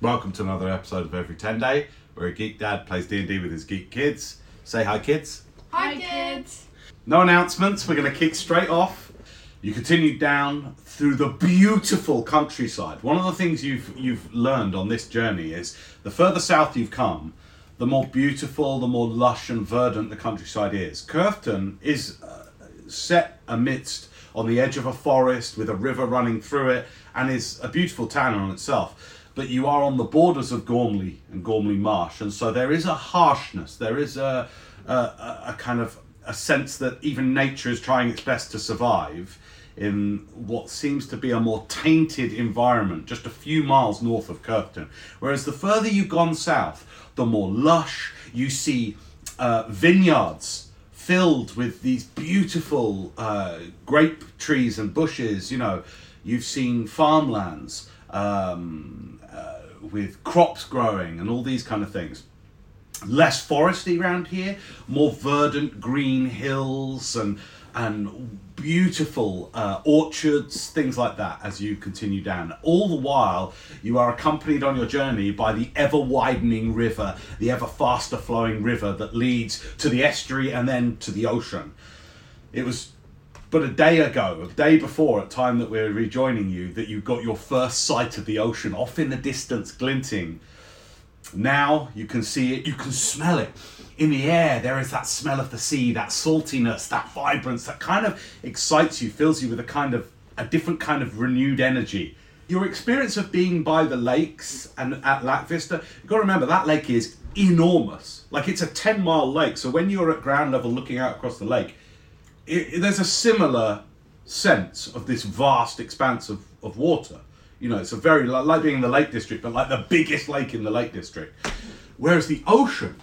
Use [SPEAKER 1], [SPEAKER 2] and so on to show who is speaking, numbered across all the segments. [SPEAKER 1] Welcome to another episode of Every 10 Day, where a geek dad plays D&D with his geek kids. Say hi, kids.
[SPEAKER 2] Hi, kids.
[SPEAKER 1] No announcements, we're going to kick straight off. You continue down through the beautiful countryside. One of the things you've you've learned on this journey is the further south you've come, the more beautiful, the more lush and verdant the countryside is. Curfton is uh, set amidst on the edge of a forest with a river running through it and is a beautiful town on itself. But you are on the borders of Gormley and Gormley Marsh, and so there is a harshness, there is a, a, a a kind of a sense that even nature is trying its best to survive in what seems to be a more tainted environment just a few miles north of Kirkton. Whereas the further you've gone south, the more lush you see uh, vineyards filled with these beautiful uh, grape trees and bushes. You know, you've seen farmlands um, uh, with crops growing and all these kind of things less foresty round here, more verdant green hills and and beautiful uh, orchards, things like that. As you continue down, all the while you are accompanied on your journey by the ever widening river, the ever faster flowing river that leads to the estuary and then to the ocean. It was but a day ago, a day before, at time that we're rejoining you, that you got your first sight of the ocean off in the distance, glinting. Now you can see it, you can smell it. In the air, there is that smell of the sea, that saltiness, that vibrance that kind of excites you, fills you with a kind of a different kind of renewed energy. Your experience of being by the lakes and at Lac Vista, you've got to remember that lake is enormous. Like it's a 10 mile lake, so when you're at ground level looking out across the lake, it, it- there's a similar sense of this vast expanse of, of water. You know, it's a very li- like being in the Lake District, but like the biggest lake in the Lake District. Whereas the ocean,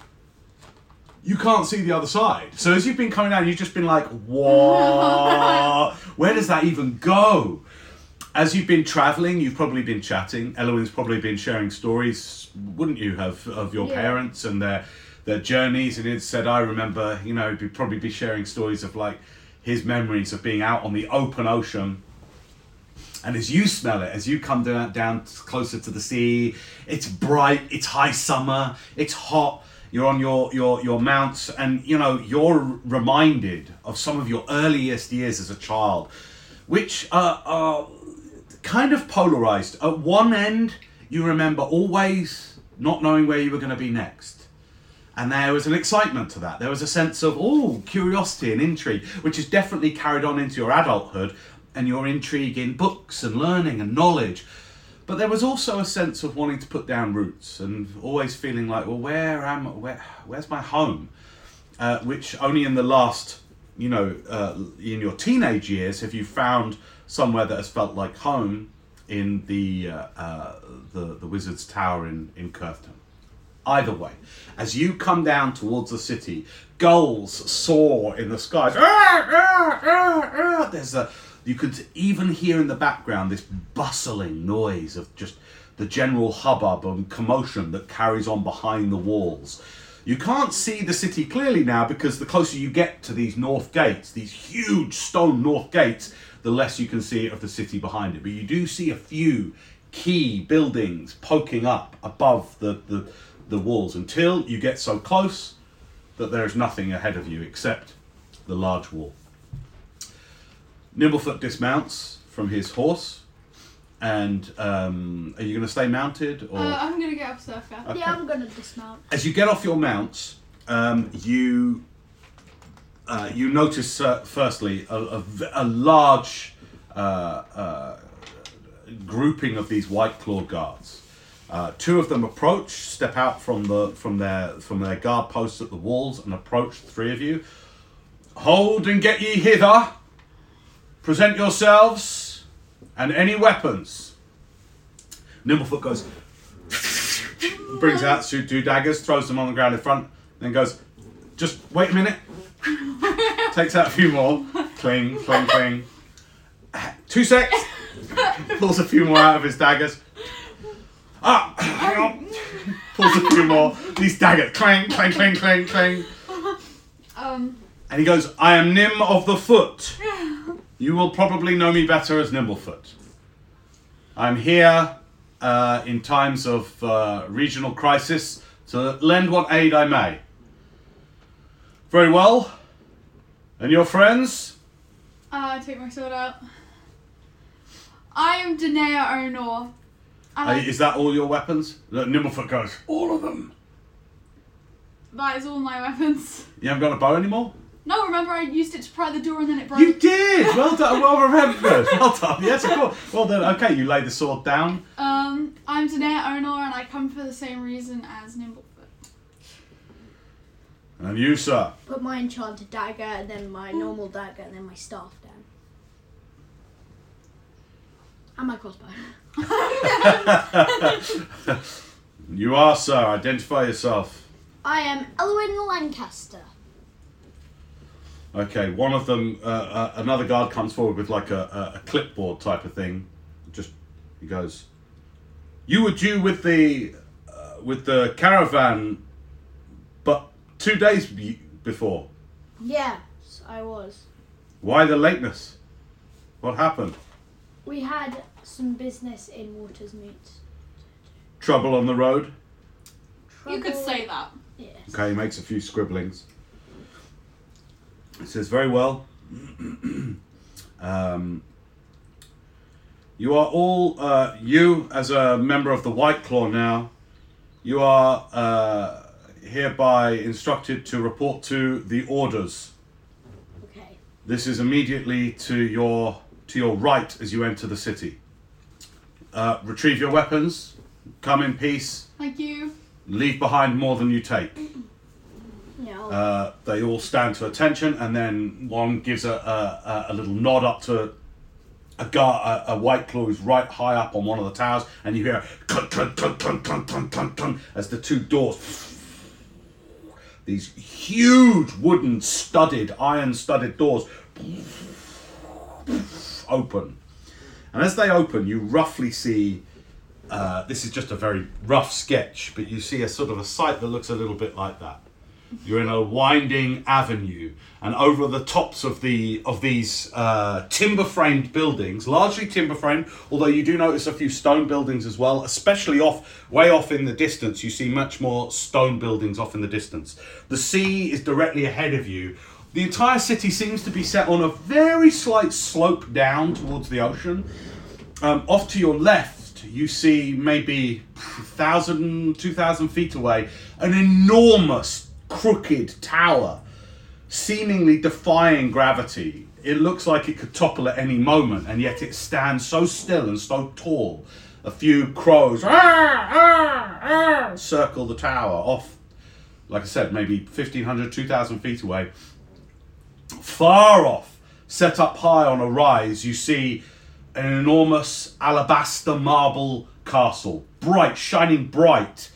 [SPEAKER 1] you can't see the other side. So as you've been coming down, you've just been like, "What? Where does that even go?" As you've been traveling, you've probably been chatting. Eloine's probably been sharing stories, wouldn't you have, of your
[SPEAKER 2] Yeah.
[SPEAKER 1] parents and their their journeys? And it said, I remember, you know, he'd be, probably be sharing stories of like his memories of being out on the open ocean. And as you smell it, as you come down, down closer to the sea, it's bright, it's high summer, it's hot. You're on your, your, your mounts, and you know you're reminded of some of your earliest years as a child, which are, are kind of polarized. At one end, you remember always not knowing where you were going to be next. And there was an excitement to that. There was a sense of, oh, curiosity and intrigue, which is definitely carried on into your adulthood and your intrigue in books and learning and knowledge. But there was also a sense of wanting to put down roots and always feeling like, well, where am where, where's my home? uh, which only in the last, you know, uh, in your teenage years have you found somewhere that has felt like home in the uh, uh, the, the Wizard's Tower in in Curveton. Either way, as you come down towards the city, gulls soar in the skies. "Ah, ah, ah, ah." There's a you could even hear in the background this bustling noise of just the general hubbub and commotion that carries on behind the walls. You can't see the city clearly now because the closer you get to these north gates, these huge stone north gates, the less you can see of the city behind it. But you do see a few key buildings poking up above the, the, the walls until you get so close that there is nothing ahead of you except the large wall. Nimblefoot dismounts from his horse. And um, are you going to stay mounted? Or?
[SPEAKER 2] Uh, I'm gonna get up stuff now.
[SPEAKER 1] Okay.
[SPEAKER 3] Yeah, I'm gonna dismount.
[SPEAKER 1] as you get off your mounts, um, you uh, you notice uh, firstly a, a v- a large uh, uh, grouping of these white claw guards. Uh, two of them approach, step out from the from their from their guard posts at the walls, and approach the three of you. Hold and get ye hither. Present yourselves and any weapons. Nimblefoot goes, brings out two, two daggers, throws them on the ground in front, then goes, just wait a minute. Takes out a few more. Cling, cling, cling. Two secs. Pulls a few more out of his daggers. Ah, hang on. Pulls a few more. These daggers, clang, clang, clang, clang, clang.
[SPEAKER 2] Um,
[SPEAKER 1] And he goes, I am Nim of the Foot. You will probably know me better as Nimblefoot. I'm here uh, in times of uh, regional crisis to lend what aid I may. Very well. And your friends?
[SPEAKER 2] Uh, take my sword out. I am Danea O'Nor. And
[SPEAKER 1] Uh,
[SPEAKER 2] I-
[SPEAKER 1] is that all your weapons? Look, Nimblefoot goes, all of them.
[SPEAKER 2] that is all my weapons.
[SPEAKER 1] You haven't got a bow anymore?
[SPEAKER 2] No, remember I used it to pry the door and then it broke.
[SPEAKER 1] You did! Well done, well remembered. Well done, yes, of course. Well done, okay, you lay the sword down.
[SPEAKER 2] Um, I'm Danea O'Nor and I come for the same reason as Nimblefoot.
[SPEAKER 1] And you, sir?
[SPEAKER 3] Put my enchanted dagger, and then my normal dagger, and then my staff down. And my crossbow.
[SPEAKER 1] You are, sir. Identify yourself.
[SPEAKER 3] I am Elwyn Lancaster.
[SPEAKER 1] Okay, one of them, uh, uh, another guard comes forward with like a, a, a clipboard type of thing. Just he goes, "You were due with the uh, with the caravan, but two days be- before.
[SPEAKER 3] Yes, I was.
[SPEAKER 1] Why the lateness? What happened?
[SPEAKER 3] We had some business in Watersmeet.
[SPEAKER 1] Trouble on the road?
[SPEAKER 2] You could say that.
[SPEAKER 3] Yes.
[SPEAKER 1] Okay, he makes a few scribblings. He says, Very well. um, you are all, uh, you as a member of the White Claw now, you are uh, hereby instructed to report to the orders.
[SPEAKER 3] Okay.
[SPEAKER 1] This is immediately to your to your right as you enter the city. Uh, retrieve your weapons, come in peace,
[SPEAKER 2] Thank you.
[SPEAKER 1] leave behind more than you take.
[SPEAKER 3] Yeah. I'll-
[SPEAKER 1] Uh, they all stand to attention, and then one gives a, a, a- a little nod up to a guard, a, a white claw who's right high up on one of the towers, and you hear clunk, clunk, clunk, clunk, clunk, clunk, clunk, clunk, as the two doors. These huge wooden studded, iron studded doors open. And as they open, you roughly see uh, this is just a very rough sketch, but you see a sort of a site that looks a little bit like that. You're in a winding avenue, and over the tops of the of these uh, timber-framed buildings, largely timber-framed, although you do notice a few stone buildings as well. Especially off, way off in the distance, you see much more stone buildings off in the distance. The sea is directly ahead of you. The entire city seems to be set on a very slight slope down towards the ocean. Um, off to your left, you see maybe 1,000, 2,000 feet away, an enormous crooked tower, seemingly defying gravity. It looks like it could topple at any moment, and yet it stands so still and so tall. A few crows "Arr, arr, arr," circle the tower off, like I said, maybe 1,500, 2,000 feet away far off, set up high on a rise, you see an enormous alabaster marble castle, bright, shining bright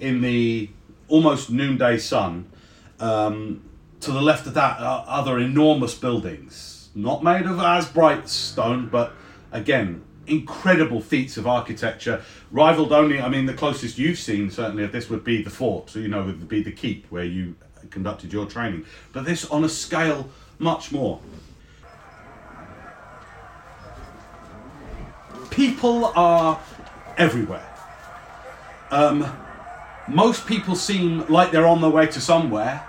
[SPEAKER 1] in the almost noonday sun. Um, to the left of that are other enormous buildings, not made of as bright stone, but again, incredible feats of architecture, rivaled only, I mean, the closest you've seen certainly of this would be the fort, so, you know, would be the keep where you conducted your training, but this on a scale much more. People are everywhere. Um, most people seem like they're on their way to somewhere,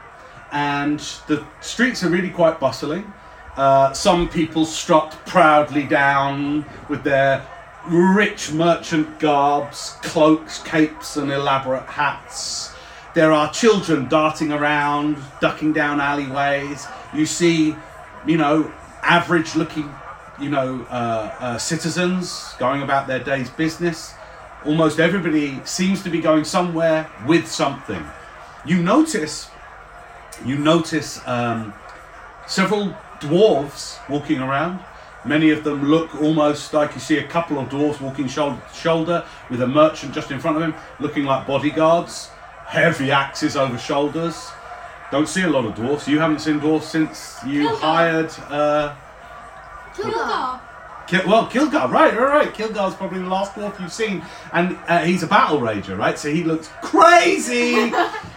[SPEAKER 1] and the streets are really quite bustling. Uh, some people strut proudly down with their rich merchant garbs, cloaks, capes, and elaborate hats. There are children darting around, ducking down alleyways. You see, you know, average looking, you know, uh, uh, citizens going about their day's business almost everybody seems to be going somewhere with something. You notice, you notice um, several dwarves walking around. Many of them look almost like you see a couple of dwarves walking shoulder to shoulder with a merchant just in front of him, looking like bodyguards, heavy axes over shoulders. Don't see a lot of dwarves. You haven't seen dwarves since you
[SPEAKER 2] Kilgar.
[SPEAKER 1] hired. Uh,
[SPEAKER 2] Kilgar.
[SPEAKER 1] Kil- well, Kilgar, right, all right. Kilgar's probably the last dwarf you've seen, and uh, he's a battle rager, right? So he looks crazy.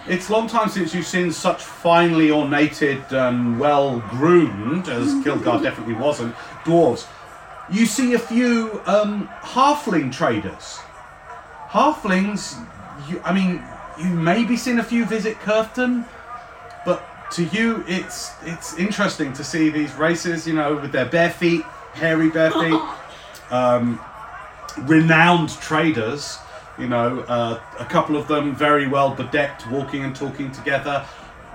[SPEAKER 1] it's long time since you've seen such finely ornated, um, well groomed, as Kilgar definitely wasn't, dwarves. You see a few um, halfling traders halflings, you, I mean, you maybe seen a few visit Curfton, but to you, it's it's interesting to see these races. You know, with their bare feet, hairy bare feet, um, renowned traders. You know, uh, a couple of them very well bedecked, walking and talking together.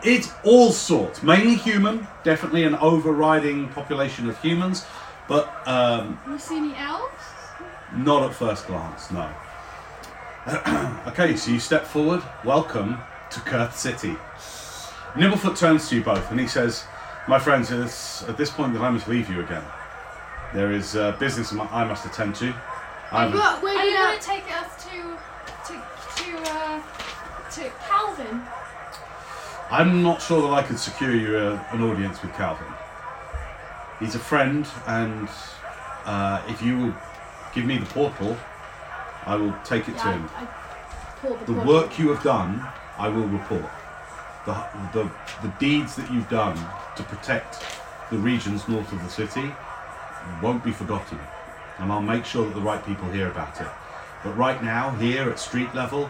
[SPEAKER 1] It's all sorts, mainly human, definitely an overriding population of humans, but um,
[SPEAKER 2] Have you seen any elves?
[SPEAKER 1] not at first glance, no. okay, so you step forward. Welcome to Kurth City. Nimblefoot turns to you both and he says, My friends, it is at this point that I must leave you again. There is uh, business I mu- I must attend to. I'm,
[SPEAKER 3] Look, we're
[SPEAKER 4] Are you
[SPEAKER 3] gonna-
[SPEAKER 4] going to take us to to to uh, to Calvin?
[SPEAKER 1] I'm not sure that I could secure you a, an audience with Calvin. He's a friend, and uh, if you will give me the portal, I will take it to him.
[SPEAKER 3] Yeah, I, I pulled the
[SPEAKER 1] The
[SPEAKER 3] portal.
[SPEAKER 1] work you have done, I will report. The, the, the deeds that you've done to protect the regions north of the city won't be forgotten. And I'll make sure that the right people hear about it. But right now, here at street level,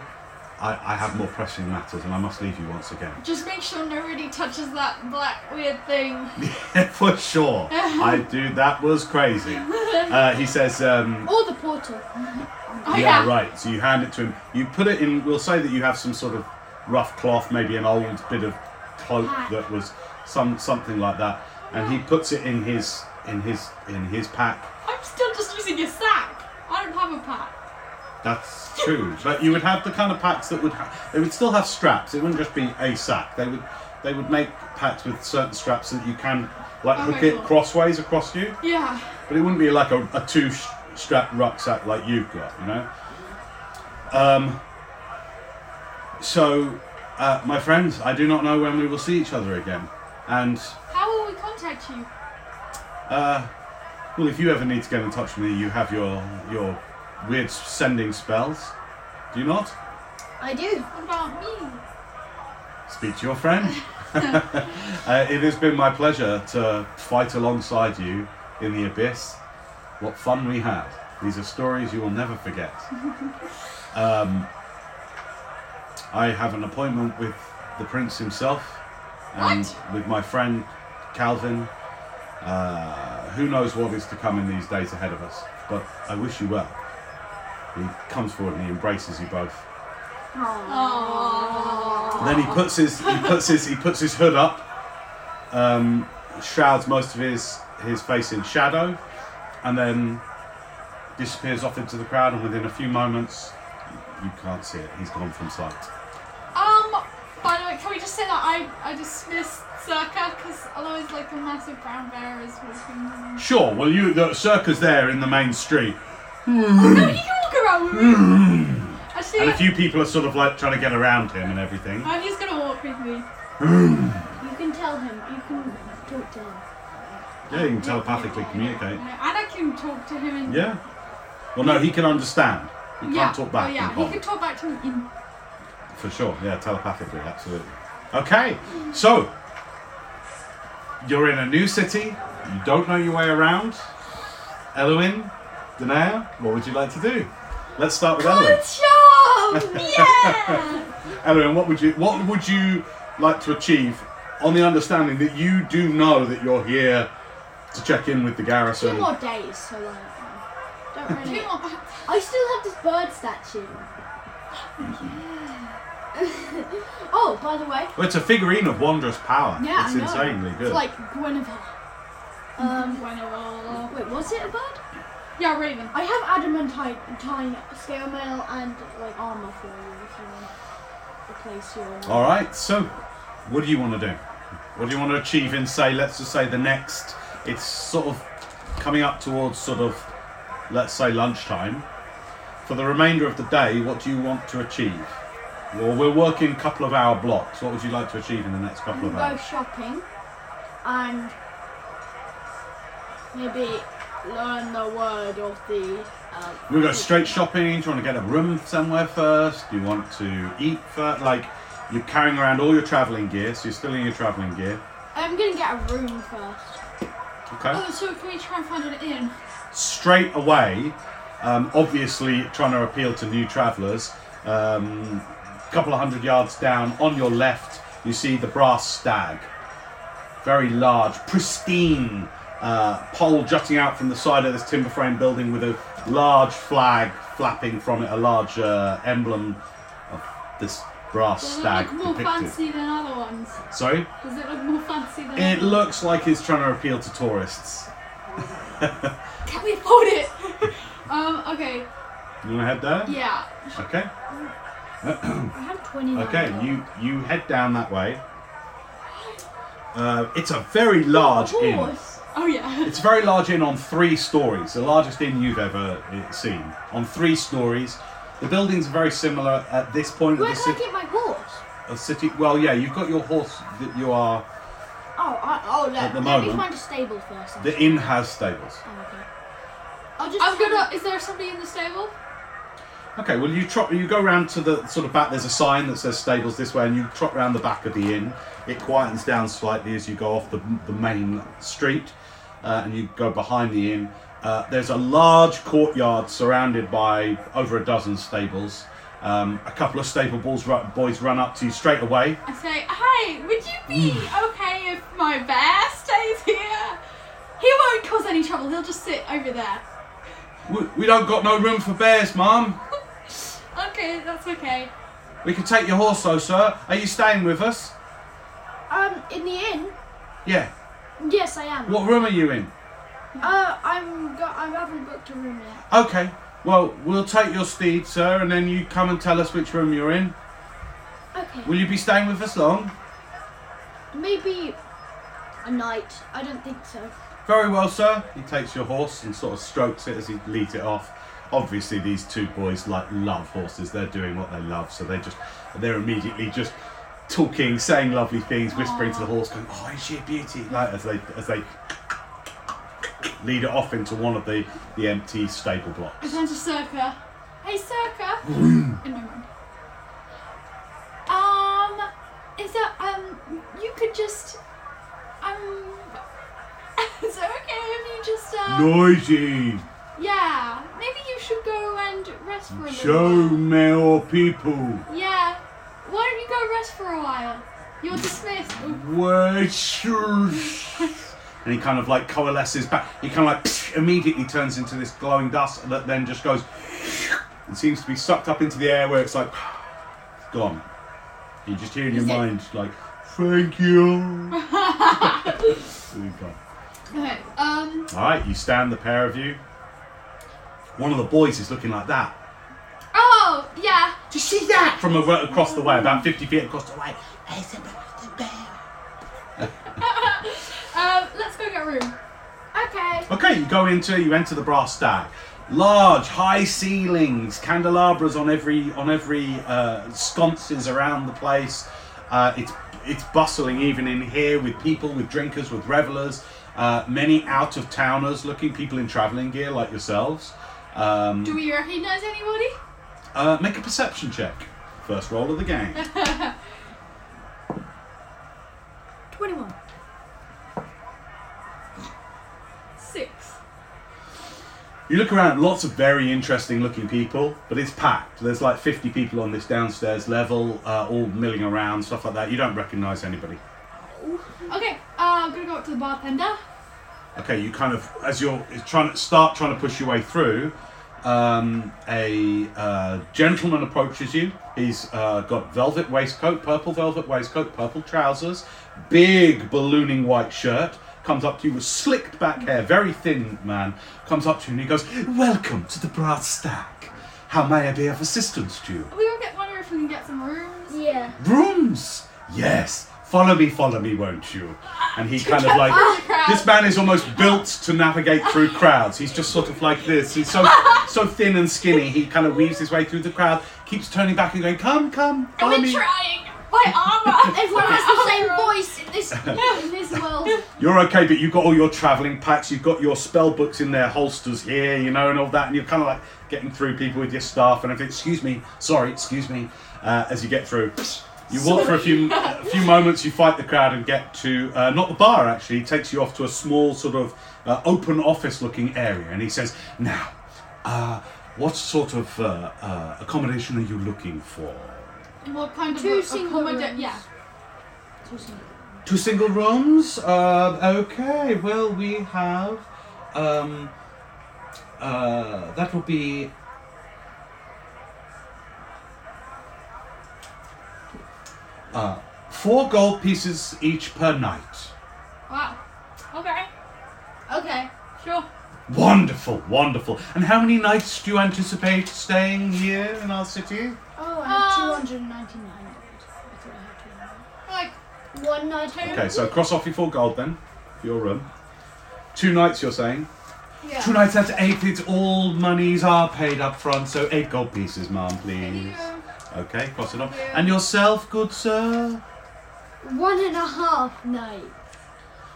[SPEAKER 1] I, I have more pressing matters and I must leave you once again.
[SPEAKER 2] Just make sure nobody touches that black weird thing.
[SPEAKER 1] For sure. I do. That was crazy. Uh, he says, um,
[SPEAKER 3] Or the portal.
[SPEAKER 2] Oh,
[SPEAKER 1] yeah, right. So you hand it to him. You put it in. We'll say that you have some sort of rough cloth, maybe an old bit of cloak that was some something like that, and he puts it in his in his in his pack.
[SPEAKER 2] I'm still just using a sack. I don't have a pack.
[SPEAKER 1] That's true. But you would have the kind of packs that would ha- they would still have straps. It wouldn't just be a sack. They would they would make packs with certain straps that you can like
[SPEAKER 2] Oh my
[SPEAKER 1] hook it
[SPEAKER 2] God.
[SPEAKER 1] crossways across you.
[SPEAKER 2] Yeah.
[SPEAKER 1] But it wouldn't be like a, a two sh- strap rucksack like you've got, you know? Um, so, uh, my friends, I do not know when we will see each other again. And,
[SPEAKER 2] How will we contact you?
[SPEAKER 1] uh, well, if you ever need to get in touch with me, you have your, your weird sending spells. Do you not?
[SPEAKER 3] I do.
[SPEAKER 2] What about me?
[SPEAKER 1] Speak to your friend. uh, it has been my pleasure to fight alongside you in the abyss. What fun we had. These are stories you will never forget. um, I have an appointment with the prince himself and with my friend Calvin. Uh, who knows what is to come in these days ahead of us, but I wish you well. He comes forward and he embraces you both. And then he puts his he puts his he puts his hood up, um, shrouds most of his his face in shadow, and then disappears off into the crowd. And within a few moments, you can't see it. He's gone from sight.
[SPEAKER 2] Um, by the way, can we just say that I, I dismissed Circa because otherwise, like, a massive brown bear is walking.
[SPEAKER 1] Sure. Well, you the circa's there in the main street,
[SPEAKER 2] Nobody can walk around with me!
[SPEAKER 1] Hmm.
[SPEAKER 2] Actually,
[SPEAKER 1] and a few people are sort of like trying to get around him and everything.
[SPEAKER 2] oh, he's gonna walk with me.
[SPEAKER 3] You can tell him. You can talk to him.
[SPEAKER 1] Yeah, you can telepathically communicate.
[SPEAKER 2] No, and I can talk to him in.
[SPEAKER 1] Yeah. Well, no, he can understand. He can't
[SPEAKER 2] Yeah.
[SPEAKER 1] talk back.
[SPEAKER 2] Oh,
[SPEAKER 1] in
[SPEAKER 2] yeah.
[SPEAKER 1] common.
[SPEAKER 2] He can talk back to me in.
[SPEAKER 1] For sure, yeah, telepathically, absolutely. Okay, so you're in a new city, you don't know your way around. Eloin, Danaya, what would you like to do? Let's start with Eloin.
[SPEAKER 2] Job! Yeah!
[SPEAKER 1] Eloin, what would you what would you like to achieve on the understanding that you do know that you're here to check in with the
[SPEAKER 3] Two
[SPEAKER 1] garrison?
[SPEAKER 3] more days, so like. uh, Don't
[SPEAKER 2] Two
[SPEAKER 3] really.
[SPEAKER 2] more.
[SPEAKER 3] I still have this bird statue. oh, by the way,
[SPEAKER 1] Well, it's a figurine of wondrous power.
[SPEAKER 3] Yeah,
[SPEAKER 1] it's
[SPEAKER 3] I know.
[SPEAKER 1] insanely good.
[SPEAKER 3] it's like Guinevere. Um,
[SPEAKER 2] Whenever.
[SPEAKER 3] wait, was it a bird?
[SPEAKER 2] Yeah, Raven.
[SPEAKER 3] I have adamantine, tine, scale mail, and like armor for you if you want to replace your.
[SPEAKER 1] All right. So, what do you want to do? What do you want to achieve in, say, let's just say the next? It's sort of coming up towards sort of, let's say, lunchtime. For the remainder of the day, what do you want to achieve? Well, we're working couple of hour blocks. What would you like to achieve in the next
[SPEAKER 3] You
[SPEAKER 1] couple
[SPEAKER 3] can
[SPEAKER 1] of
[SPEAKER 3] go
[SPEAKER 1] hours?
[SPEAKER 3] shopping and maybe learn the word of the. Uh,
[SPEAKER 1] We're going straight shopping. Do you want to get a room somewhere first? Do you want to eat first? Like, you're carrying around all your travelling gear, so you're still in your travelling gear.
[SPEAKER 3] I'm gonna get a room first.
[SPEAKER 1] Okay.
[SPEAKER 2] Uh, Oh, so can we try and find an inn?
[SPEAKER 1] straight away Um, obviously, trying to appeal to new travellers. Um, couple of hundred yards down, on your left, you see the brass stag. Very large, pristine uh, pole jutting out from the side of this timber frame building with a large flag flapping from it, a large uh, emblem of this brass
[SPEAKER 2] Does it
[SPEAKER 1] stag.
[SPEAKER 2] look more
[SPEAKER 1] depicted.
[SPEAKER 2] fancy than other ones?
[SPEAKER 1] Sorry?
[SPEAKER 2] Does it look more fancy than
[SPEAKER 1] It
[SPEAKER 2] other ones?
[SPEAKER 1] looks like it's trying to appeal to tourists.
[SPEAKER 2] Can we afford it? um, okay.
[SPEAKER 1] You want to head there?
[SPEAKER 2] Yeah.
[SPEAKER 1] Okay.
[SPEAKER 3] I have 29.
[SPEAKER 1] Okay,
[SPEAKER 3] now.
[SPEAKER 1] you you head down that way. Uh, it's a very large inn.
[SPEAKER 3] Horse.
[SPEAKER 2] Oh yeah.
[SPEAKER 1] It's a very large inn on three stories, the largest inn you've ever eh, seen. On three stories, the buildings are very similar at this point of
[SPEAKER 3] Where
[SPEAKER 1] the
[SPEAKER 3] can I
[SPEAKER 1] city.
[SPEAKER 3] get my horse?
[SPEAKER 1] Of city. Well, yeah, you've got your horse that you are.
[SPEAKER 3] Oh, I, oh, let,
[SPEAKER 1] At the
[SPEAKER 3] let
[SPEAKER 1] moment-
[SPEAKER 3] me find a stable first.
[SPEAKER 1] The inn has stables.
[SPEAKER 3] Oh, okay. I'll just.
[SPEAKER 2] I'm gonna. Is there somebody in the stable?
[SPEAKER 1] Okay, well you trot, you go round to the sort of back. There's a sign that says stables this way, and you trot round the back of the inn. It quietens down slightly as you go off the, the main street, uh, and you go behind the inn. Uh, there's a large courtyard surrounded by over a dozen stables. Um, a couple of stable balls, ru- boys run up to you straight away.
[SPEAKER 2] I say, hey, would you be okay if my bear stays here? He won't cause any trouble. He'll just sit over there.
[SPEAKER 1] We, we don't got no room for bears, ma'am.
[SPEAKER 2] Okay, that's okay.
[SPEAKER 1] We can take your horse, though, sir. Are you staying with us?
[SPEAKER 3] Um, in the inn.
[SPEAKER 1] Yeah.
[SPEAKER 3] Yes, I am.
[SPEAKER 1] What room are you in?
[SPEAKER 3] Uh, I'm. Go- I haven't booked a room yet.
[SPEAKER 1] Okay. Well, we'll take your steed, sir, and then you come and tell us which room you're in.
[SPEAKER 3] Okay.
[SPEAKER 1] Will you be staying with us long?
[SPEAKER 3] Maybe a night. I don't think so.
[SPEAKER 1] Very well, sir. He takes your horse and sort of strokes it as he leads it off. Obviously, these two boys like love horses. They're doing what they love, so they just they're immediately just talking, saying lovely things, whispering to the horse, going, "Oh, is she a beauty?" Like as they as they lead it off into one of the the empty stable
[SPEAKER 2] I
[SPEAKER 1] blocks.
[SPEAKER 2] turn to Circa. Hey, Circa. in my mind. Um, is that um? You could just um. is it okay if you just uh?
[SPEAKER 1] Noisy.
[SPEAKER 2] Yeah, maybe you should go and rest for a little.
[SPEAKER 1] Show
[SPEAKER 2] while.
[SPEAKER 1] more people.
[SPEAKER 2] Yeah. Why don't you go rest for a while? You're dismissed. Ooh.
[SPEAKER 1] Witches. And he kind of like coalesces back. He kind of like immediately turns into this glowing dust that then just goes and seems to be sucked up into the air where it's like gone. You just hear in your
[SPEAKER 2] Is it-
[SPEAKER 1] mind like, "Thank you." And he's gone.
[SPEAKER 2] Okay. Um.
[SPEAKER 1] All right, you stand the pair of you. One of the boys is looking like that.
[SPEAKER 2] Oh yeah.
[SPEAKER 1] Do you see that? From a, across the way, about 50 feet across the way. There's a bear.
[SPEAKER 2] Um. Let's go get a room.
[SPEAKER 3] Okay.
[SPEAKER 1] Okay, you go into you enter the brass stag. Large, high ceilings, candelabras on every on every uh, sconces around the place. Uh, it's it's bustling even in here with people, with drinkers, with revelers. Uh, many out of towners looking people in travelling gear like yourselves. Um,
[SPEAKER 2] Do we recognize anybody?
[SPEAKER 1] uh, make a perception check. First roll of the game.
[SPEAKER 3] 21.
[SPEAKER 2] Six.
[SPEAKER 1] You look around, lots of very interesting looking people, but it's packed. There's like 50 people on this downstairs level, uh, all milling around, stuff like that. You don't recognise anybody.
[SPEAKER 2] Okay. Uh, I'm gonna go up to the bartender.
[SPEAKER 1] Okay, you kind of, as you're trying to start trying to push your way through, um, a uh, gentleman approaches you. He's uh, got velvet waistcoat, purple velvet waistcoat, purple trousers, big ballooning white shirt. Comes up to you with slicked back hair, very thin man. Comes up to you and he goes, "Welcome to the Brass Stack. How may I be of assistance to you?
[SPEAKER 2] We all get wonder if we can get some rooms.
[SPEAKER 3] Yeah.
[SPEAKER 1] Rooms? Yes. Follow me, follow me, won't you?" And he kind of like
[SPEAKER 2] Crowd.
[SPEAKER 1] this man is almost built to navigate through crowds. He's just sort of like this. He's so so thin and skinny. He kind of weaves his way through the crowd, keeps turning back and going, "Come, come,
[SPEAKER 2] And
[SPEAKER 1] follow
[SPEAKER 2] we're
[SPEAKER 1] me."
[SPEAKER 2] trying. My armor.
[SPEAKER 3] Everyone has the same voice in this in this world.
[SPEAKER 1] You're okay, but you've got all your traveling packs. You've got your spell books in their holsters here, you know, and all that. And you're kind of like getting through people with your staff and everything. Excuse me, sorry, excuse me. Uh, as you get through, you walk for a few a few moments. You fight the crowd and get to uh, not the bar actually. It takes you off to a small sort of uh, open office looking area, and he says, "Now, Uh, what sort of uh, uh, accommodation are you looking for?
[SPEAKER 2] What kind
[SPEAKER 3] Two
[SPEAKER 2] of
[SPEAKER 3] single
[SPEAKER 2] accommodation?
[SPEAKER 3] rooms.
[SPEAKER 2] Yeah.
[SPEAKER 3] Two single.
[SPEAKER 1] Two single rooms? Um, okay, well, we have. Um, uh, that will be. Uh, four gold pieces each per night.
[SPEAKER 2] Wow. Okay. Okay. Sure.
[SPEAKER 1] Wonderful, wonderful. And how many nights do you anticipate staying here in our city?
[SPEAKER 3] Oh, I have
[SPEAKER 2] Um,
[SPEAKER 3] 299 gold. I thought I
[SPEAKER 2] Like
[SPEAKER 3] had 299. One night.
[SPEAKER 1] Okay, so cross off your four gold then, for your room. Two nights, you're saying?
[SPEAKER 2] yeah.
[SPEAKER 1] Two nights, that's eight. It's all monies are paid up front, so eight gold pieces, ma'am, please.
[SPEAKER 2] Here.
[SPEAKER 1] Okay, cross it off.
[SPEAKER 2] Yeah.
[SPEAKER 1] And yourself, good sir?
[SPEAKER 3] One and a half night.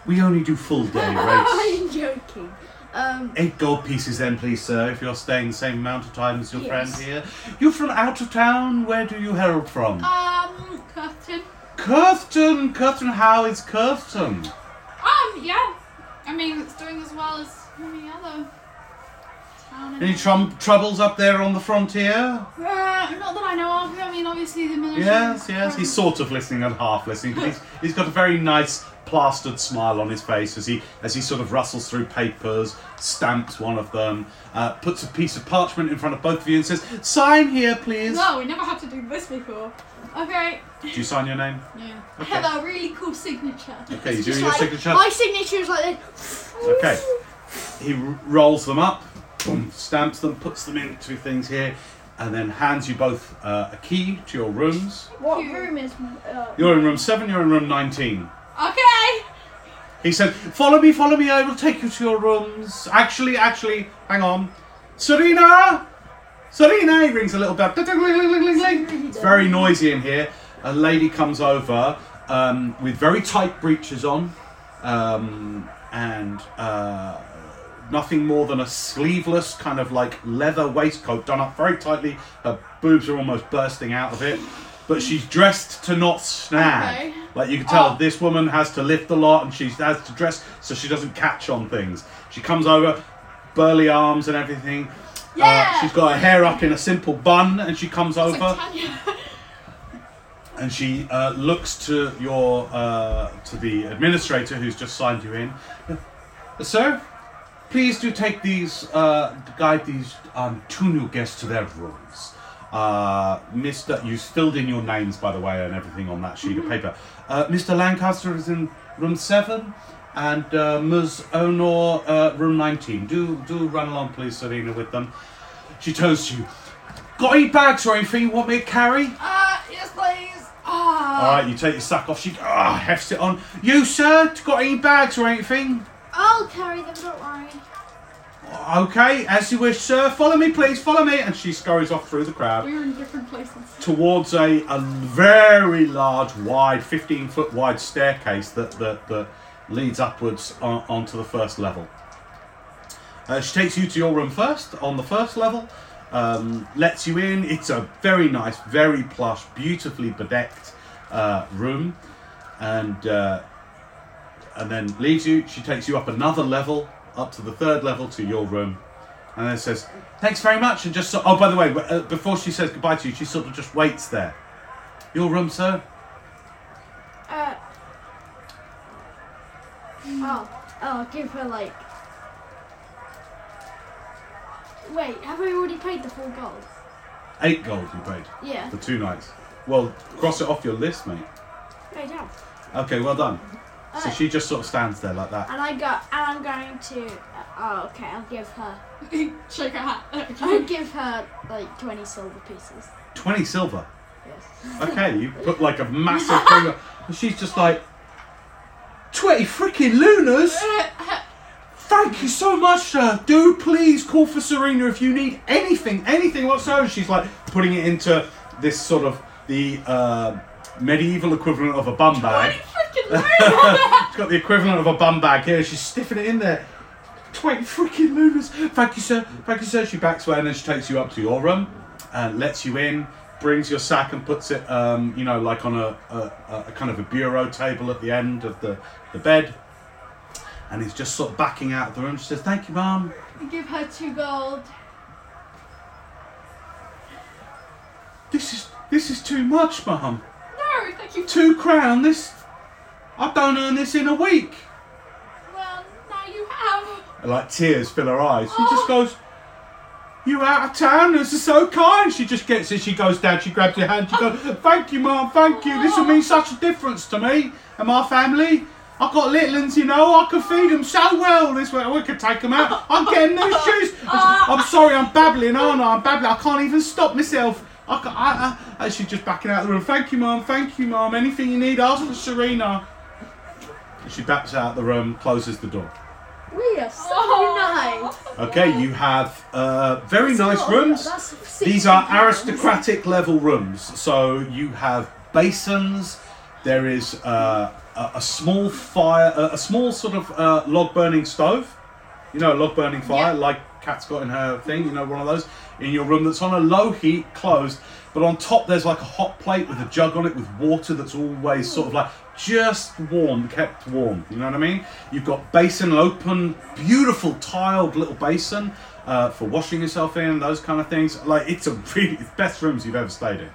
[SPEAKER 1] We only do full day rates.
[SPEAKER 3] I'm joking. Um,
[SPEAKER 1] Eight gold pieces then, please, sir, if you're staying the same amount of time as your
[SPEAKER 3] Yes.
[SPEAKER 1] friend here. You're from out of town? Where do you hail from?
[SPEAKER 2] Um, curtain.
[SPEAKER 1] Curfton! Curfton, how is Curfton?
[SPEAKER 2] Um, yeah. I mean, it's doing as well as any other town.
[SPEAKER 1] Any
[SPEAKER 2] in-
[SPEAKER 1] trum- troubles up there on the frontier?
[SPEAKER 2] Uh, not that I know of. I mean, obviously the military.
[SPEAKER 3] Mm-hmm.
[SPEAKER 1] Yes, yes. He's sort of listening and half listening, but he's, he's got a very nice plastered smile on his face as he as he sort of rustles through papers, stamps one of them, uh, puts a piece of parchment in front of both of you and says, "Sign here, please."
[SPEAKER 2] No, we never had to do this before. Okay.
[SPEAKER 1] Do you sign your name?
[SPEAKER 2] Yeah. I have a really cool signature.
[SPEAKER 1] Okay, you
[SPEAKER 3] it's
[SPEAKER 1] do
[SPEAKER 3] just
[SPEAKER 1] your
[SPEAKER 3] like-
[SPEAKER 1] signature.
[SPEAKER 3] My signature is like this.
[SPEAKER 1] Okay. He r- rolls them up, boom, stamps them, puts them into things here, and then hands you both uh, a key to your rooms.
[SPEAKER 3] What
[SPEAKER 2] Cute.
[SPEAKER 3] room is? Uh,
[SPEAKER 1] You're in room seven. You're in room nineteen.
[SPEAKER 2] Okay.
[SPEAKER 1] He said, Follow me, follow me, I will take you to your rooms. Actually, actually, hang on. Serena! Serena! He rings a little bell. It's very noisy in here. A lady comes over um, with very tight breeches on um, and uh, nothing more than a sleeveless kind of like leather waistcoat done up very tightly. Her boobs are almost bursting out of it. But she's dressed to not snag.
[SPEAKER 2] Okay.
[SPEAKER 1] Like you can tell,
[SPEAKER 2] Oh.
[SPEAKER 1] this woman has to lift a lot and she has to dress so she doesn't catch on things. She comes over, burly arms and everything. Uh,
[SPEAKER 2] Yeah.
[SPEAKER 1] she's got her hair up in a simple bun and she comes
[SPEAKER 2] It's
[SPEAKER 1] over
[SPEAKER 2] like Tanya.
[SPEAKER 1] and she uh, looks to your uh, to the administrator who's just signed you in. Sir, please do take these uh, guide these um, two new guests to their rooms. Uh, Mr. You filled in your names by the way and everything on that sheet of paper. Uh, Mr. Lancaster is in room seven. And uh, Ms. Onor, uh, room 19. Do do run along, please, Serena, with them. She turns to you. Got any bags or anything you want me to carry?
[SPEAKER 2] Uh, yes, please.
[SPEAKER 1] All
[SPEAKER 2] Ah.
[SPEAKER 1] right, you take your sack off. She ah, hefts it on. You, sir, got any bags or anything?
[SPEAKER 3] I'll carry them. Don't worry.
[SPEAKER 1] Okay, as you wish, sir. Follow me, please. Follow me. And she scurries off through the crowd
[SPEAKER 2] We were in different places.
[SPEAKER 1] towards a, a very large, wide, 15 foot wide staircase that, that, that leads upwards on, onto the first level. Uh, she takes you to your room first on the first level, um, lets you in. It's a very nice, very plush, beautifully bedecked uh, room, and uh, and then leaves you. She takes you up another level, up to the third level to your room, and then says, "Thanks very much." And just so- oh, by the way, uh, before she says goodbye to you, she sort of just waits there. Your room, sir.
[SPEAKER 3] Uh, oh, I'll give her like. Wait, have I already paid the full gold?
[SPEAKER 1] Eight gold you paid
[SPEAKER 3] Yeah.
[SPEAKER 1] for two nights. Well, cross it off your list, mate.
[SPEAKER 3] I don't.
[SPEAKER 1] Okay, well done. So
[SPEAKER 3] Alright.
[SPEAKER 1] she just sort of stands there like that.
[SPEAKER 3] Uh, And I got. And I'm going to. Uh, oh, okay. I'll give her.
[SPEAKER 2] Shake her hat.
[SPEAKER 3] I'll give her like 20 silver pieces.
[SPEAKER 1] 20 silver.
[SPEAKER 3] Yes.
[SPEAKER 1] Okay, you put like a massive thing. on- And she's just like, 20 freaking lunas?
[SPEAKER 2] uh,
[SPEAKER 1] Thank you so much, sir. Do please call for Serena if you need anything, anything whatsoever. She's like putting it into this sort of the uh, medieval equivalent of a bum bag.
[SPEAKER 2] Freaking Luna.
[SPEAKER 1] She's got the equivalent of a bum bag here. She's stiffing it in there. 20 freaking lunas. Thank you, sir. Thank you, sir. She backs away and then she takes you up to your room and lets you in, brings your sack and puts it, um, you know, like on a, a, a kind of a bureau table at the end of the, the bed. And he's just sort of backing out of the room. She says, Thank you, mum.
[SPEAKER 2] Give her two gold.
[SPEAKER 1] This is this is too much, Mum.
[SPEAKER 2] No, thank you.
[SPEAKER 1] Two crown. This I don't earn this in a week.
[SPEAKER 2] Well, now you have.
[SPEAKER 1] And, like tears fill her eyes. She just goes, "You out of town? This is so kind." She just gets it. She goes down. She grabs your hand. She goes, "Thank you, Mum. Thank you. This will mean such a difference to me and my family." I've got little ones, you know, I can feed them so well this way. We could take them out. I'm getting new shoes. I'm, I'm sorry, I'm babbling, aren't I? I'm babbling. I can't even stop myself. I, ca- I, I, and she's just backing out of the room. Thank you, Mum. Thank you, Mum. Anything you need, ask for Serena. And she backs out the room, closes the door.
[SPEAKER 3] We are so nice.
[SPEAKER 1] Okay, you have uh, very nice
[SPEAKER 3] Look,
[SPEAKER 1] rooms.
[SPEAKER 3] Oh, that's sixty
[SPEAKER 1] These are
[SPEAKER 3] pounds.
[SPEAKER 1] aristocratic level rooms. So you have basins. There is uh, a, a small fire, a, a small sort of uh, log burning stove. You know, a log burning fire, like Kat's got in her thing. You know, one of those in your room that's on a low heat, closed. But on top, there's like a hot plate with a jug on it with water that's always sort of like just warm, kept warm. You know what I mean? You've got basin open, beautiful tiled little basin uh, for washing yourself in, those kind of things. Like it's a really it's best rooms you've ever stayed in.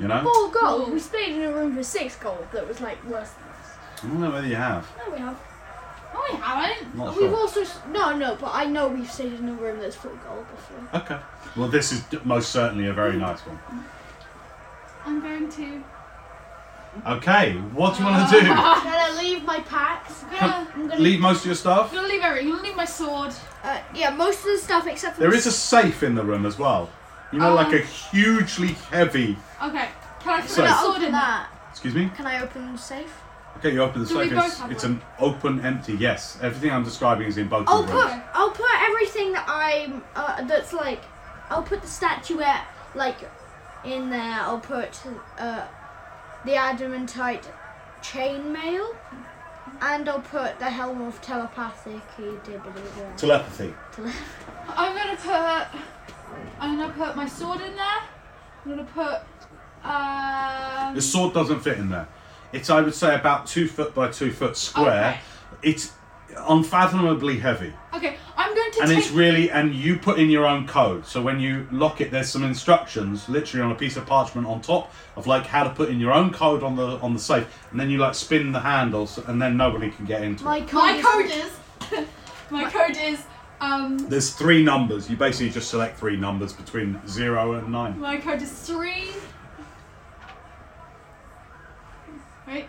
[SPEAKER 1] You know?
[SPEAKER 3] Four gold. We stayed in a room for six gold that was like worse than this.
[SPEAKER 1] I don't know whether you have.
[SPEAKER 3] No, we have.
[SPEAKER 2] No, I haven't.
[SPEAKER 1] Not
[SPEAKER 3] We've
[SPEAKER 1] sure.
[SPEAKER 3] also s- no, no, but I know we've stayed in a room that's full gold before.
[SPEAKER 1] Okay. Well, this is d- most certainly a very nice one.
[SPEAKER 2] I'm going to.
[SPEAKER 1] Okay, what do you want to do?
[SPEAKER 3] Can I leave my packs?
[SPEAKER 2] Yeah.
[SPEAKER 3] I'm gonna.
[SPEAKER 1] Leave most of your
[SPEAKER 2] I'm
[SPEAKER 1] stuff?
[SPEAKER 2] gonna leave everything. I'm gonna leave my sword.
[SPEAKER 3] Uh, yeah, most of the stuff except for
[SPEAKER 1] There
[SPEAKER 3] the
[SPEAKER 1] is a safe in the room as well. You know, like a
[SPEAKER 2] Oh.
[SPEAKER 1] hugely heavy.
[SPEAKER 2] Okay. Can I put
[SPEAKER 1] So-
[SPEAKER 2] my
[SPEAKER 3] Can I
[SPEAKER 2] sword
[SPEAKER 3] open
[SPEAKER 2] in that?
[SPEAKER 3] that?
[SPEAKER 1] Excuse me?
[SPEAKER 3] Can I open the safe?
[SPEAKER 1] Okay, you open the
[SPEAKER 2] Do we
[SPEAKER 1] safe.
[SPEAKER 2] both
[SPEAKER 1] It's,
[SPEAKER 2] have
[SPEAKER 1] it's
[SPEAKER 2] one?
[SPEAKER 1] an open empty. Yes, everything I'm describing is in both
[SPEAKER 3] I'll
[SPEAKER 1] the
[SPEAKER 2] Oh,
[SPEAKER 3] put
[SPEAKER 1] rooms.
[SPEAKER 3] I'll put everything that I'm uh, that's like I'll put the statuette like in there. I'll put uh, the adamantite chainmail, and I'll put the helm of telepathic.
[SPEAKER 1] Telepathy.
[SPEAKER 2] I'm gonna put. I'm gonna put my sword in there. I'm gonna put. Um,
[SPEAKER 1] The sword doesn't fit in there. It's I would say about two foot by two foot square. It's unfathomably heavy,
[SPEAKER 2] okay, I'm going to
[SPEAKER 1] and
[SPEAKER 2] take.
[SPEAKER 1] it's really and you put in your own code. So when you lock it, there's some instructions literally on a piece of parchment on top of like how to put in your own code on the on the safe, and then you like spin the handles, and then nobody can get into it.
[SPEAKER 3] My code.
[SPEAKER 2] my
[SPEAKER 3] is-
[SPEAKER 2] code is. my code is. Um,
[SPEAKER 1] There's three numbers. You basically just select three numbers between zero and nine.
[SPEAKER 2] my code is three. Right.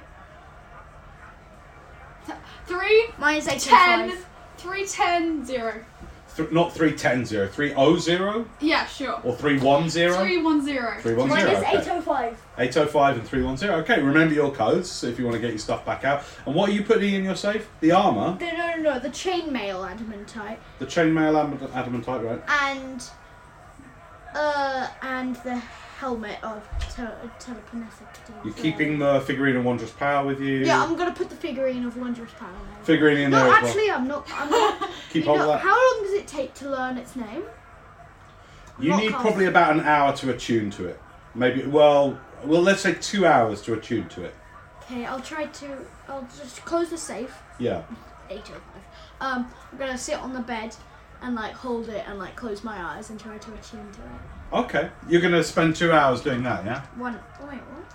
[SPEAKER 2] Th- Three
[SPEAKER 3] Mine is oh 85.
[SPEAKER 2] ten three ten zero.
[SPEAKER 1] Th- not 310, 300
[SPEAKER 2] Yeah, sure.
[SPEAKER 1] or 310?
[SPEAKER 2] Three one zero.
[SPEAKER 1] 310.
[SPEAKER 3] Mine is
[SPEAKER 1] okay.
[SPEAKER 3] 805.
[SPEAKER 1] 805 and 310. Okay, remember your codes if you want to get your stuff back out. And what are you putting in your safe? The armour,
[SPEAKER 3] No, no, no, no, the chainmail adamantite
[SPEAKER 1] the chainmail adam- adamantite, right?
[SPEAKER 3] and uh and the helmet of te- telekinetic.
[SPEAKER 1] You're keeping the figurine of wondrous power with you.
[SPEAKER 3] Yeah, I'm gonna put the figurine of wondrous power. now.
[SPEAKER 1] figurine in
[SPEAKER 3] No,
[SPEAKER 1] there as
[SPEAKER 3] actually, I'm not. I'm not
[SPEAKER 1] well. Keep
[SPEAKER 3] you
[SPEAKER 1] hold
[SPEAKER 3] know,
[SPEAKER 1] of that.
[SPEAKER 3] How long does it take to learn its name?
[SPEAKER 1] You
[SPEAKER 3] not
[SPEAKER 1] need
[SPEAKER 3] cast-
[SPEAKER 1] probably about an hour to attune to it. Maybe, well, well, let's say two hours to attune to it.
[SPEAKER 3] Okay, I'll try to. I'll just close the safe.
[SPEAKER 1] Yeah.
[SPEAKER 3] Eight oh five. Um, I'm gonna sit on the bed and like hold it and like close my eyes and try to attune to it.
[SPEAKER 1] Okay. You're going to spend two hours doing that, yeah?
[SPEAKER 3] One. oh, Wait, what?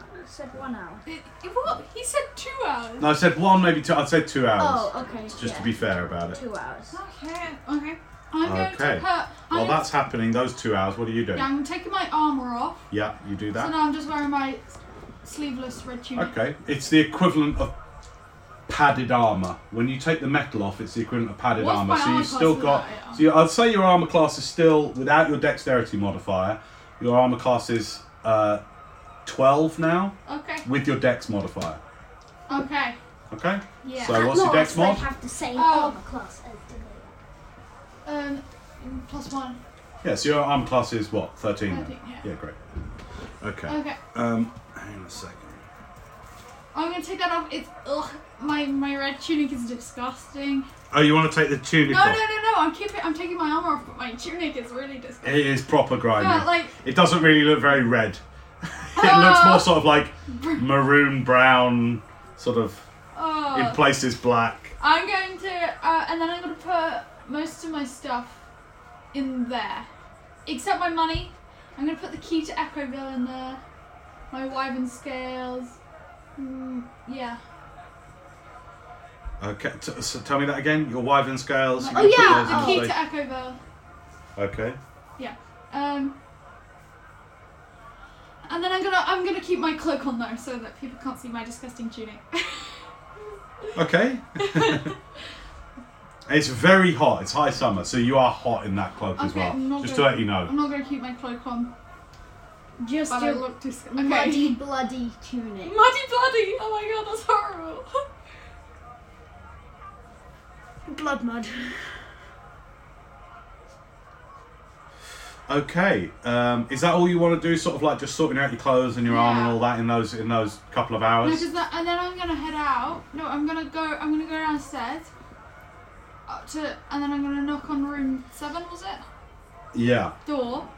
[SPEAKER 3] I said one hour.
[SPEAKER 2] It- it- what? He said two hours.
[SPEAKER 1] No, I said one, maybe two. I'd say two hours.
[SPEAKER 3] Oh, okay.
[SPEAKER 1] just
[SPEAKER 3] yeah.
[SPEAKER 1] to be fair about it.
[SPEAKER 3] Two hours.
[SPEAKER 2] Okay, okay. I'm going
[SPEAKER 1] Okay.
[SPEAKER 2] to put. I'm
[SPEAKER 1] While
[SPEAKER 2] gonna-
[SPEAKER 1] that's happening, those two hours, what are you doing?
[SPEAKER 2] Yeah, I'm taking my armor off.
[SPEAKER 1] Yeah, you do
[SPEAKER 2] So
[SPEAKER 1] that.
[SPEAKER 2] now I'm just wearing my s- sleeveless red tunic.
[SPEAKER 1] Okay, it's the equivalent of padded armor. When you take the metal off, it's the equivalent of padded
[SPEAKER 2] What's
[SPEAKER 1] armor.
[SPEAKER 2] my
[SPEAKER 1] So
[SPEAKER 2] armor
[SPEAKER 1] you've still
[SPEAKER 2] class
[SPEAKER 1] got.
[SPEAKER 2] without it?
[SPEAKER 1] So you, I'd say your armor class is still without your dexterity modifier. Your armor class is uh, twelve now
[SPEAKER 2] Okay.
[SPEAKER 1] with your dex modifier.
[SPEAKER 2] Okay.
[SPEAKER 1] Okay.
[SPEAKER 2] Yeah.
[SPEAKER 1] So what's your dex mod?
[SPEAKER 3] have the same
[SPEAKER 2] armor
[SPEAKER 3] class as
[SPEAKER 2] Um, plus one.
[SPEAKER 1] Yeah. So your armor class is what? Thirteen. now?
[SPEAKER 2] 13, yeah.
[SPEAKER 1] Yeah. Great. Okay.
[SPEAKER 2] Okay.
[SPEAKER 1] Um, hang on a second.
[SPEAKER 2] I'm gonna take that off. It's ugh. My my red tunic is disgusting.
[SPEAKER 1] Oh, you want to take the tunic
[SPEAKER 2] No, no,
[SPEAKER 1] off?
[SPEAKER 2] no, no. I'm keeping. I'm taking my armor off, but my tunic is really disgusting.
[SPEAKER 1] It is proper grimy.
[SPEAKER 2] Yeah, like-
[SPEAKER 1] it doesn't really look very red. it looks more sort of like maroon brown, sort of in
[SPEAKER 2] Oh.
[SPEAKER 1] places black.
[SPEAKER 2] I'm going to, uh, and then I'm going to put most of my stuff in there, except my money I'm gonna put the key to Echoville in there. My wyvern scales. Mm, yeah.
[SPEAKER 1] Okay, t- so tell me that again. Your wyvern scales. you
[SPEAKER 2] Oh,
[SPEAKER 1] can put
[SPEAKER 3] yeah,
[SPEAKER 1] those in
[SPEAKER 2] The
[SPEAKER 3] Oh.
[SPEAKER 2] key
[SPEAKER 1] the
[SPEAKER 2] to
[SPEAKER 1] safe.
[SPEAKER 2] Echoville.
[SPEAKER 1] Okay.
[SPEAKER 2] Um. And then I'm gonna I'm gonna keep my cloak on though, so that people can't see my disgusting tunic.
[SPEAKER 1] Okay. it's very hot. It's high summer, so you are hot in that cloak as
[SPEAKER 2] Okay,
[SPEAKER 1] well.
[SPEAKER 2] I'm not
[SPEAKER 1] Just to
[SPEAKER 2] gonna-
[SPEAKER 1] let you know.
[SPEAKER 2] I'm not gonna keep my cloak on,
[SPEAKER 3] Just
[SPEAKER 2] but I
[SPEAKER 3] a
[SPEAKER 2] look disgusting. Okay.
[SPEAKER 3] muddy, bloody tunic.
[SPEAKER 2] Muddy bloody! Oh my god, that's horrible.
[SPEAKER 3] Blood mud.
[SPEAKER 1] Okay. Um, is that all you want to do? Sort of like just sorting out your clothes and your arm and
[SPEAKER 2] Yeah.
[SPEAKER 1] all that in those in those couple of
[SPEAKER 2] no,
[SPEAKER 1] hours.
[SPEAKER 2] 'cause that, and then I'm gonna head out. No, I'm gonna go. I'm gonna go downstairs. Up to and then I'm gonna knock on room seven. Was it
[SPEAKER 1] Yeah.
[SPEAKER 2] door?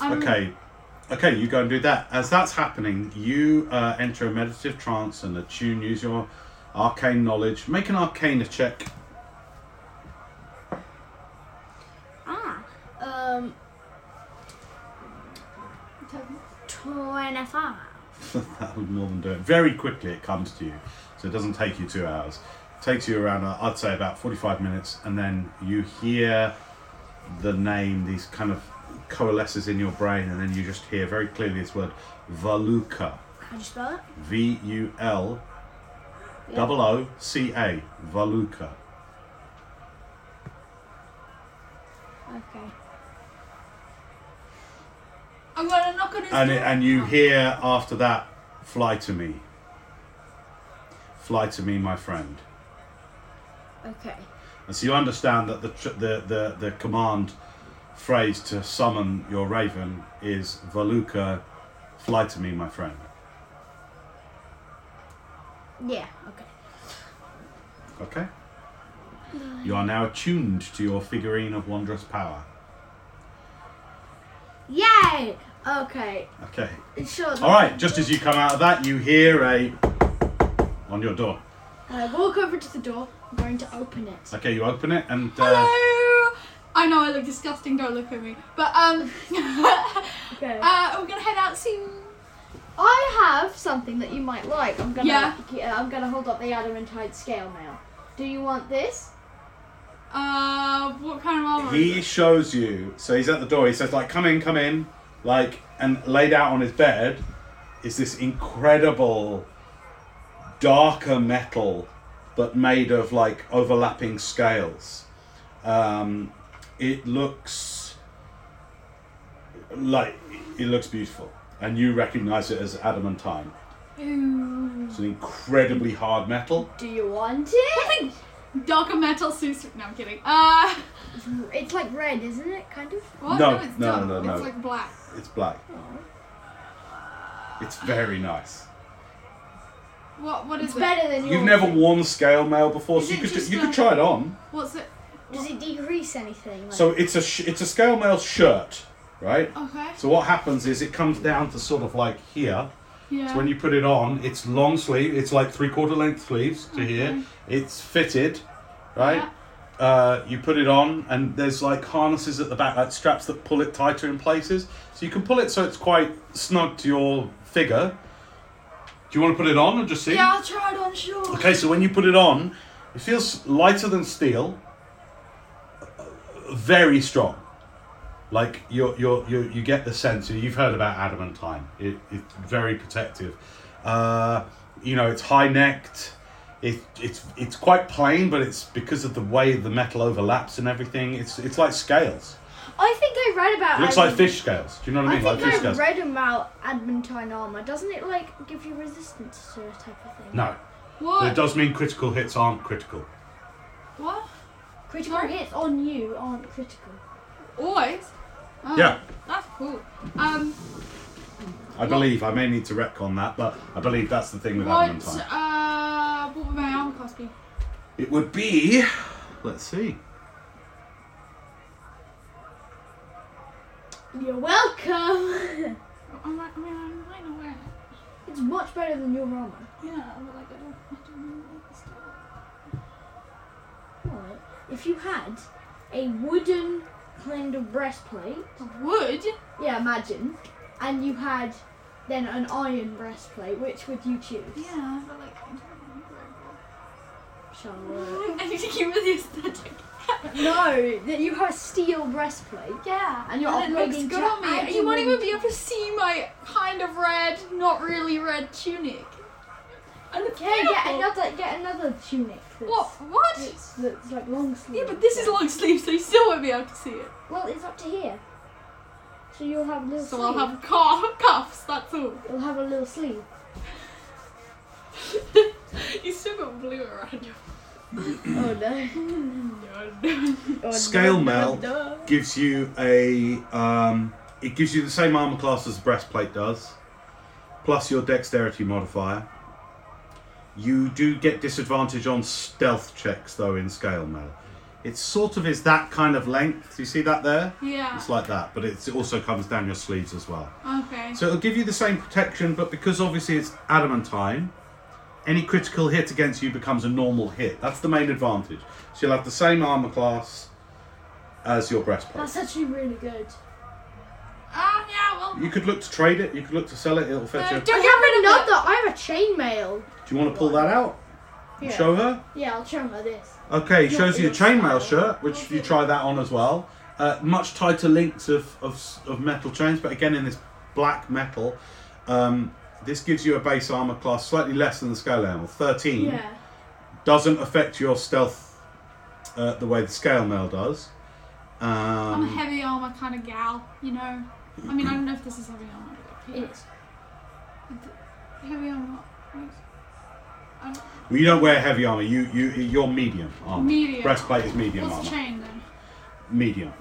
[SPEAKER 2] I'm,
[SPEAKER 1] Okay. Okay, you go and do that. As that's happening, you uh, enter a meditative trance and attune. Use your arcane knowledge. Make an arcana check.
[SPEAKER 3] Ah. Um, 25.
[SPEAKER 1] that would more than do it. Very quickly, it comes to you, so it doesn't take you two hours. takes you around, uh, I'd say, about forty-five minutes, and then you hear the name. These kind of coalesces in your brain, and then you just hear very clearly this word, Valuka,
[SPEAKER 3] How do you spell it?
[SPEAKER 1] V U L double O C A, Valuka.
[SPEAKER 3] Okay.
[SPEAKER 2] I'm gonna knock on his
[SPEAKER 1] and
[SPEAKER 2] door.
[SPEAKER 1] it, and you hear after that, fly to me. Fly to me, my friend.
[SPEAKER 3] Okay.
[SPEAKER 1] And so you understand that the tr- the the, the command phrase to summon your raven is Valuka, fly to me, my friend.
[SPEAKER 3] Yeah, okay.
[SPEAKER 1] Okay. You are now attuned to your figurine of wondrous power.
[SPEAKER 3] Yay! Okay.
[SPEAKER 1] Okay.
[SPEAKER 3] Sure.
[SPEAKER 1] All right. Just as you come out of that, you hear a on your door.
[SPEAKER 3] I Uh, walk over to the door. I'm going to open it.
[SPEAKER 1] Okay, you open it and. Uh,
[SPEAKER 2] Hello. I know I look disgusting. Don't look at me. But um,
[SPEAKER 3] Okay.
[SPEAKER 2] uh, we're gonna head out soon.
[SPEAKER 3] I have something that you might like. I'm gonna.
[SPEAKER 2] Yeah.
[SPEAKER 3] yeah, I'm gonna hold up the adamantite scale mail. Do you want this?
[SPEAKER 2] Uh, what kind of armor?
[SPEAKER 1] He
[SPEAKER 2] is it?
[SPEAKER 1] shows you. So he's at the door. He says, like, come in, come in. Like, and laid out on his bed is this incredible darker metal, but made of like overlapping scales. Um, it looks like it looks beautiful, and you recognize it as adamantine.
[SPEAKER 2] Ooh.
[SPEAKER 1] It's an incredibly hard metal.
[SPEAKER 3] Do you want it?
[SPEAKER 2] Darker metal suits. No, I'm kidding. Uh,
[SPEAKER 3] It's like red, isn't it? Kind of.
[SPEAKER 2] what?
[SPEAKER 1] No,
[SPEAKER 2] it's
[SPEAKER 1] no,
[SPEAKER 2] dark.
[SPEAKER 1] no, no.
[SPEAKER 2] It's like black.
[SPEAKER 1] It's black. It's very nice.
[SPEAKER 2] What? What is
[SPEAKER 3] It's
[SPEAKER 2] it?
[SPEAKER 3] better than yours.
[SPEAKER 1] You've never worn scale mail before,
[SPEAKER 2] Is
[SPEAKER 1] so you
[SPEAKER 2] it
[SPEAKER 1] could
[SPEAKER 2] just
[SPEAKER 1] you could
[SPEAKER 2] a-
[SPEAKER 1] try it on.
[SPEAKER 2] What's it?
[SPEAKER 3] Does it decrease anything? Like,
[SPEAKER 1] So it's a sh- it's a scale mail shirt, right?
[SPEAKER 2] Okay.
[SPEAKER 1] So what happens is it comes down to sort of like here.
[SPEAKER 2] Yeah.
[SPEAKER 1] So when you put it on, it's long sleeve. It's like three quarter length sleeves to here. It's fitted, right? Uh, you put it on, and there's like harnesses at the back, like straps that pull it tighter in places. So you can pull it so it's quite snug to your figure. Do you want to put it on or just see?
[SPEAKER 2] yeah, I'll try it on. Sure.
[SPEAKER 1] Okay, so when you put it on, it feels lighter than steel. Very strong. Like you you you you get the sense you've heard about adamantine. It, it's very protective. Uh, you know, it's high necked. It, it's it's quite plain, but it's because of the way the metal overlaps and everything. It's it's like scales.
[SPEAKER 3] I think I read about.
[SPEAKER 1] It looks
[SPEAKER 3] adamant-
[SPEAKER 1] like fish scales. Do you know what I
[SPEAKER 3] I
[SPEAKER 1] mean?
[SPEAKER 3] think
[SPEAKER 1] like fish
[SPEAKER 3] I
[SPEAKER 1] scales.
[SPEAKER 3] read about adamantine armor. Doesn't it like give you resistance to a type of thing?
[SPEAKER 1] no, but
[SPEAKER 2] What?
[SPEAKER 1] it does mean critical hits aren't critical.
[SPEAKER 2] what?
[SPEAKER 3] Critical
[SPEAKER 2] Sorry?
[SPEAKER 3] hits on you aren't critical.
[SPEAKER 2] Always. Oh,
[SPEAKER 1] Yeah.
[SPEAKER 2] That's cool. Um.
[SPEAKER 1] I believe I may need to retcon that, but I believe that's the thing with
[SPEAKER 2] What?
[SPEAKER 1] adamantine.
[SPEAKER 2] Uh. What would my armor cost be?
[SPEAKER 1] It would be. Let's see.
[SPEAKER 3] You're welcome.
[SPEAKER 2] I might. I mean, I might not wear it.
[SPEAKER 3] it's much better than your armor.
[SPEAKER 2] Yeah. But like, I don't. I don't really like this stuff.
[SPEAKER 3] Alright. If you had a wooden kind of breastplate,
[SPEAKER 2] Wood.
[SPEAKER 3] Yeah, imagine. And you had then an iron breastplate. Which would you choose?
[SPEAKER 2] Yeah, but like, I don't
[SPEAKER 3] Charlotte.
[SPEAKER 2] remember. Anything with the aesthetic.
[SPEAKER 3] no, that you have a steel breastplate.
[SPEAKER 2] Yeah,
[SPEAKER 3] And you're
[SPEAKER 2] it looks
[SPEAKER 3] uploading
[SPEAKER 2] good
[SPEAKER 3] to
[SPEAKER 2] on me. You won't even be able to see my kind of red, not really red tunic. I look
[SPEAKER 3] Yeah,
[SPEAKER 2] beautiful.
[SPEAKER 3] get another get another tunic. That's,
[SPEAKER 2] What? What?
[SPEAKER 3] That's, that's like long sleeve.
[SPEAKER 2] Yeah, but this is long sleeve, so you still won't be able to see it.
[SPEAKER 3] Well, it's up to here. So you'll have a little.
[SPEAKER 2] So
[SPEAKER 3] sleeve.
[SPEAKER 2] I'll have cuff, cuffs. That's all.
[SPEAKER 3] You'll have a little sleeve.
[SPEAKER 2] you still got blue around your.
[SPEAKER 3] oh no.
[SPEAKER 2] nose.
[SPEAKER 3] Oh,
[SPEAKER 1] Scale
[SPEAKER 3] no, no,
[SPEAKER 1] mail.
[SPEAKER 3] no.
[SPEAKER 1] Gives you a. Um, it gives you the same armor class as the breastplate does, plus your dexterity modifier. You do get disadvantage on stealth checks though in scale mail. It sort of is that kind of length. Do you see that there?
[SPEAKER 2] yeah.
[SPEAKER 1] It's like that, but it's, it also comes down your sleeves as well.
[SPEAKER 2] Okay.
[SPEAKER 1] So it'll give you the same protection, but because obviously it's adamantine, any critical hit against you becomes a normal hit. That's the main advantage. So you'll have the same armor class as your breastplate.
[SPEAKER 3] That's actually really good.
[SPEAKER 2] Ah, yeah. Well,
[SPEAKER 1] You could look to trade it. You could look to sell it. It'll fetch
[SPEAKER 2] No,
[SPEAKER 1] you.
[SPEAKER 2] don't-
[SPEAKER 1] Do
[SPEAKER 3] I
[SPEAKER 2] get rid of
[SPEAKER 3] have another. I have a chainmail.
[SPEAKER 1] you want to pull that out? and
[SPEAKER 3] Yeah.
[SPEAKER 1] Show her.
[SPEAKER 3] Yeah, I'll show her this.
[SPEAKER 1] Okay,
[SPEAKER 3] Yeah,
[SPEAKER 1] shows you a
[SPEAKER 3] it'll
[SPEAKER 1] chainmail
[SPEAKER 3] style.
[SPEAKER 1] shirt, which you try that on as well. Uh, much tighter links of, of, s- of metal chains, but again in this black metal. Um, this gives you a base armor class slightly less than the scale armor, 13.
[SPEAKER 3] Yeah.
[SPEAKER 1] doesn't affect your stealth uh, the way the scale mail does.
[SPEAKER 2] I'm a
[SPEAKER 1] Um,
[SPEAKER 2] heavy armor kind of gal. You know. I mean, I don't know if this is heavy armor. but
[SPEAKER 3] It is.
[SPEAKER 2] Heavy armor. like,
[SPEAKER 1] well, you don't wear heavy armor. You you you're medium armor.
[SPEAKER 2] Medium.
[SPEAKER 1] Breastplate is medium
[SPEAKER 2] What's the
[SPEAKER 1] armor.
[SPEAKER 2] chain then?
[SPEAKER 1] Medium.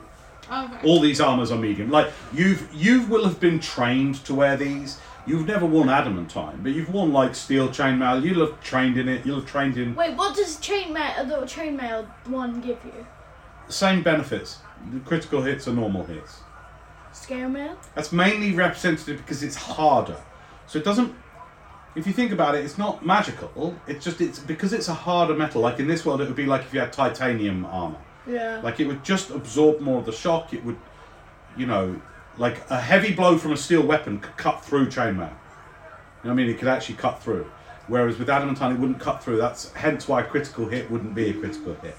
[SPEAKER 2] Okay.
[SPEAKER 1] All these armors are medium. Like you've you will have been trained to wear these. You've never worn adamantine, but you've worn like steel chainmail. You'll have trained in it. You'll have trained in
[SPEAKER 3] Wait, what does chainmail, the chainmail one give you?
[SPEAKER 1] same benefits. The critical hits are normal hits.
[SPEAKER 3] Scale mail?
[SPEAKER 1] That's mainly representative because it's harder. So it doesn't. If you think about it, it's not magical. It's just it's because it's a harder metal. Like in this world, it would be like if you had titanium armor.
[SPEAKER 3] Yeah.
[SPEAKER 1] Like it would just absorb more of the shock. It would, you know, like a heavy blow from a steel weapon could cut through chainmail. You know what I mean? It could actually cut through. Whereas with adamantine, it wouldn't cut through. That's hence why a critical hit wouldn't be a critical hit.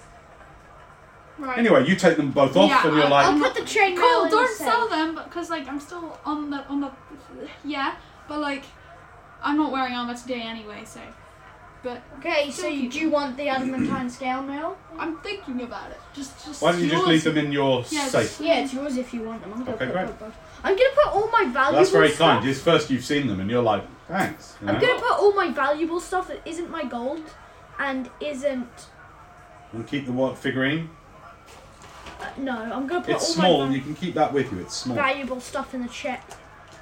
[SPEAKER 2] Right.
[SPEAKER 1] Anyway, you take them both off,
[SPEAKER 2] Yeah,
[SPEAKER 1] and you're
[SPEAKER 2] I-
[SPEAKER 1] like,
[SPEAKER 3] I'll put the chainmail
[SPEAKER 2] Cool.
[SPEAKER 3] in
[SPEAKER 2] Don't
[SPEAKER 3] the safe.
[SPEAKER 2] sell them because like I'm still on the on the yeah, but like I'm not wearing armor today anyway, so. But
[SPEAKER 3] Okay, so you, do you want the adamantine scale mail?
[SPEAKER 2] I'm thinking about it. Just just.
[SPEAKER 1] why don't you just leave
[SPEAKER 2] yours.
[SPEAKER 1] them in your
[SPEAKER 2] Yeah,
[SPEAKER 1] safe?
[SPEAKER 3] Yeah, it's yours if you want them. I'm gonna
[SPEAKER 1] Okay,
[SPEAKER 3] put,
[SPEAKER 1] great.
[SPEAKER 3] put both. I'm gonna put all my valuable.
[SPEAKER 1] That's very
[SPEAKER 3] stuff.
[SPEAKER 1] kind. It's first you've seen them, and you're like, thanks. you
[SPEAKER 3] I'm
[SPEAKER 1] know?
[SPEAKER 3] gonna put all my valuable stuff that isn't my gold, and isn't.
[SPEAKER 1] And keep the what figurine.
[SPEAKER 3] Uh, no, I'm gonna put
[SPEAKER 1] It's
[SPEAKER 3] all
[SPEAKER 1] small.
[SPEAKER 3] oh my
[SPEAKER 1] You can keep that with you. It's small.
[SPEAKER 3] va- valuable stuff in the check.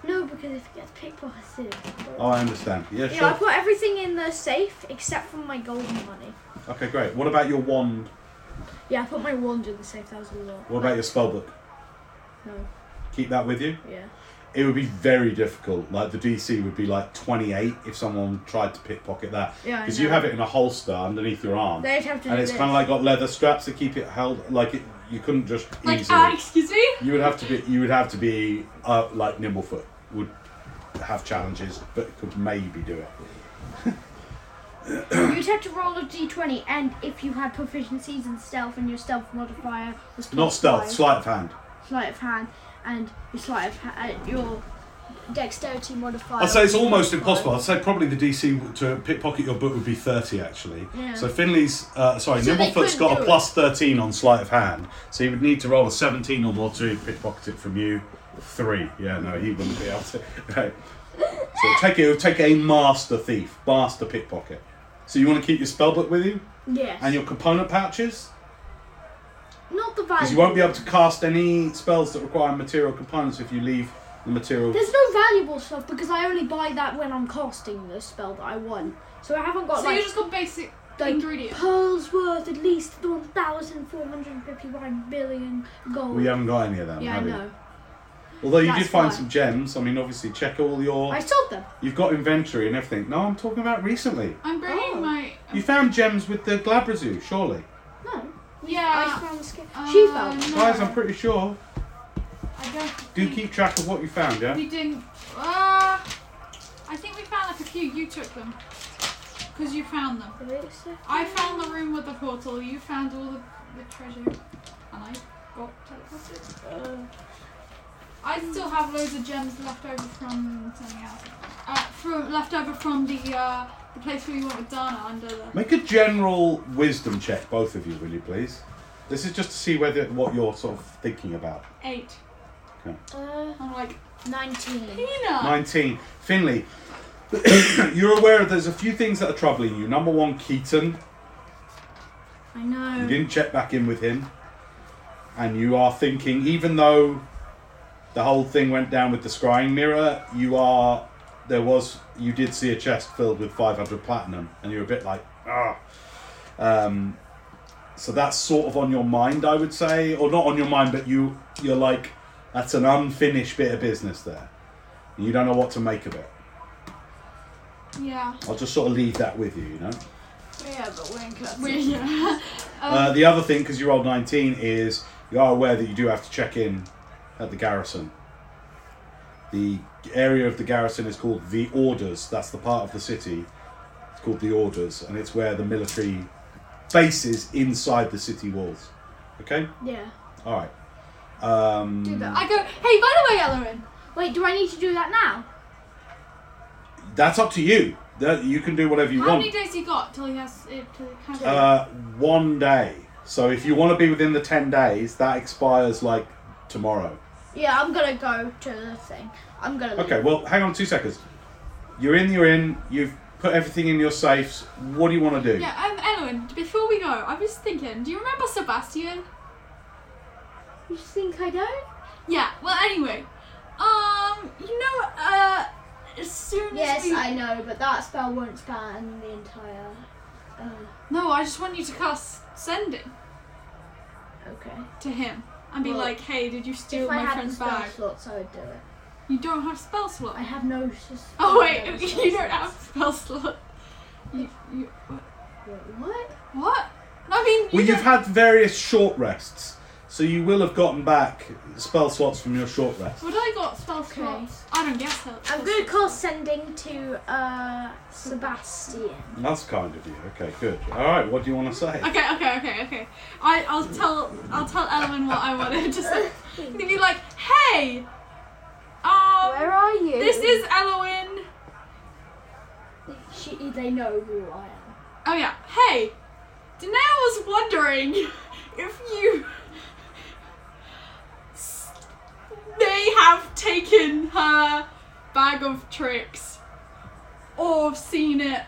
[SPEAKER 3] No, because if it gets pickpocketed.
[SPEAKER 1] Oh, I understand. Yeah,
[SPEAKER 3] Yeah, I
[SPEAKER 1] sure.
[SPEAKER 3] put everything in the safe except for my gold and money.
[SPEAKER 1] Okay, great. What about your wand?
[SPEAKER 3] Yeah, I put my wand in the safe. That was a lot.
[SPEAKER 1] What about your spellbook?
[SPEAKER 3] No.
[SPEAKER 1] Keep that with you.
[SPEAKER 3] Yeah.
[SPEAKER 1] It would be very difficult. Like the DC would be like 28 if someone tried to pickpocket that.
[SPEAKER 3] Yeah, I
[SPEAKER 1] Because you
[SPEAKER 3] know.
[SPEAKER 1] have it in a holster underneath your arm,
[SPEAKER 3] They'd have to.
[SPEAKER 1] and
[SPEAKER 3] do
[SPEAKER 1] it's
[SPEAKER 3] this.
[SPEAKER 1] kind of like got leather straps to keep it held. Like it, you couldn't just
[SPEAKER 2] Like
[SPEAKER 1] easily.
[SPEAKER 2] ah, excuse me.
[SPEAKER 1] You would have to be. You would have to be uh, like Nimblefoot would have challenges, but could maybe do it.
[SPEAKER 3] You'd have to roll a d20, and if you had proficiencies in stealth and your stealth modifier was plus
[SPEAKER 1] Not stealth,
[SPEAKER 3] five,
[SPEAKER 1] sleight of hand.
[SPEAKER 3] sleight of hand, and your sleight of ha- uh, your dexterity modifier.
[SPEAKER 1] I'd say it's
[SPEAKER 3] was
[SPEAKER 1] almost
[SPEAKER 3] plus
[SPEAKER 1] impossible. I'd say probably the DC to pickpocket your book would be 30 actually.
[SPEAKER 3] Yeah.
[SPEAKER 1] So Finley's, uh, sorry,
[SPEAKER 3] So they
[SPEAKER 1] Nimblefoot's
[SPEAKER 3] couldn't
[SPEAKER 1] got
[SPEAKER 3] do
[SPEAKER 1] a
[SPEAKER 3] it.
[SPEAKER 1] plus 13 on sleight of hand. So he would need to roll a 17 or more to pickpocket it from you. Three. Yeah, no, he wouldn't be able to. Right. So it'll take, it'll take a master thief, master pickpocket. So you want to keep your spellbook with you
[SPEAKER 3] five. Yes.
[SPEAKER 1] and your component pouches?
[SPEAKER 3] Not the
[SPEAKER 1] Because
[SPEAKER 3] value.
[SPEAKER 1] you won't be able to cast any spells that require material components if you leave the material.
[SPEAKER 3] There's no valuable stuff because I only buy that when I'm casting the spell that I want. So I haven't got
[SPEAKER 2] So
[SPEAKER 3] like
[SPEAKER 2] you just got basic
[SPEAKER 3] like
[SPEAKER 2] ingredients.
[SPEAKER 3] pearls worth at least 1,451 billion gold.
[SPEAKER 1] We haven't got any of them,
[SPEAKER 3] yeah, I
[SPEAKER 1] have we?
[SPEAKER 3] know.
[SPEAKER 1] Although you
[SPEAKER 3] That's
[SPEAKER 1] did find
[SPEAKER 3] why.
[SPEAKER 1] some gems. I mean, obviously, check all your.
[SPEAKER 3] I sold them.
[SPEAKER 1] You've got inventory and everything. No, I'm talking about recently.
[SPEAKER 2] I'm bringing
[SPEAKER 3] Oh.
[SPEAKER 2] my.
[SPEAKER 1] You found gems with the Glabrazoo, surely.
[SPEAKER 3] No.
[SPEAKER 2] yeah.
[SPEAKER 3] I found the skin.
[SPEAKER 2] uh,
[SPEAKER 3] she found.
[SPEAKER 2] no.
[SPEAKER 1] Guys, I'm pretty sure.
[SPEAKER 3] I
[SPEAKER 2] go.
[SPEAKER 1] Do keep track of what you found, yeah?
[SPEAKER 2] We didn't. Uh, I think we found like a few. You took them. Because you found them. I found the room with the portal. You found all the, the treasure. And I got teleported.
[SPEAKER 3] Uh,
[SPEAKER 2] I still have loads of gems left over from something else. Uh, from left over from the uh, the place where you went with Dana under the.
[SPEAKER 1] Make a general wisdom check, both of you, will you please? This is just to see whether what you're sort of thinking about.
[SPEAKER 2] Eight.
[SPEAKER 3] Uh,
[SPEAKER 2] I'm like,
[SPEAKER 3] 19.
[SPEAKER 2] Peanut!
[SPEAKER 1] 19. Finley, you're aware of there's a few things that are troubling you. Number one, Keaton.
[SPEAKER 3] I
[SPEAKER 1] You
[SPEAKER 3] know.
[SPEAKER 1] didn't check back in with him. And you are thinking, even though the whole thing went down with the scrying mirror, you are. There was. You did see a chest filled with 500 platinum, and you're a bit like, ah. Um, so that's sort of on your mind, I would say. Or not on your mind, but you, you're like, that's an unfinished bit of business there. And you don't know what to make of it.
[SPEAKER 2] Yeah.
[SPEAKER 1] I'll just sort of leave that with you, you know?
[SPEAKER 4] Yeah, but we're in class.
[SPEAKER 2] We, yeah.
[SPEAKER 1] Uh, the other thing, because you rolled 19, is you are aware that you do have to check in at the garrison. The area of the garrison is called the Orders. That's the part of the city. It's called the Orders, and it's where the military bases inside the city walls. Okay?
[SPEAKER 3] Yeah.
[SPEAKER 1] All right. Um,
[SPEAKER 3] Do that.
[SPEAKER 2] I go, hey, by the way, Ellerin,
[SPEAKER 3] Wait, do I need to do that now?
[SPEAKER 1] That's up to you. That- You can do whatever you
[SPEAKER 2] how
[SPEAKER 1] want.
[SPEAKER 2] many days he got till he has it? Till he has it?
[SPEAKER 1] Uh, one day. So if you want to be within the 10 days, that expires like tomorrow.
[SPEAKER 3] Yeah, I'm gonna go to the thing. I'm gonna. leave.
[SPEAKER 1] Okay, well, hang on two seconds. You're in, you're in, you've put everything in your safes. What do you want to do?
[SPEAKER 2] Yeah, um, Ellerin, before we go, I was thinking, do you remember Sebastian?
[SPEAKER 3] You think I don't?
[SPEAKER 2] Yeah, well, anyway, um, you know, uh, as soon as
[SPEAKER 3] Yes,
[SPEAKER 2] we...
[SPEAKER 3] I know, but that spell won't span the entire. Uh,
[SPEAKER 2] No, I just want you to cast sending
[SPEAKER 3] okay.
[SPEAKER 2] to him and be
[SPEAKER 3] Well,
[SPEAKER 2] like, hey, did you steal
[SPEAKER 3] If I
[SPEAKER 2] my
[SPEAKER 3] had the
[SPEAKER 2] friend's
[SPEAKER 3] spell
[SPEAKER 2] bag?
[SPEAKER 3] slots, I would do it.
[SPEAKER 2] You don't have spell slot.
[SPEAKER 3] I have no. Sus-
[SPEAKER 2] Oh wait,
[SPEAKER 3] no spell
[SPEAKER 2] you don't
[SPEAKER 3] slots.
[SPEAKER 2] have spell slot. You, you,
[SPEAKER 3] Wait, What?
[SPEAKER 2] what? I mean, you
[SPEAKER 1] well, you've
[SPEAKER 2] don't-
[SPEAKER 1] had various short rests, so you will have gotten back spell slots from your short rest.
[SPEAKER 2] Would I got spell
[SPEAKER 3] Okay.
[SPEAKER 2] slots? I don't guess so.
[SPEAKER 3] I'm gonna call sending to uh Sebastian.
[SPEAKER 1] That's kind of you. Okay, good. All right, what do you want to say?
[SPEAKER 2] Okay, okay, okay, okay. I, I'll tell I'll tell Ellen what I wanted to say. I'm gonna be like, hey, um,
[SPEAKER 4] Where are you?
[SPEAKER 2] this is Elowin.
[SPEAKER 3] She, they know who I am.
[SPEAKER 2] Oh yeah, hey, Danae was wondering if you s- may have taken her bag of tricks or seen it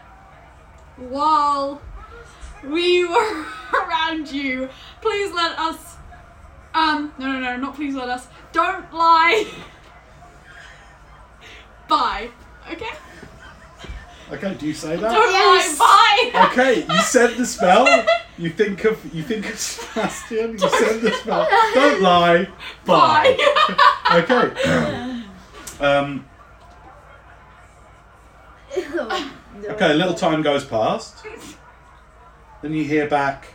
[SPEAKER 2] while we were around you. Please let us. Um, no, no, no, not please let us. Don't lie. Bye. Okay?
[SPEAKER 1] Okay, do you say
[SPEAKER 2] Don't
[SPEAKER 1] that?
[SPEAKER 3] Yes.
[SPEAKER 2] lie. Bye.
[SPEAKER 1] Okay, you said the spell. You think of you think of Sebastian. You said the spell. Don't lie. Bye. Okay. um, Okay, a little time goes past. Then you hear back,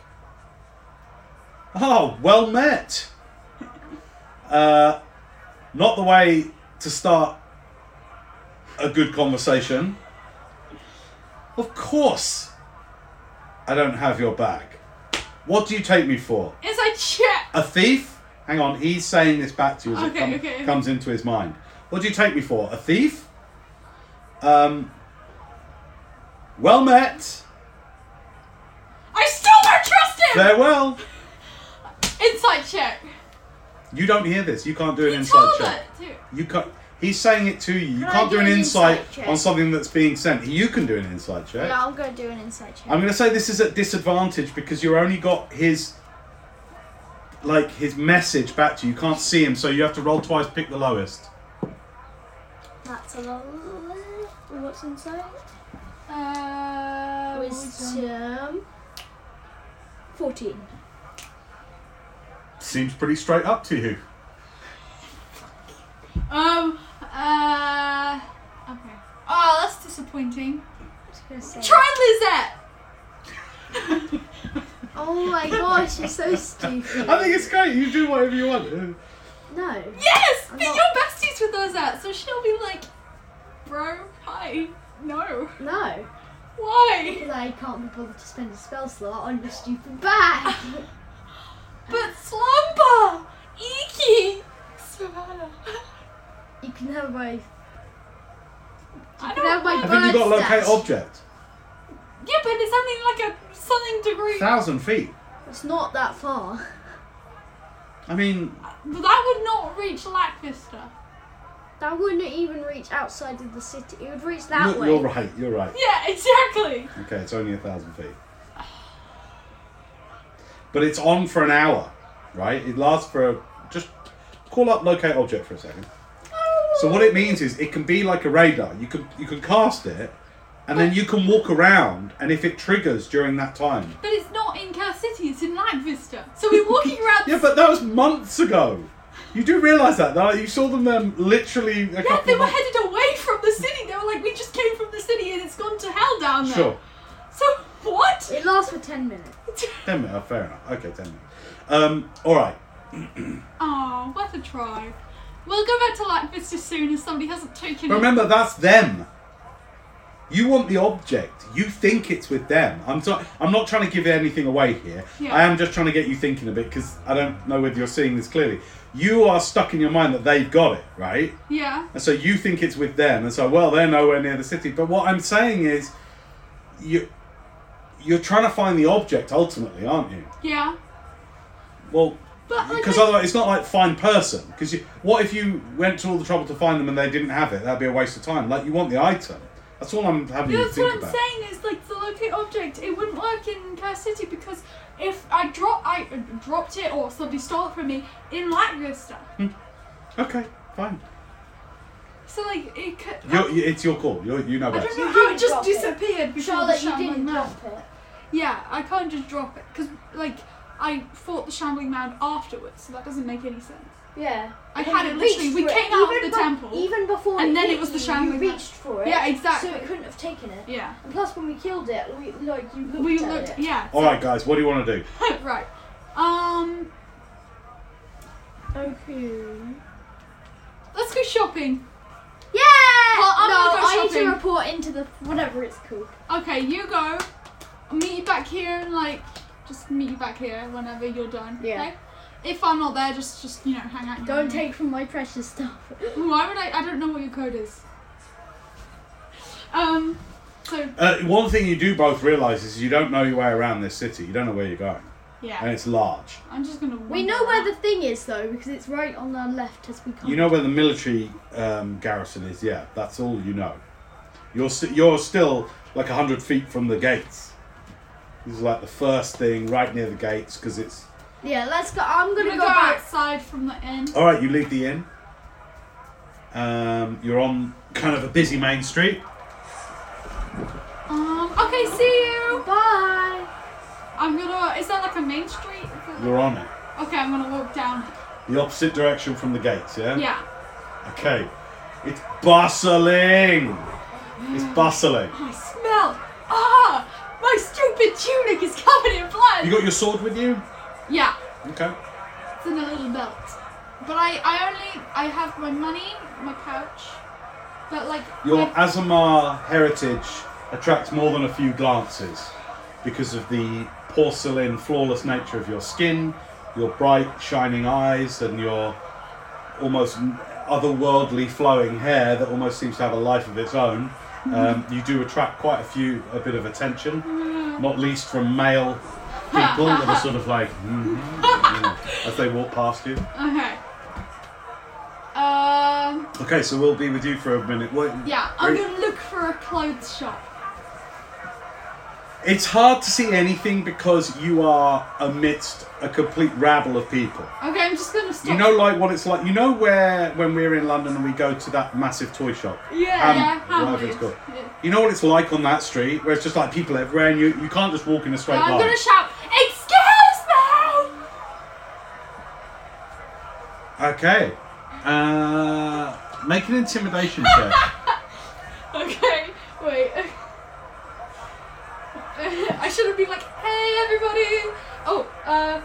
[SPEAKER 1] Oh, well met! Uh, not the way to start a good conversation. Of course, I don't have your bag. What do you take me for?
[SPEAKER 2] It's a check.
[SPEAKER 1] A thief? Hang on, he's saying this back to you as it
[SPEAKER 2] Okay,
[SPEAKER 1] come-
[SPEAKER 2] okay, okay.
[SPEAKER 1] comes into his mind. What do you take me for? A thief? Um, well met.
[SPEAKER 2] I still don't trust him.
[SPEAKER 1] Farewell.
[SPEAKER 2] Insight check.
[SPEAKER 1] You don't hear this. You can't do an
[SPEAKER 2] He
[SPEAKER 1] insight
[SPEAKER 2] told
[SPEAKER 1] check.
[SPEAKER 2] it.
[SPEAKER 1] You can't. He's saying it to you. You
[SPEAKER 3] Can I
[SPEAKER 1] can't do
[SPEAKER 3] do
[SPEAKER 1] an
[SPEAKER 3] an
[SPEAKER 1] insight,
[SPEAKER 3] insight check?
[SPEAKER 1] on something that's being sent. You can do an insight check.
[SPEAKER 3] Yeah, I'm gonna do an insight check.
[SPEAKER 1] I'm going to say this is at disadvantage because you're only got his like his message back to you. You can't see him, so you have to roll twice, pick the lowest.
[SPEAKER 3] That's a lot. What's inside?
[SPEAKER 2] Uh,
[SPEAKER 3] Wisdom. Fourteen.
[SPEAKER 1] Seems pretty straight up to you.
[SPEAKER 2] um. Uh. Okay. Oh, that's disappointing.
[SPEAKER 3] I was gonna say.
[SPEAKER 2] Try Lizette.
[SPEAKER 3] Oh my gosh, you're so stupid.
[SPEAKER 1] I think it's great. You do whatever you want.
[SPEAKER 3] No.
[SPEAKER 2] Yes,
[SPEAKER 3] I'm
[SPEAKER 2] but
[SPEAKER 3] not-
[SPEAKER 2] you're besties with Lizette, so she'll be like, bro, hi, no,
[SPEAKER 3] No.
[SPEAKER 2] why?
[SPEAKER 3] Because I can't be bothered to spend a spell slot on your stupid bag.
[SPEAKER 2] But slumber, Iki, Savannah.
[SPEAKER 3] you can have my. You
[SPEAKER 2] I
[SPEAKER 3] can
[SPEAKER 2] don't
[SPEAKER 3] have my
[SPEAKER 2] know.
[SPEAKER 1] I think you got
[SPEAKER 3] bird
[SPEAKER 1] locate
[SPEAKER 3] stats.
[SPEAKER 1] object.
[SPEAKER 2] Yeah, but it's only like a something degree.
[SPEAKER 1] Thousand feet.
[SPEAKER 3] It's not that far.
[SPEAKER 1] I mean,
[SPEAKER 2] But that would not reach Lackvister.
[SPEAKER 3] That wouldn't even reach outside of the city. It would reach that
[SPEAKER 1] you're,
[SPEAKER 3] way.
[SPEAKER 1] you're right. You're right.
[SPEAKER 2] Yeah, exactly.
[SPEAKER 1] Okay, it's only a thousand feet. But it's on for an hour, right? It lasts for a, just call up locate object for a second. So what it means is it can be like a radar. You can you can cast it, and then you can walk around, and if it triggers during that time.
[SPEAKER 2] But it's not in Car City, it's in Lackvister. So we're walking around.
[SPEAKER 1] Yeah, but that was months ago. You do realise that, though. You saw them um, literally. A
[SPEAKER 2] Yeah,
[SPEAKER 1] couple
[SPEAKER 2] they
[SPEAKER 1] of
[SPEAKER 2] were
[SPEAKER 1] months-
[SPEAKER 2] headed away from the city. They were like, we just came from the city and it's gone to hell down there.
[SPEAKER 1] Sure.
[SPEAKER 2] So what?
[SPEAKER 3] It lasts for 10 minutes.
[SPEAKER 1] Ten minutes. fair enough. Okay, ten minutes. Um, all right.
[SPEAKER 2] Oh, worth a try. We'll go back to Lackvister soon if somebody hasn't taken it.
[SPEAKER 1] Remember, that's them. You want the object. You think it's with them. I'm so, I'm not trying to give anything away here.
[SPEAKER 2] Yeah.
[SPEAKER 1] I am just trying to get you thinking a bit because I don't know whether you're seeing this clearly. You are stuck in your mind that they've got it, right?
[SPEAKER 2] Yeah.
[SPEAKER 1] And so you think it's with them, and so well, they're nowhere near the city. But what I'm saying is, you you're trying to find the object ultimately, aren't you?
[SPEAKER 2] Yeah.
[SPEAKER 1] Well,
[SPEAKER 2] But like,
[SPEAKER 1] because
[SPEAKER 2] I-
[SPEAKER 1] otherwise it's not like find person. Because what if you went to all the trouble to find them and they didn't have it? That'd be a waste of time. Like you want the item. That's all I'm having you
[SPEAKER 2] that's
[SPEAKER 1] think
[SPEAKER 2] what I'm
[SPEAKER 1] about.
[SPEAKER 2] saying is like the locate object. It wouldn't work in Car City because if I drop, I uh, dropped it or somebody stole it from me in Lackvister.
[SPEAKER 1] Okay, fine.
[SPEAKER 2] So like it could.
[SPEAKER 1] You're, you- it's your call. You're, you know
[SPEAKER 2] I
[SPEAKER 1] best.
[SPEAKER 2] don't know
[SPEAKER 3] You
[SPEAKER 2] how it
[SPEAKER 3] didn't
[SPEAKER 2] just
[SPEAKER 3] drop it.
[SPEAKER 2] disappeared before
[SPEAKER 3] Charlotte,
[SPEAKER 2] the
[SPEAKER 3] you
[SPEAKER 2] shambling
[SPEAKER 3] didn't
[SPEAKER 2] man.
[SPEAKER 3] drop it.
[SPEAKER 2] Yeah, I can't just drop it because like I fought the shambling man afterwards, so that doesn't make any sense.
[SPEAKER 3] Yeah.
[SPEAKER 2] I had it literally. We came out of the temple.
[SPEAKER 3] Even before
[SPEAKER 2] and
[SPEAKER 3] it
[SPEAKER 2] then it
[SPEAKER 3] hit
[SPEAKER 2] was the
[SPEAKER 3] you,
[SPEAKER 2] shambling
[SPEAKER 3] You
[SPEAKER 2] man.
[SPEAKER 3] reached for it.
[SPEAKER 2] yeah, exactly.
[SPEAKER 3] So it couldn't have taken it.
[SPEAKER 2] yeah.
[SPEAKER 3] And plus, when we killed it, we like you looked
[SPEAKER 2] We
[SPEAKER 3] at
[SPEAKER 2] looked.
[SPEAKER 3] it.
[SPEAKER 2] Yeah.
[SPEAKER 1] All right, guys. What do you want to do?
[SPEAKER 2] right. Um,
[SPEAKER 3] Okay.
[SPEAKER 2] let's go shopping.
[SPEAKER 3] Yeah.
[SPEAKER 2] Well, I'm
[SPEAKER 3] no,
[SPEAKER 2] gonna go
[SPEAKER 3] I need
[SPEAKER 2] shopping.
[SPEAKER 3] to report into the whatever it's called.
[SPEAKER 2] Okay, you go. I'll meet you back here and like just meet you back here whenever you're done.
[SPEAKER 3] Yeah.
[SPEAKER 2] okay? If I'm not there, just just you know hang out. in your
[SPEAKER 3] Don't
[SPEAKER 2] room.
[SPEAKER 3] take from my precious stuff.
[SPEAKER 2] Why would I? I don't know what your code is. Um. So
[SPEAKER 1] Uh, one thing you do both realise is you don't know your way around this city. You don't know where you're going, and
[SPEAKER 2] yeah,
[SPEAKER 1] it's large.
[SPEAKER 2] I'm just gonna.
[SPEAKER 3] We know where the thing is though, because it's right on our left as we come.
[SPEAKER 1] You know where the military um, garrison is. Yeah, that's all you know. You're si- you're still like hundred feet from the gates. This is like the first thing right near the gates because it's
[SPEAKER 3] Yeah, let's go. I'm
[SPEAKER 2] I'm
[SPEAKER 3] gonna,
[SPEAKER 2] gonna
[SPEAKER 3] go,
[SPEAKER 2] go
[SPEAKER 3] back.
[SPEAKER 2] outside from the inn.
[SPEAKER 1] all right. You leave the inn. Um, you're on kind of a busy main street.
[SPEAKER 2] Um. Okay. See you.
[SPEAKER 3] Bye.
[SPEAKER 2] I'm gonna. Is that like a main street?
[SPEAKER 1] You're on it.
[SPEAKER 2] Okay. I'm gonna walk down.
[SPEAKER 1] The opposite direction from the gates. Yeah.
[SPEAKER 2] Yeah.
[SPEAKER 1] Okay. It's bustling. It's bustling.
[SPEAKER 2] I smell. Ah! My stupid tunic is covered in blood.
[SPEAKER 1] You got your sword with you?
[SPEAKER 2] yeah.
[SPEAKER 1] Okay.
[SPEAKER 2] It's in a little belt. But I, I only, I have my money, my pouch. But like,
[SPEAKER 1] Your
[SPEAKER 2] my-
[SPEAKER 1] Azamar heritage attracts more than a few glances because of the porcelain, flawless nature of your skin, your bright, shining eyes, and your almost otherworldly flowing hair that almost seems to have a life of its own. Um, you do attract quite a few, a bit of attention, not least from male people that are sort of like, "Mhm," you know, as they walk past you.
[SPEAKER 2] okay. Um,
[SPEAKER 1] Okay, so we'll be with you for a minute. What,
[SPEAKER 2] yeah, I'm
[SPEAKER 1] Great.
[SPEAKER 2] gonna look for a clothes shop.
[SPEAKER 1] It's hard to see anything because you are amidst a complete rabble of people.
[SPEAKER 2] Okay, I'm just gonna stop.
[SPEAKER 1] You know, like what it's like. You know where when we're in London and we go to that massive toy shop.
[SPEAKER 2] yeah,
[SPEAKER 1] Ham-
[SPEAKER 2] yeah,
[SPEAKER 1] whatever
[SPEAKER 2] Hamleys.
[SPEAKER 1] it's called.
[SPEAKER 2] Yeah.
[SPEAKER 1] You know what it's like on that street where it's just like people everywhere and you, you can't just walk in a straight
[SPEAKER 2] I'm
[SPEAKER 1] line.
[SPEAKER 2] gonna shout, excuse me!
[SPEAKER 1] Okay, uh, make an intimidation check.
[SPEAKER 2] Okay, wait. I should have been like, hey everybody! Oh, uh.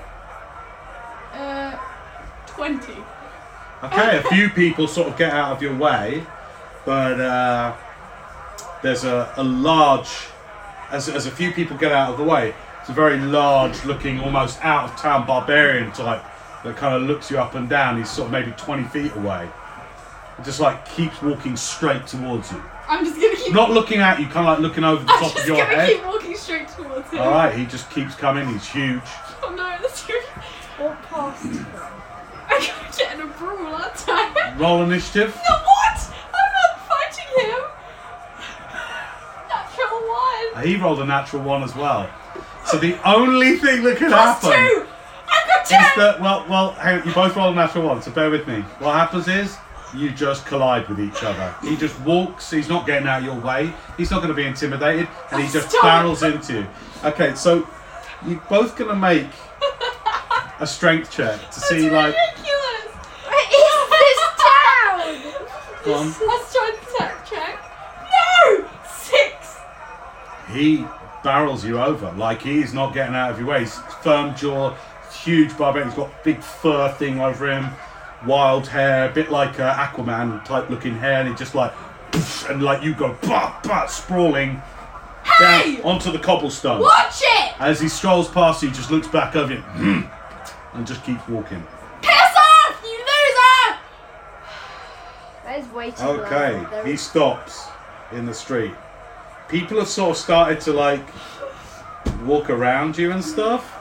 [SPEAKER 2] Uh. 20.
[SPEAKER 1] Okay, a few people sort of get out of your way, but uh, there's a, a large, as, as a few people get out of the way, it's a very large looking, almost out of town barbarian type that kind of looks you up and down. He's sort of maybe 20 feet away. He Just like keeps walking straight towards you.
[SPEAKER 2] I'm just gonna keep.
[SPEAKER 1] Not looking at you, kind of like looking over the
[SPEAKER 2] I'm
[SPEAKER 1] top
[SPEAKER 2] just
[SPEAKER 1] of your
[SPEAKER 2] gonna
[SPEAKER 1] head.
[SPEAKER 2] keep walking straight towards him.
[SPEAKER 1] Alright, he just keeps coming, he's huge.
[SPEAKER 2] Oh no, that's your.
[SPEAKER 3] Walk past.
[SPEAKER 2] I'm gonna get in a brawl, aren't I?
[SPEAKER 1] Roll initiative.
[SPEAKER 2] No, what? I'm not fighting him. Natural one.
[SPEAKER 1] He rolled a natural one as well. So the only thing that could
[SPEAKER 2] Plus
[SPEAKER 1] happen.
[SPEAKER 2] two. I've got
[SPEAKER 1] is
[SPEAKER 2] two.
[SPEAKER 1] that well well hang on, you both roll a natural one so bear with me what happens is you just collide with each other he just walks he's not getting out of your way he's not going to be intimidated and he just
[SPEAKER 2] Stop.
[SPEAKER 1] barrels into you okay so you're both going to make a strength check to see like
[SPEAKER 2] Ridiculous.
[SPEAKER 3] Where is this town?
[SPEAKER 1] go on.
[SPEAKER 2] Let's try the tech check. No! Six!
[SPEAKER 1] he barrels you over like he's not getting out of your way he's firm jaw huge barbarian he's got big fur thing over him wild hair a bit like uh, aquaman type looking hair and he just like poof, and like you go bah, bah, sprawling
[SPEAKER 2] Hey!
[SPEAKER 1] down onto the cobblestone
[SPEAKER 2] Watch it!
[SPEAKER 1] as he strolls past you he just looks back over you "Hmm," and just keeps walking
[SPEAKER 2] Piss off, you loser!
[SPEAKER 3] That is way too
[SPEAKER 1] Okay,
[SPEAKER 3] low. There
[SPEAKER 1] he
[SPEAKER 3] is-
[SPEAKER 1] stops in the street. People have sort of started to like walk around you and stuff.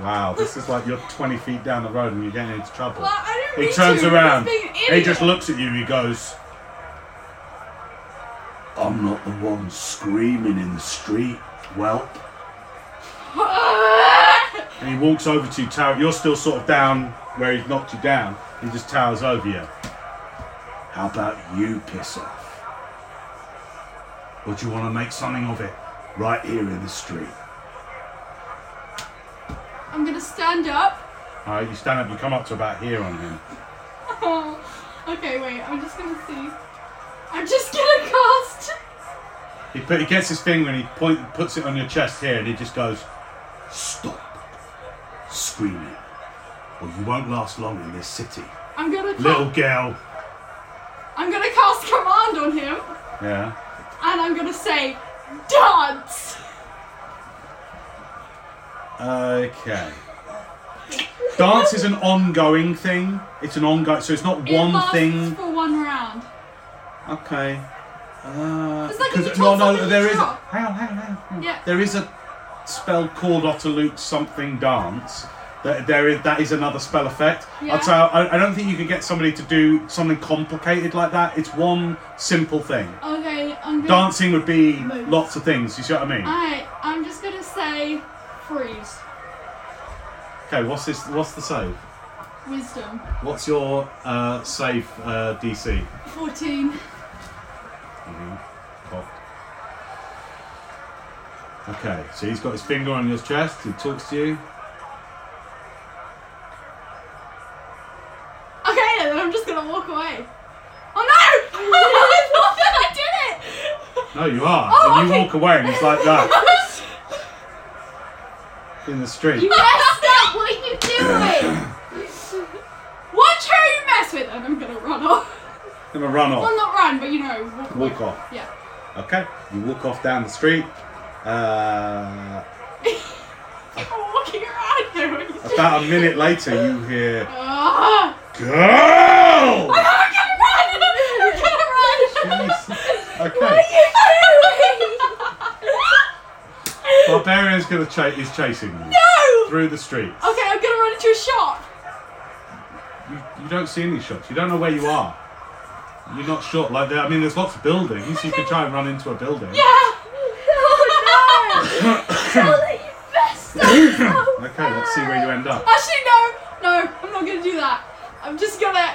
[SPEAKER 1] Wow, this is like you're 20 feet down the road and you're getting into trouble.
[SPEAKER 2] Well, I don't
[SPEAKER 1] He
[SPEAKER 2] mean
[SPEAKER 1] turns
[SPEAKER 2] to, he's
[SPEAKER 1] around.
[SPEAKER 2] being an
[SPEAKER 1] He just
[SPEAKER 2] idiot.
[SPEAKER 1] looks at you and he goes, I'm not the one screaming in the street, whelp. And he walks over to you, tower. You're still sort of down where he's knocked you down. He just towers over you. How about you piss off? Or do you want to make something of it right here in the street?
[SPEAKER 2] I'm gonna stand up.
[SPEAKER 1] All right, you stand up. You come up to about here on him.
[SPEAKER 2] Oh, okay, wait, I'm just gonna see. I'm just gonna cast.
[SPEAKER 1] He, put, he gets his finger and he point, puts it on your chest here, and he just goes, "Stop screaming, or you won't last long in this city,
[SPEAKER 2] I'm gonna. Ca-
[SPEAKER 1] little girl."
[SPEAKER 2] I'm gonna cast command on him,
[SPEAKER 1] Yeah.
[SPEAKER 2] and I'm gonna say, dance.
[SPEAKER 1] Okay. Dance is an ongoing thing. It's an ongoing, so it's not
[SPEAKER 2] It
[SPEAKER 1] one
[SPEAKER 2] lasts
[SPEAKER 1] thing.
[SPEAKER 2] for one round.
[SPEAKER 1] Okay. Uh,
[SPEAKER 2] It's like if
[SPEAKER 1] 'cause-
[SPEAKER 2] you
[SPEAKER 1] no,
[SPEAKER 2] told
[SPEAKER 1] no,
[SPEAKER 2] somebody
[SPEAKER 1] there
[SPEAKER 2] to
[SPEAKER 1] is.
[SPEAKER 2] stop.
[SPEAKER 1] Hang on, hang on, hang on.
[SPEAKER 2] Yeah.
[SPEAKER 1] There is a spell called Otterloot something dance. That there is that is another spell effect.
[SPEAKER 2] Yeah.
[SPEAKER 1] I'll tell, I, I don't think you can get somebody to do something complicated like that. It's one simple thing.
[SPEAKER 2] Okay, I'm gonna.
[SPEAKER 1] Dancing would be
[SPEAKER 2] Move.
[SPEAKER 1] lots of things. You see what I mean?
[SPEAKER 2] Alright, I'm just gonna say, freeze.
[SPEAKER 1] Okay. What's this? What's the save?
[SPEAKER 2] Wisdom.
[SPEAKER 1] What's your uh, save uh, DC?
[SPEAKER 2] 14.
[SPEAKER 1] Okay, so he's got his finger on his chest. He talks to you.
[SPEAKER 2] Okay, then I'm just gonna walk away. Oh no! I thought that I did it!
[SPEAKER 1] No, you are.
[SPEAKER 2] Oh,
[SPEAKER 1] and you
[SPEAKER 2] okay.
[SPEAKER 1] walk away, and he's like that in the street.
[SPEAKER 3] Yes, that's what you doing.
[SPEAKER 2] Watch who you mess with, and I'm gonna run off.
[SPEAKER 1] Gonna run
[SPEAKER 2] Well,
[SPEAKER 1] off.
[SPEAKER 2] not run, but you know, walk, away.
[SPEAKER 1] Walk off.
[SPEAKER 2] Yeah.
[SPEAKER 1] Okay, you walk off down the street. Uh,
[SPEAKER 2] I'm walking around there when you
[SPEAKER 1] about a minute later, you hear,
[SPEAKER 2] Ah!
[SPEAKER 1] "Girl!"
[SPEAKER 2] I'm gonna run! I'm gonna run!
[SPEAKER 1] Jeez. Okay, barbarian's gonna chase. He's chasing you
[SPEAKER 2] no!
[SPEAKER 1] through the street.
[SPEAKER 2] Okay, I'm gonna run into a shop.
[SPEAKER 1] You, you don't see any shops. You don't know where you are. You're not sure. Like, there, I mean, there's lots of buildings. You could try and run into a building.
[SPEAKER 2] Yeah!
[SPEAKER 1] Okay, let's see where you end up.
[SPEAKER 2] Actually, no! No, I'm not gonna do that. I'm just gonna.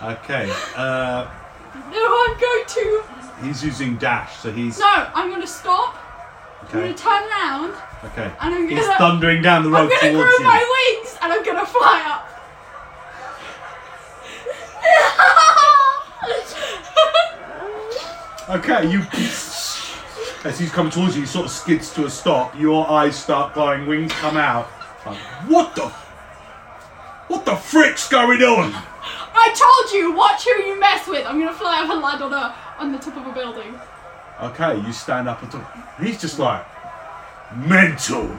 [SPEAKER 1] Okay, uh,
[SPEAKER 2] no, I'm going to.
[SPEAKER 1] he's using dash, so he's
[SPEAKER 2] No, I'm gonna stop. I'm
[SPEAKER 1] okay.
[SPEAKER 2] gonna turn around.
[SPEAKER 1] Okay,
[SPEAKER 2] and I'm
[SPEAKER 1] he's
[SPEAKER 2] gonna-
[SPEAKER 1] thundering down the
[SPEAKER 2] I'm
[SPEAKER 1] road
[SPEAKER 2] gonna
[SPEAKER 1] towards you.
[SPEAKER 2] grow my wings and I'm gonna fly up.
[SPEAKER 1] Okay, you. As he's coming towards you, he sort of skids to a stop. Your eyes start glowing, wings come out. Like, what the? What the the frick's going on?
[SPEAKER 2] I told you, watch who you mess with. I'm gonna fly up a lad on a on the top of a building.
[SPEAKER 1] Okay, you stand up and talk. He's just like, mental.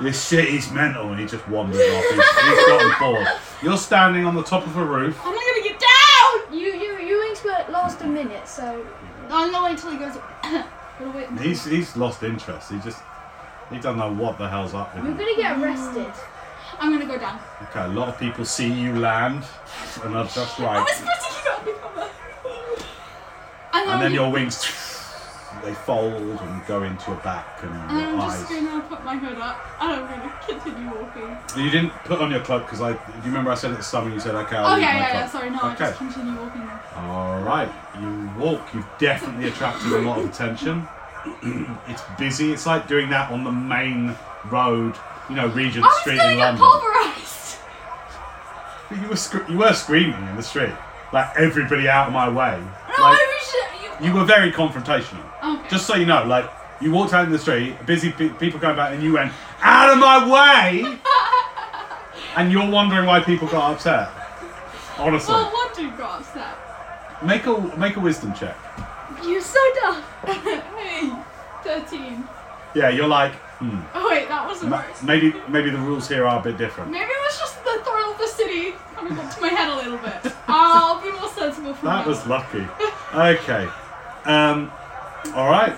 [SPEAKER 1] This city's mental, and he just wanders off. He's, he's gotten bored. You're standing on the top of a roof.
[SPEAKER 2] I'm not gonna get down.
[SPEAKER 4] You you you wings were last a minute, so
[SPEAKER 2] I'm gonna wait till he goes. gonna wait. until-
[SPEAKER 1] He's he's lost interest. He just he doesn't know what the hell's up with
[SPEAKER 4] we're
[SPEAKER 1] him.
[SPEAKER 4] gonna get arrested.
[SPEAKER 2] I'm gonna go down.
[SPEAKER 1] Okay, a lot of people see you land, and are just
[SPEAKER 2] I
[SPEAKER 1] like,
[SPEAKER 2] was pretty good on the cover. And
[SPEAKER 1] and then your wings they fold and go into your back and
[SPEAKER 2] And
[SPEAKER 1] your
[SPEAKER 2] I'm
[SPEAKER 1] eyes.
[SPEAKER 2] just gonna put my hood up and I'm gonna continue walking.
[SPEAKER 1] You didn't put on your cloak because I. Do you remember I said at the summer you said okay? I'll
[SPEAKER 2] oh
[SPEAKER 1] leave
[SPEAKER 2] yeah,
[SPEAKER 1] my
[SPEAKER 2] yeah, yeah.
[SPEAKER 1] cloak."
[SPEAKER 2] Sorry, no, I
[SPEAKER 1] Okay.
[SPEAKER 2] just continue walking.
[SPEAKER 1] All right, you walk. You've definitely attracted a lot of attention. it's busy. It's like doing that on the main road, you know, Regent
[SPEAKER 2] I was
[SPEAKER 1] Street
[SPEAKER 2] Oh, gonna
[SPEAKER 1] in
[SPEAKER 2] get
[SPEAKER 1] London.
[SPEAKER 2] pulverized.
[SPEAKER 1] But You were sc- you were screaming in the street, like everybody out of my way.
[SPEAKER 2] No,
[SPEAKER 1] like,
[SPEAKER 2] I was. You,
[SPEAKER 1] you were very confrontational.
[SPEAKER 2] okay.
[SPEAKER 1] Just so you know, like you walked out in the street, busy pe- people going back, and you went out of my way, and you're wondering why people got upset. Honestly,
[SPEAKER 2] Well, what dude got upset?
[SPEAKER 1] make a make a wisdom check.
[SPEAKER 4] You're so dumb.
[SPEAKER 2] hey, thirteen.
[SPEAKER 1] Yeah, you're like, hmm,
[SPEAKER 2] Oh wait, that wasn't
[SPEAKER 1] ma-
[SPEAKER 2] worse.
[SPEAKER 1] maybe maybe the rules here are a bit different.
[SPEAKER 2] Maybe it was just the thrill of the city coming up to my head a little bit. I'll be more sensible from
[SPEAKER 1] That
[SPEAKER 2] now
[SPEAKER 1] was
[SPEAKER 2] on.
[SPEAKER 1] lucky. Okay, um, all right.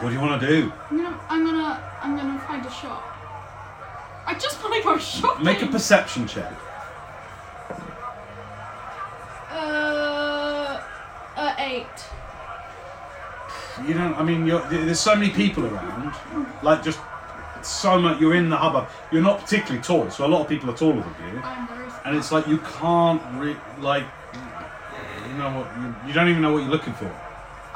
[SPEAKER 1] What do you want to do?
[SPEAKER 2] I'm gonna, I'm gonna, I'm gonna find a shop. I just wanna go shopping.
[SPEAKER 1] Make a perception check.
[SPEAKER 2] uh, uh, eight.
[SPEAKER 1] You don't. I mean, you're, there- there's so many people around. Like just so much. You're in the hubbub. You're not particularly tall, so a lot of people are taller than you.
[SPEAKER 2] I'm very. s-
[SPEAKER 1] And it's like you can't re- like you know what you, you don't even know what you're looking for.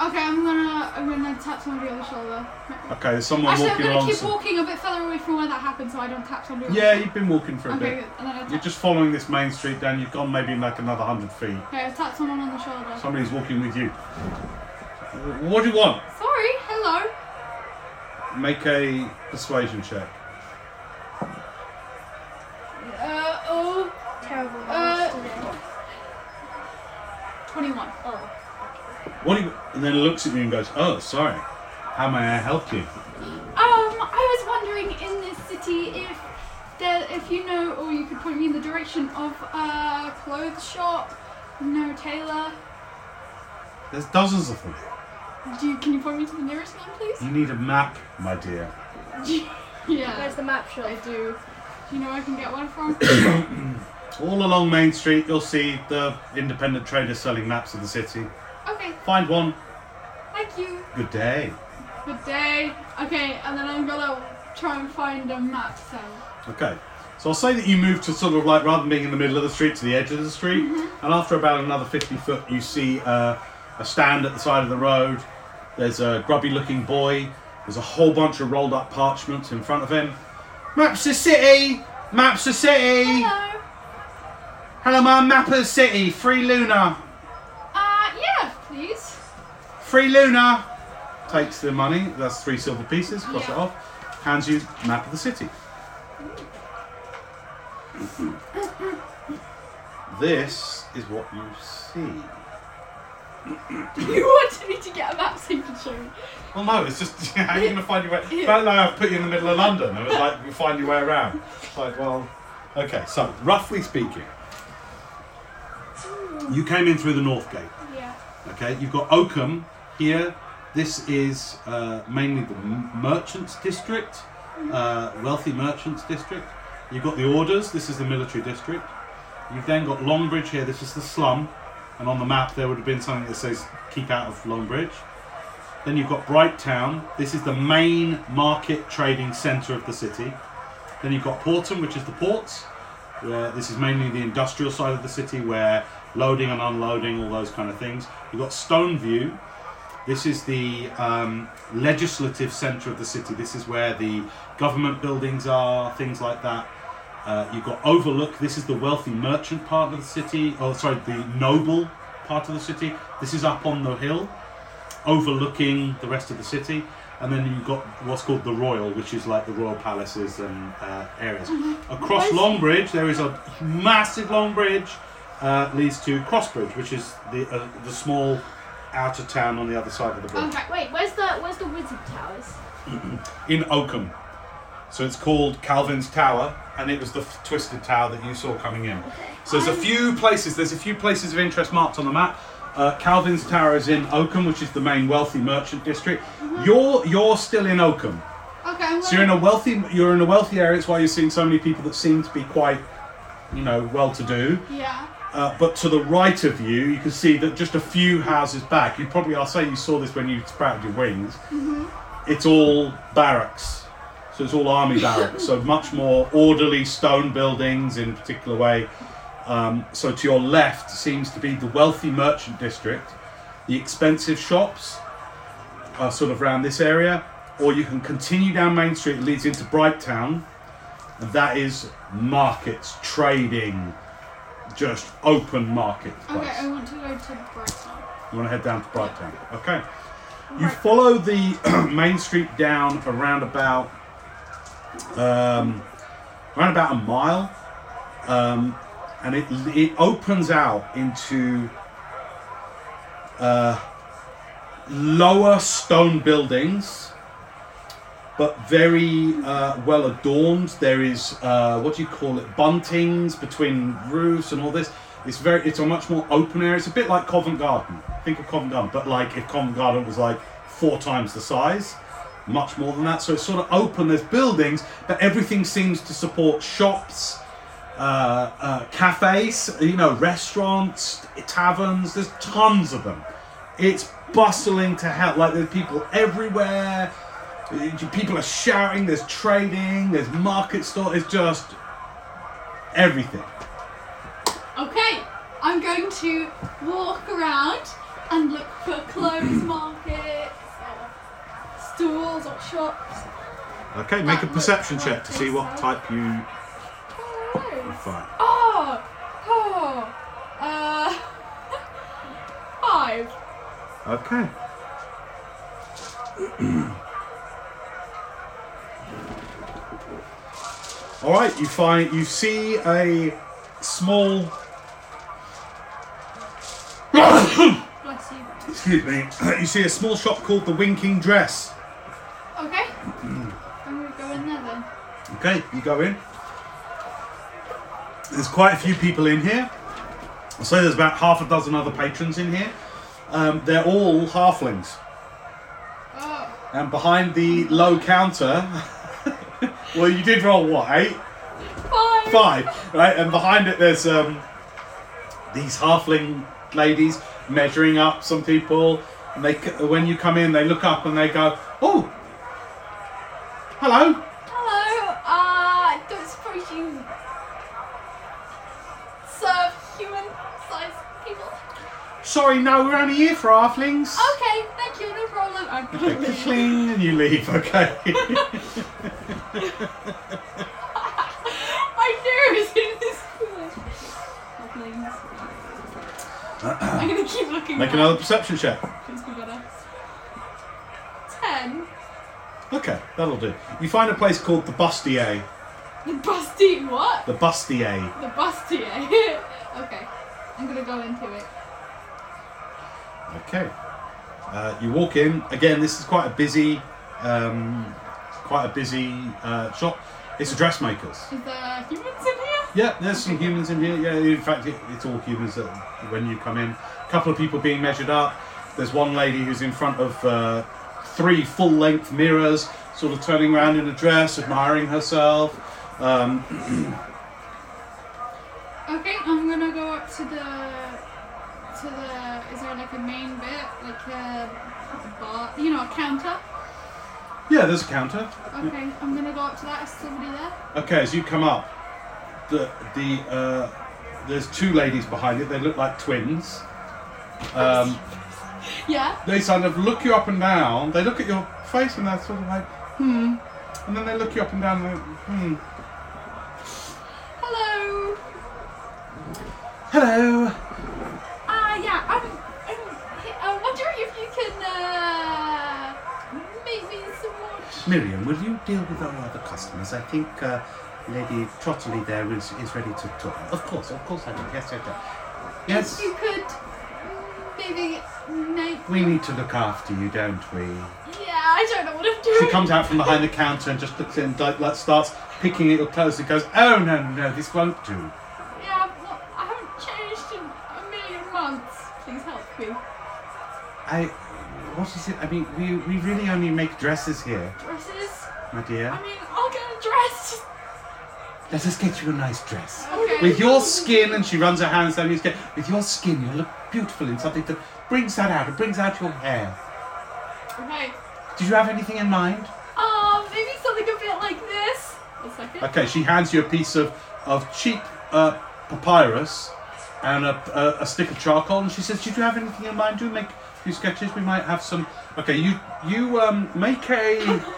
[SPEAKER 2] Okay, I'm gonna, I'm gonna tap somebody on the shoulder.
[SPEAKER 1] Okay, there's someone
[SPEAKER 2] Actually, I'm
[SPEAKER 1] walking
[SPEAKER 2] gonna
[SPEAKER 1] along.
[SPEAKER 2] keep
[SPEAKER 1] some-
[SPEAKER 2] walking a bit further away from where that happened, so I don't tap somebody.
[SPEAKER 1] yeah,
[SPEAKER 2] On
[SPEAKER 1] you've been walking for
[SPEAKER 2] the
[SPEAKER 1] a
[SPEAKER 2] okay,
[SPEAKER 1] bit.
[SPEAKER 2] good. and then I tap.
[SPEAKER 1] You're just following this main street down. You've gone maybe like another hundred feet.
[SPEAKER 2] Okay, I tapped someone on the shoulder.
[SPEAKER 1] Somebody's walking with you. What do you want?
[SPEAKER 2] Sorry. Hello.
[SPEAKER 1] Make a persuasion check.
[SPEAKER 2] Uh oh.
[SPEAKER 4] Terrible.
[SPEAKER 2] Uh,
[SPEAKER 4] names today.
[SPEAKER 2] Twenty-one.
[SPEAKER 4] oh.
[SPEAKER 1] What do you? And then looks at you and goes, "Oh, sorry. How may I help you?"
[SPEAKER 2] Um, I was wondering in this city if there, if you know, or you could point me in the direction of a clothes shop. No tailor.
[SPEAKER 1] There's dozens of them.
[SPEAKER 2] Do you, can you point me to the nearest one, please?
[SPEAKER 1] You need a map, my dear. Mm.
[SPEAKER 4] Where's
[SPEAKER 2] yeah,
[SPEAKER 4] the map
[SPEAKER 2] I
[SPEAKER 4] shop?
[SPEAKER 2] do. Do you know where I can get one from?
[SPEAKER 1] All along Main Street, you'll see the independent traders selling maps of the city.
[SPEAKER 2] okay,
[SPEAKER 1] Find one.
[SPEAKER 2] thank you.
[SPEAKER 1] Good day.
[SPEAKER 2] Good day. Okay, and then I'm gonna try and find a map cell.
[SPEAKER 1] Okay. So I'll say that you move to sort of like rather than being in the middle of the street to the edge of the street, and after about another fifty foot, you see uh, a stand at the side of the road. There's a grubby-looking boy. There's a whole bunch of rolled-up parchments in front of him. Maps the city. Maps the city.
[SPEAKER 2] Hello.
[SPEAKER 1] Hello, ma'am. Mapper City. Free Luna.
[SPEAKER 2] Uh, yeah, please.
[SPEAKER 1] Free Luna takes the money. That's three silver pieces. Cross it
[SPEAKER 2] Yeah.
[SPEAKER 1] off. Hands you map of the city. this is what you see.
[SPEAKER 2] you wanted me to get a map signature.
[SPEAKER 1] Well, no, it's just how are you gonna find your way? But like I've put you in the middle of London. It was like you find your way around. It's like well, okay. So roughly speaking, you came in through the north gate.
[SPEAKER 4] Yeah.
[SPEAKER 1] Okay, you've got Oakham here. This is uh, mainly the m- merchants district, uh, wealthy merchants district. You've got the orders. This is the military district. You've then got Longbridge here. This is the slum, and on the map there would have been something that says "keep out of Longbridge." Then you've got Bright Town. This is the main market trading centre of the city. Then you've got Porton, which is the ports. Where this is mainly the industrial side of the city, where loading and unloading, all those kind of things. You've got Stoneview. This is the um, legislative centre of the city. This is where the government buildings are, things like that. Uh, you've got Overlook. This is the wealthy merchant part of the city. Oh, sorry, the noble part of the city. This is up on the hill overlooking the rest of the city. and then you've got what's called the Royal, which is like the royal palaces and uh, areas. Across Longbridge, there is a massive long bridge uh, leads to Crossbridge, which is the uh, the small outer town on the other side of the bridge
[SPEAKER 2] Okay.
[SPEAKER 3] Wait, where's the where's the wizard towers?
[SPEAKER 1] in Oakham. So it's called Calvin's Tower, and it was the f- twisted tower that you saw coming in. So there's a few places. There's a few places of interest marked on the map. Uh, Calvin's Tower is in Oakham, which is the main wealthy merchant district. You're you're still in Oakham,
[SPEAKER 2] Okay. I'm
[SPEAKER 1] so you're in a
[SPEAKER 2] gonna-
[SPEAKER 1] wealthy you're in a wealthy area. It's why you're seeing so many people that seem to be quite, you know, well-to-do.
[SPEAKER 2] Yeah.
[SPEAKER 1] Uh, but to the right of you, you can see that just a few houses back. You probably I'll say you saw this when you sprouted your wings. It's all barracks, so it's all army barracks. So much more orderly stone buildings in particular way. Um, so to your left seems to be the wealthy merchant district, the expensive shops are sort of around this area, or you can continue down Main Street. It leads into Brighttown, and that is markets, trading, just open marketplace.
[SPEAKER 2] Okay. I want to go to Brighton.
[SPEAKER 1] You want to head down to Brighttown. Okay. You follow the main street down around about um, around about a mile, um, and it it opens out into uh, lower stone buildings, but very uh, well adorned. There is uh, what do you call it? Buntings between roofs and all this. It's very. It's a much more open area. It's a bit like Covent Garden. Think of Covent Garden, but like if Covent Garden was like four times the size, much more than that. So it's sort of open. There's buildings, but everything seems to support shops. Uh, uh, cafes, you know, restaurants, taverns. There's tons of them. It's bustling to hell. Like there's people everywhere. People are shouting. There's trading. There's market store. It's just everything.
[SPEAKER 2] Okay. I'm going to walk around and look for clothes markets or stores or shops.
[SPEAKER 1] Okay, make a
[SPEAKER 2] That
[SPEAKER 1] perception
[SPEAKER 2] looks
[SPEAKER 1] check to
[SPEAKER 2] like
[SPEAKER 1] see what
[SPEAKER 2] inside.
[SPEAKER 1] type you
[SPEAKER 2] Oh.
[SPEAKER 1] find.
[SPEAKER 2] Oh. Oh. Uh. Five.
[SPEAKER 1] Okay. All right, you find you see a small
[SPEAKER 2] Bless you.
[SPEAKER 1] excuse me. You see a small shop called the Winking Dress.
[SPEAKER 2] Okay. I'm gonna go in there then.
[SPEAKER 1] Okay, you go in. There's quite a few people in here. I'll say there's about half a dozen other patrons in here. Um, they're all halflings.
[SPEAKER 2] Oh.
[SPEAKER 1] And behind the low counter, well, you did roll what eight?
[SPEAKER 2] Five.
[SPEAKER 1] five, right? And behind it, there's um, these halfling ladies measuring up some people. And they, c- when you come in, they look up and they go, "Oh, hello."
[SPEAKER 5] Hello, uh, don't suppose you serve human sized people?
[SPEAKER 1] Sorry, no, we're only here for halflings.
[SPEAKER 2] Okay. Thank you. No problem. I'm
[SPEAKER 1] Okay, cling, and you leave. Okay.
[SPEAKER 2] I knew it was in this place. Goblins. I'm gonna keep looking.
[SPEAKER 1] Make
[SPEAKER 2] around.
[SPEAKER 1] another perception check.
[SPEAKER 2] Things be better. Ten.
[SPEAKER 1] Okay, that'll do. You find a place called the Bustier.
[SPEAKER 2] The busty what?
[SPEAKER 1] The Bustier.
[SPEAKER 2] The busty. eh? okay. I'm gonna go into it.
[SPEAKER 1] Okay. Uh, you walk in. Again, this is quite a busy, um, quite a busy uh, shop. It's a dressmaker's.
[SPEAKER 2] Is there humans in here?
[SPEAKER 1] Yeah, there's some humans in here. Yeah, in fact, it, it's all humans that, when you come in. A couple of people being measured up. There's one lady who's in front of uh, three full-length mirrors, sort of turning around in a dress, admiring herself. Um,
[SPEAKER 2] Okay, I'm gonna go up to the to the is there like a main bit like a, a bar you know a counter?
[SPEAKER 1] yeah, there's a counter.
[SPEAKER 2] Okay, I'm gonna go up to that. Is somebody there?
[SPEAKER 1] Okay, as you come up, the the uh, there's two ladies behind it. They look like twins. Um,
[SPEAKER 2] Yeah.
[SPEAKER 1] they kind of look you up and down. They look at your face and they're sort of like, hmm. And then they look you up and down and they're, hmm.
[SPEAKER 2] Hello.
[SPEAKER 1] Hello.
[SPEAKER 2] Ah, yeah. uh, I'm. I'm he- uh, wondering if you can uh, make me
[SPEAKER 1] Miriam, will you deal with our other customers? I think uh, Lady Trottley there is, is ready to talk. Of course, of course, I do. Yes, yes, yes. Yes.
[SPEAKER 4] If you could mm, maybe make.
[SPEAKER 1] We need to look after you, don't we?
[SPEAKER 4] Yeah, I don't know what I'm
[SPEAKER 1] She
[SPEAKER 4] doing.
[SPEAKER 1] comes out from behind the counter and just looks in, like, like starts picking at your clothes and goes, "Oh no, no, this won't do."
[SPEAKER 2] Yeah, I'm not, I haven't changed in a million months. Please help me.
[SPEAKER 1] I, what is it? I mean, we we really only make dresses here,
[SPEAKER 2] Dresses?
[SPEAKER 1] my dear.
[SPEAKER 2] I mean, I'll get a dress.
[SPEAKER 1] Let us get you a nice dress.
[SPEAKER 2] Okay.
[SPEAKER 1] With your skin, and she runs her hands down your skin. With your skin, you'll look beautiful in something that brings that out. It brings out your hair.
[SPEAKER 2] Okay.
[SPEAKER 1] Did you have anything in mind?
[SPEAKER 2] Um, maybe something a bit like this. A second.
[SPEAKER 1] Okay, she hands you a piece of, of cheap uh, papyrus and a, a, a stick of charcoal, and she says, "Did you have anything in mind? Do make a few sketches. We might have some." Okay, you you um, make a.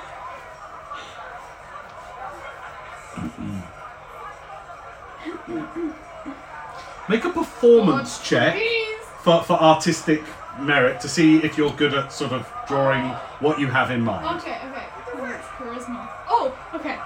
[SPEAKER 1] Make a performance check
[SPEAKER 2] Please.
[SPEAKER 1] for, for artistic merit to see if you're good at sort of drawing what you have in mind.
[SPEAKER 2] Okay, okay. Oh, it's charisma. Oh, okay.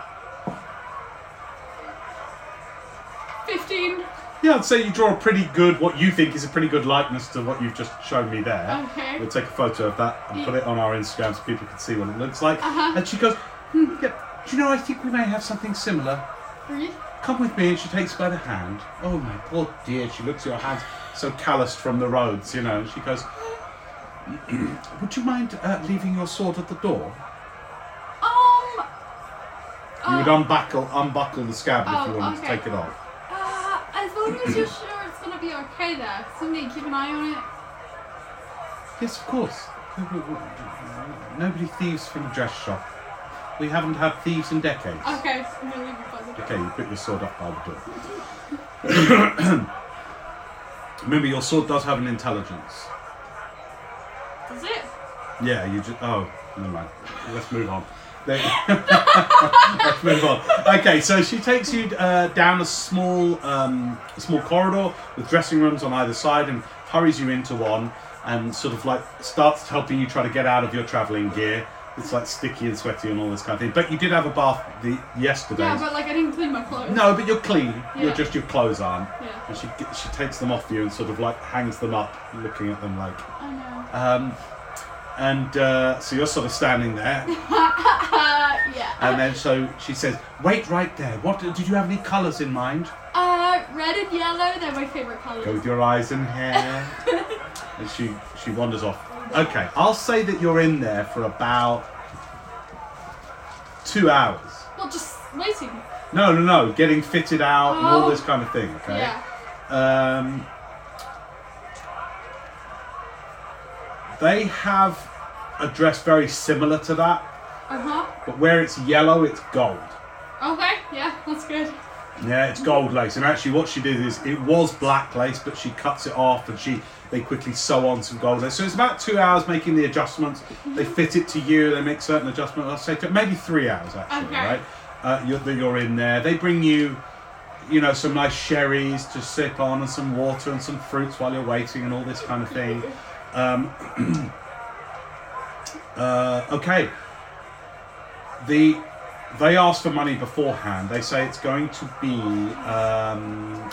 [SPEAKER 2] 15.
[SPEAKER 1] Yeah, I'd say you draw a pretty good, what you think is a pretty good likeness to what you've just shown me there.
[SPEAKER 2] Oh, Okay.
[SPEAKER 1] We'll take a photo of that and put it on our Instagram so people can see what it looks like.
[SPEAKER 2] Uh-huh.
[SPEAKER 1] And she goes, hmm, yeah, do you know, I think we may have something similar.
[SPEAKER 2] Really?
[SPEAKER 1] Come with me, and she takes by the hand. Oh my poor dear, she looks at your hands so calloused from the roads, you know. And she goes, would you mind uh, leaving your sword at the door?
[SPEAKER 2] Um, uh,
[SPEAKER 1] You would unbuckle, unbuckle the scabbard if
[SPEAKER 2] Oh,
[SPEAKER 1] you wanted
[SPEAKER 2] okay.
[SPEAKER 1] to take it off.
[SPEAKER 2] uh, as long as you're sure it's gonna be okay there. Somebody keep an eye on it.
[SPEAKER 1] Yes, of course. Nobody thieves from a dress shop. We haven't had thieves in decades.
[SPEAKER 2] Okay, I'm gonna leave it by the door.
[SPEAKER 1] Okay, you put your sword up by the door. Remember, your sword does have an intelligence.
[SPEAKER 2] That's it.
[SPEAKER 1] Yeah, you just. Oh, never mind. Let's move on. They- Let's move on. Okay, so she takes you uh, down a small, um, a small corridor with dressing rooms on either side, and hurries you into one, and sort of like starts helping you try to get out of your travelling gear. It's like sticky and sweaty and all this kind of thing. But you did have a bath the yesterday.
[SPEAKER 2] Yeah, but like I didn't clean my clothes.
[SPEAKER 1] No, but you're clean. You're
[SPEAKER 2] Yeah.
[SPEAKER 1] just your clothes aren't.
[SPEAKER 2] Yeah.
[SPEAKER 1] And she g- she takes them off you and sort of like hangs them up, looking at them like.
[SPEAKER 2] I know.
[SPEAKER 1] Um, and uh, so you're sort of standing there,
[SPEAKER 2] Uh, yeah.
[SPEAKER 1] and then so she says, "Wait right there. What did you have any colours in mind?
[SPEAKER 2] Uh, red and yellow, they're my favorite colors.
[SPEAKER 1] Go with your eyes and hair." and she she wanders off. Okay, I'll say that you're in there for about two hours.
[SPEAKER 2] Well, just waiting.
[SPEAKER 1] No, no, no, getting fitted out and all
[SPEAKER 2] Oh.
[SPEAKER 1] this kind of thing. Okay.
[SPEAKER 2] Yeah.
[SPEAKER 1] Um, they have a dress very similar to that,
[SPEAKER 2] Uh huh.
[SPEAKER 1] but where it's yellow, it's gold.
[SPEAKER 2] Okay. Yeah, that's good.
[SPEAKER 1] Yeah, it's gold lace. And actually, what she did is it was black lace, but she cuts it off and she they quickly sew on some gold lace. So it's about two hours making the adjustments. They fit it to you. They make certain adjustments. I'll say to- maybe three hours actually.
[SPEAKER 2] Okay.
[SPEAKER 1] Right, uh, you're, that you're in there. They bring you, you know, some nice sherries to sip on and some water and some fruits while you're waiting and all this kind of thing. Um, uh, okay. The they ask for money beforehand. They say it's going to be um,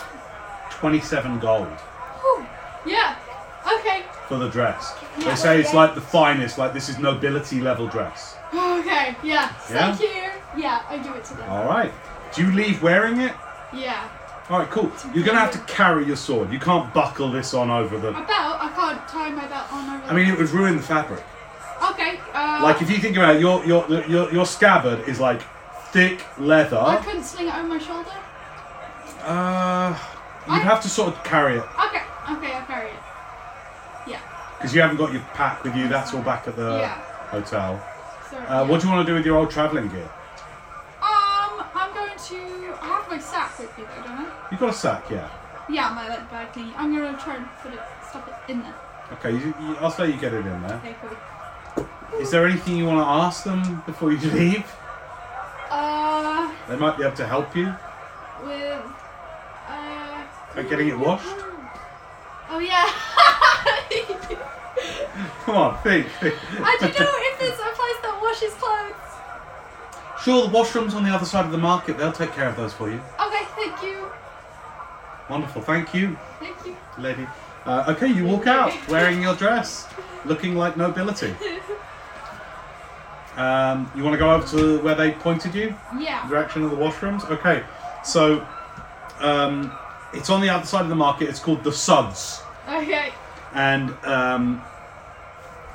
[SPEAKER 1] 27 gold
[SPEAKER 2] Yeah. Okay.
[SPEAKER 1] for the dress. They say it's like the finest, like this is nobility level dress.
[SPEAKER 2] Oh, Okay. Yeah.
[SPEAKER 1] Yeah?
[SPEAKER 2] Thank you. Yeah, I do it to them.
[SPEAKER 1] All right. Do you leave wearing it?
[SPEAKER 2] Yeah.
[SPEAKER 1] All right, cool. You're going to have to carry your sword. You can't buckle this on over
[SPEAKER 2] My
[SPEAKER 1] the.
[SPEAKER 2] belt. I can't tie my belt on over.
[SPEAKER 1] I mean, it would ruin the fabric.
[SPEAKER 2] Okay. Uh,
[SPEAKER 1] Like if you think about it, your your your, your scabbard is like thick
[SPEAKER 2] I
[SPEAKER 1] leather.
[SPEAKER 2] couldn't sling it over my shoulder.
[SPEAKER 1] Uh, you'd have to sort of carry it
[SPEAKER 2] Okay. Okay. I'll carry it. Yeah.
[SPEAKER 1] because you haven't got your pack with you. That's all back at the
[SPEAKER 2] Yeah.
[SPEAKER 1] hotel.
[SPEAKER 2] So.
[SPEAKER 1] Uh,
[SPEAKER 2] yeah.
[SPEAKER 1] What do you want to do with your old travelling gear?
[SPEAKER 2] Um, I'm going to. I have my sack with me though, don't I?
[SPEAKER 1] You've got a sack, yeah.
[SPEAKER 2] Yeah, my like bag thingy. I'm gonna try and put it, stuff it in there.
[SPEAKER 1] Okay, you, you, I'll say you get it in there.
[SPEAKER 2] Okay. Cool.
[SPEAKER 1] Is there anything you want to ask them before you leave?
[SPEAKER 2] Uh,
[SPEAKER 1] They might be able to help you.
[SPEAKER 2] with. Uh,
[SPEAKER 1] Like getting it washed?
[SPEAKER 2] Oh yeah.
[SPEAKER 1] Come on, think. think.
[SPEAKER 2] I do know if there's a place that washes clothes.
[SPEAKER 1] Sure, the washroom's on the other side of the market. They'll take care of those for you.
[SPEAKER 4] Okay, thank you.
[SPEAKER 1] Wonderful. Thank you,
[SPEAKER 4] Thank you.
[SPEAKER 1] lady. Uh, okay, you walk out wearing your dress, looking like nobility. Um, you want to go over to where they pointed you?
[SPEAKER 2] Yeah.
[SPEAKER 1] direction of the washrooms. Okay, so um, it's on the other side of the market. It's called the Suds,
[SPEAKER 2] Okay.
[SPEAKER 1] and um,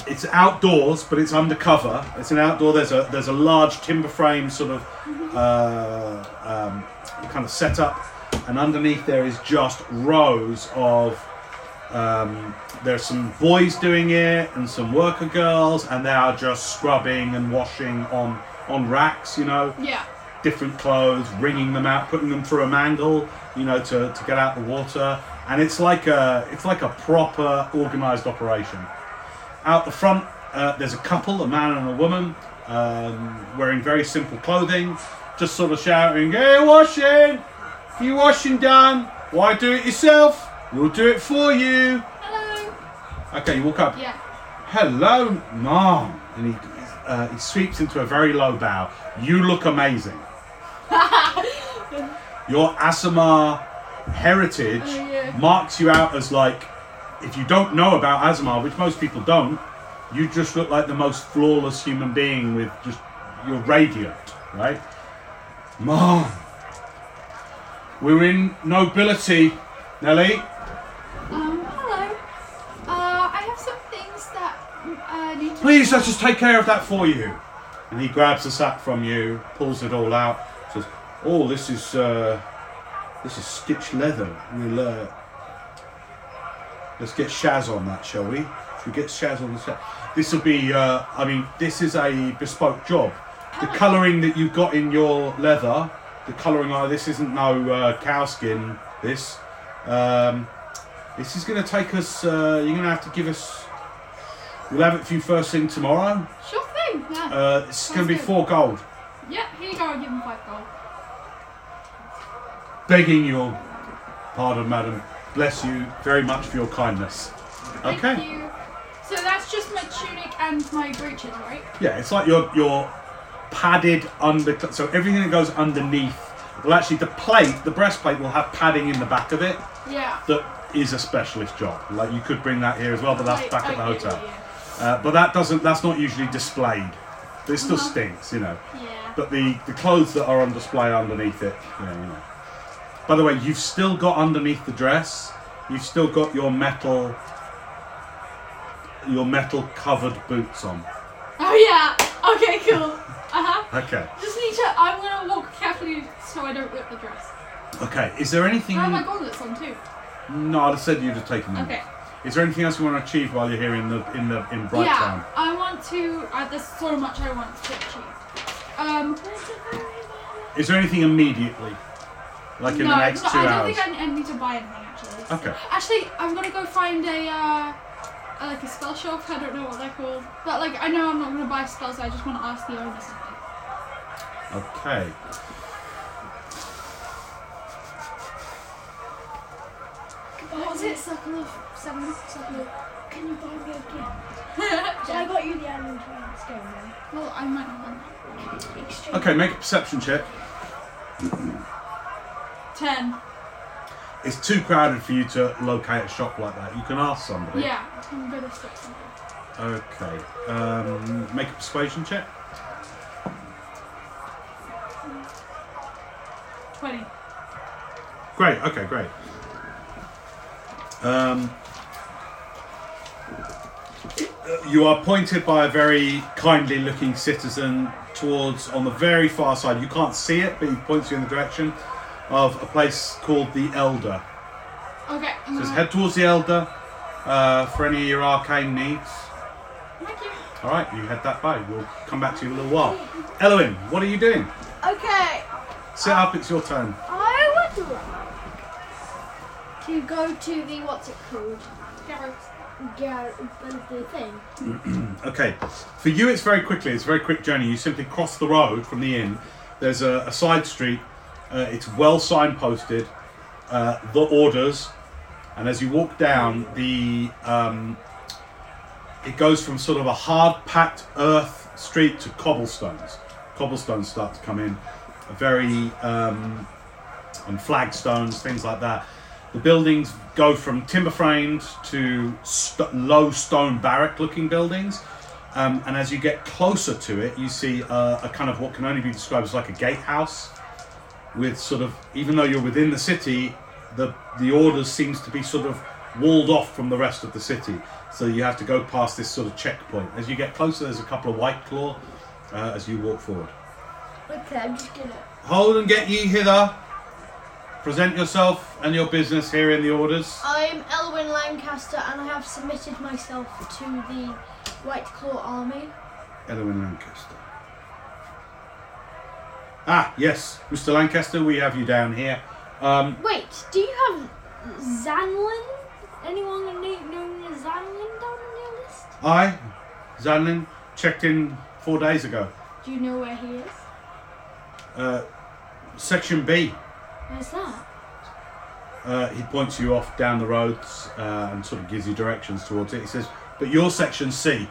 [SPEAKER 1] it's outdoors, but it's undercover. It's an outdoor. There's a there's a large timber frame sort of uh, um, kind of setup, and underneath there is just rows of. Um, there's some boys doing it and some worker girls, and they are just scrubbing and washing on on racks, you know
[SPEAKER 2] Yeah.
[SPEAKER 1] different clothes, wringing them out, putting them through a mangle, you know, to, to get out the water. And it's like a it's like a proper organised operation. Out the front, uh, there's a couple, a man and a woman, um, wearing very simple clothing, just sort of shouting, "Hey, washing! You washing done? Why do it yourself? We'll do it for you."
[SPEAKER 2] Hello.
[SPEAKER 1] Okay, you walk up.
[SPEAKER 2] Yeah.
[SPEAKER 1] Hello, mom. And he uh, he sweeps into a very low bow. You look amazing. Your Asimar heritage
[SPEAKER 2] Oh, yeah.
[SPEAKER 1] marks you out as like, if you don't know about Asimar, which most people don't, you just look like the most flawless human being with just, you're radiant, right? Mom, we're in nobility, Nelly.
[SPEAKER 2] Um. Hello. Uh, I have some things that mm, uh, need to.
[SPEAKER 1] Please, let's just take care of that for you. And he grabs the sack from you, pulls it all out, says, "Oh, this is uh, this is stitched leather. We'll uh, let's get Shaz on that, shall we? Should we get Shaz on the sack? This will be. Uh, I mean, this is a bespoke job. The colouring that you've got in your leather, the colouring. Oh, this isn't no uh, cow skin. This, um, this is going to take us. Uh, you're going to have to give us. We'll have it for you first thing tomorrow.
[SPEAKER 2] Sure thing. Yeah.
[SPEAKER 1] Uh, it's going to
[SPEAKER 2] Sounds
[SPEAKER 1] be
[SPEAKER 2] good.
[SPEAKER 1] four gold.
[SPEAKER 2] yeah. Here you go. I give him five gold.
[SPEAKER 1] Begging your pardon, madam. Bless you very much for your kindness.
[SPEAKER 2] Thank
[SPEAKER 1] Okay.
[SPEAKER 2] you. So that's just my tunic and my breeches, right?
[SPEAKER 1] Yeah, it's like your your padded under. So everything that goes underneath. Well, actually, the plate, the breastplate, will have padding in the back of it.
[SPEAKER 2] Yeah.
[SPEAKER 1] That is a specialist job. Like you could bring that here as well, but that's
[SPEAKER 2] Right,
[SPEAKER 1] back at the
[SPEAKER 2] okay,
[SPEAKER 1] hotel. Uh, but that doesn't. That's not usually displayed. It still
[SPEAKER 2] Uh-huh.
[SPEAKER 1] stinks, you know.
[SPEAKER 2] Yeah. yeah.
[SPEAKER 1] But the, the clothes that are on display underneath it, yeah, you know. By the way, you've still got underneath the dress, you've still got your metal your metal covered boots on.
[SPEAKER 2] Oh yeah. Okay. Cool. Uh huh.
[SPEAKER 1] Okay.
[SPEAKER 2] Just need to. I'm gonna walk carefully so I don't rip the dress.
[SPEAKER 1] Okay. Is there anything
[SPEAKER 2] I have Oh my gauntlets on too.
[SPEAKER 1] No, I'd have said you'd have taken them.
[SPEAKER 2] Okay.
[SPEAKER 1] Is there anything else you want to achieve while you're here in the in the in Bright
[SPEAKER 2] yeah. I want to. Uh, there's so much I want to achieve. Um.
[SPEAKER 1] Is there anything immediately? Like in
[SPEAKER 2] no,
[SPEAKER 1] the next
[SPEAKER 2] no,
[SPEAKER 1] two
[SPEAKER 2] I don't
[SPEAKER 1] hours?
[SPEAKER 2] think I, I need to buy anything actually.
[SPEAKER 1] Okay.
[SPEAKER 2] Actually, I'm gonna go find a uh, a- like a spell shop. I don't know what they're called, but like I know I'm not gonna buy spells. I just want to ask the owner something.
[SPEAKER 1] Okay.
[SPEAKER 4] What was it? Circle of seven. Circle of.
[SPEAKER 3] Can you buy me a gift? I got you the animal train stone. man.
[SPEAKER 2] Well, I might not want
[SPEAKER 3] Exchange.
[SPEAKER 1] Okay, make a perception check.
[SPEAKER 2] that. ten.
[SPEAKER 1] It's too crowded for you to locate a shop like that. You can ask somebody.
[SPEAKER 2] Yeah, I'm gonna stop something.
[SPEAKER 1] Okay. Um, make a persuasion check.
[SPEAKER 2] Twenty.
[SPEAKER 1] Great. Okay. Great. Um, you are pointed by a very kindly looking citizen towards on the very far side. You can't see it, but he points you in the direction of a place called the Elder.
[SPEAKER 2] Okay. I'm
[SPEAKER 1] Says
[SPEAKER 2] gonna-
[SPEAKER 1] head towards the Elder uh, for any of your arcane needs.
[SPEAKER 2] Thank you.
[SPEAKER 1] All right, you head that way. We'll come back to you in a little while. Elowin, what are you doing?
[SPEAKER 3] Okay.
[SPEAKER 1] Sit up. It's your turn.
[SPEAKER 3] I would like to go to the what's it called? Gar- the thing.
[SPEAKER 1] Okay, for you it's very quickly. It's a very quick journey. You simply cross the road from the inn. There's a, a side street. Uh, it's well signposted. Uh, the orders, and as you walk down, the um, it goes from sort of a hard packed earth street to cobblestones. cobblestones start to come in, very um, and flagstones, things like that. The buildings go from timber framed to st- low stone barrack looking buildings. Um, and as you get closer to it, you see uh, a kind of what can only be described as like a gatehouse with sort of, even though you're within the city, the, the order seems to be sort of walled off from the rest of the city. So you have to go past this sort of checkpoint. As you get closer, there's a couple of white claw uh, as you walk forward.
[SPEAKER 3] Okay, I'm just gonna.
[SPEAKER 1] Hold and get ye hither. Present yourself and your business here in the orders.
[SPEAKER 3] I'm Elwyn Lancaster, and I have submitted myself to the White Claw Army.
[SPEAKER 1] Elwyn Lancaster. Ah, yes, Mr. Lancaster, we have you down here. Um,
[SPEAKER 3] Wait, do you have Zanlin? Anyone kno- known as Zanlin down on your list?
[SPEAKER 1] I, Zanlin, checked in four days ago.
[SPEAKER 3] Do you know where he is?
[SPEAKER 1] Uh, section B.
[SPEAKER 3] Where's that?
[SPEAKER 1] Uh, he points you off down the roads uh, and sort of gives you directions towards it. He says, "But your section C.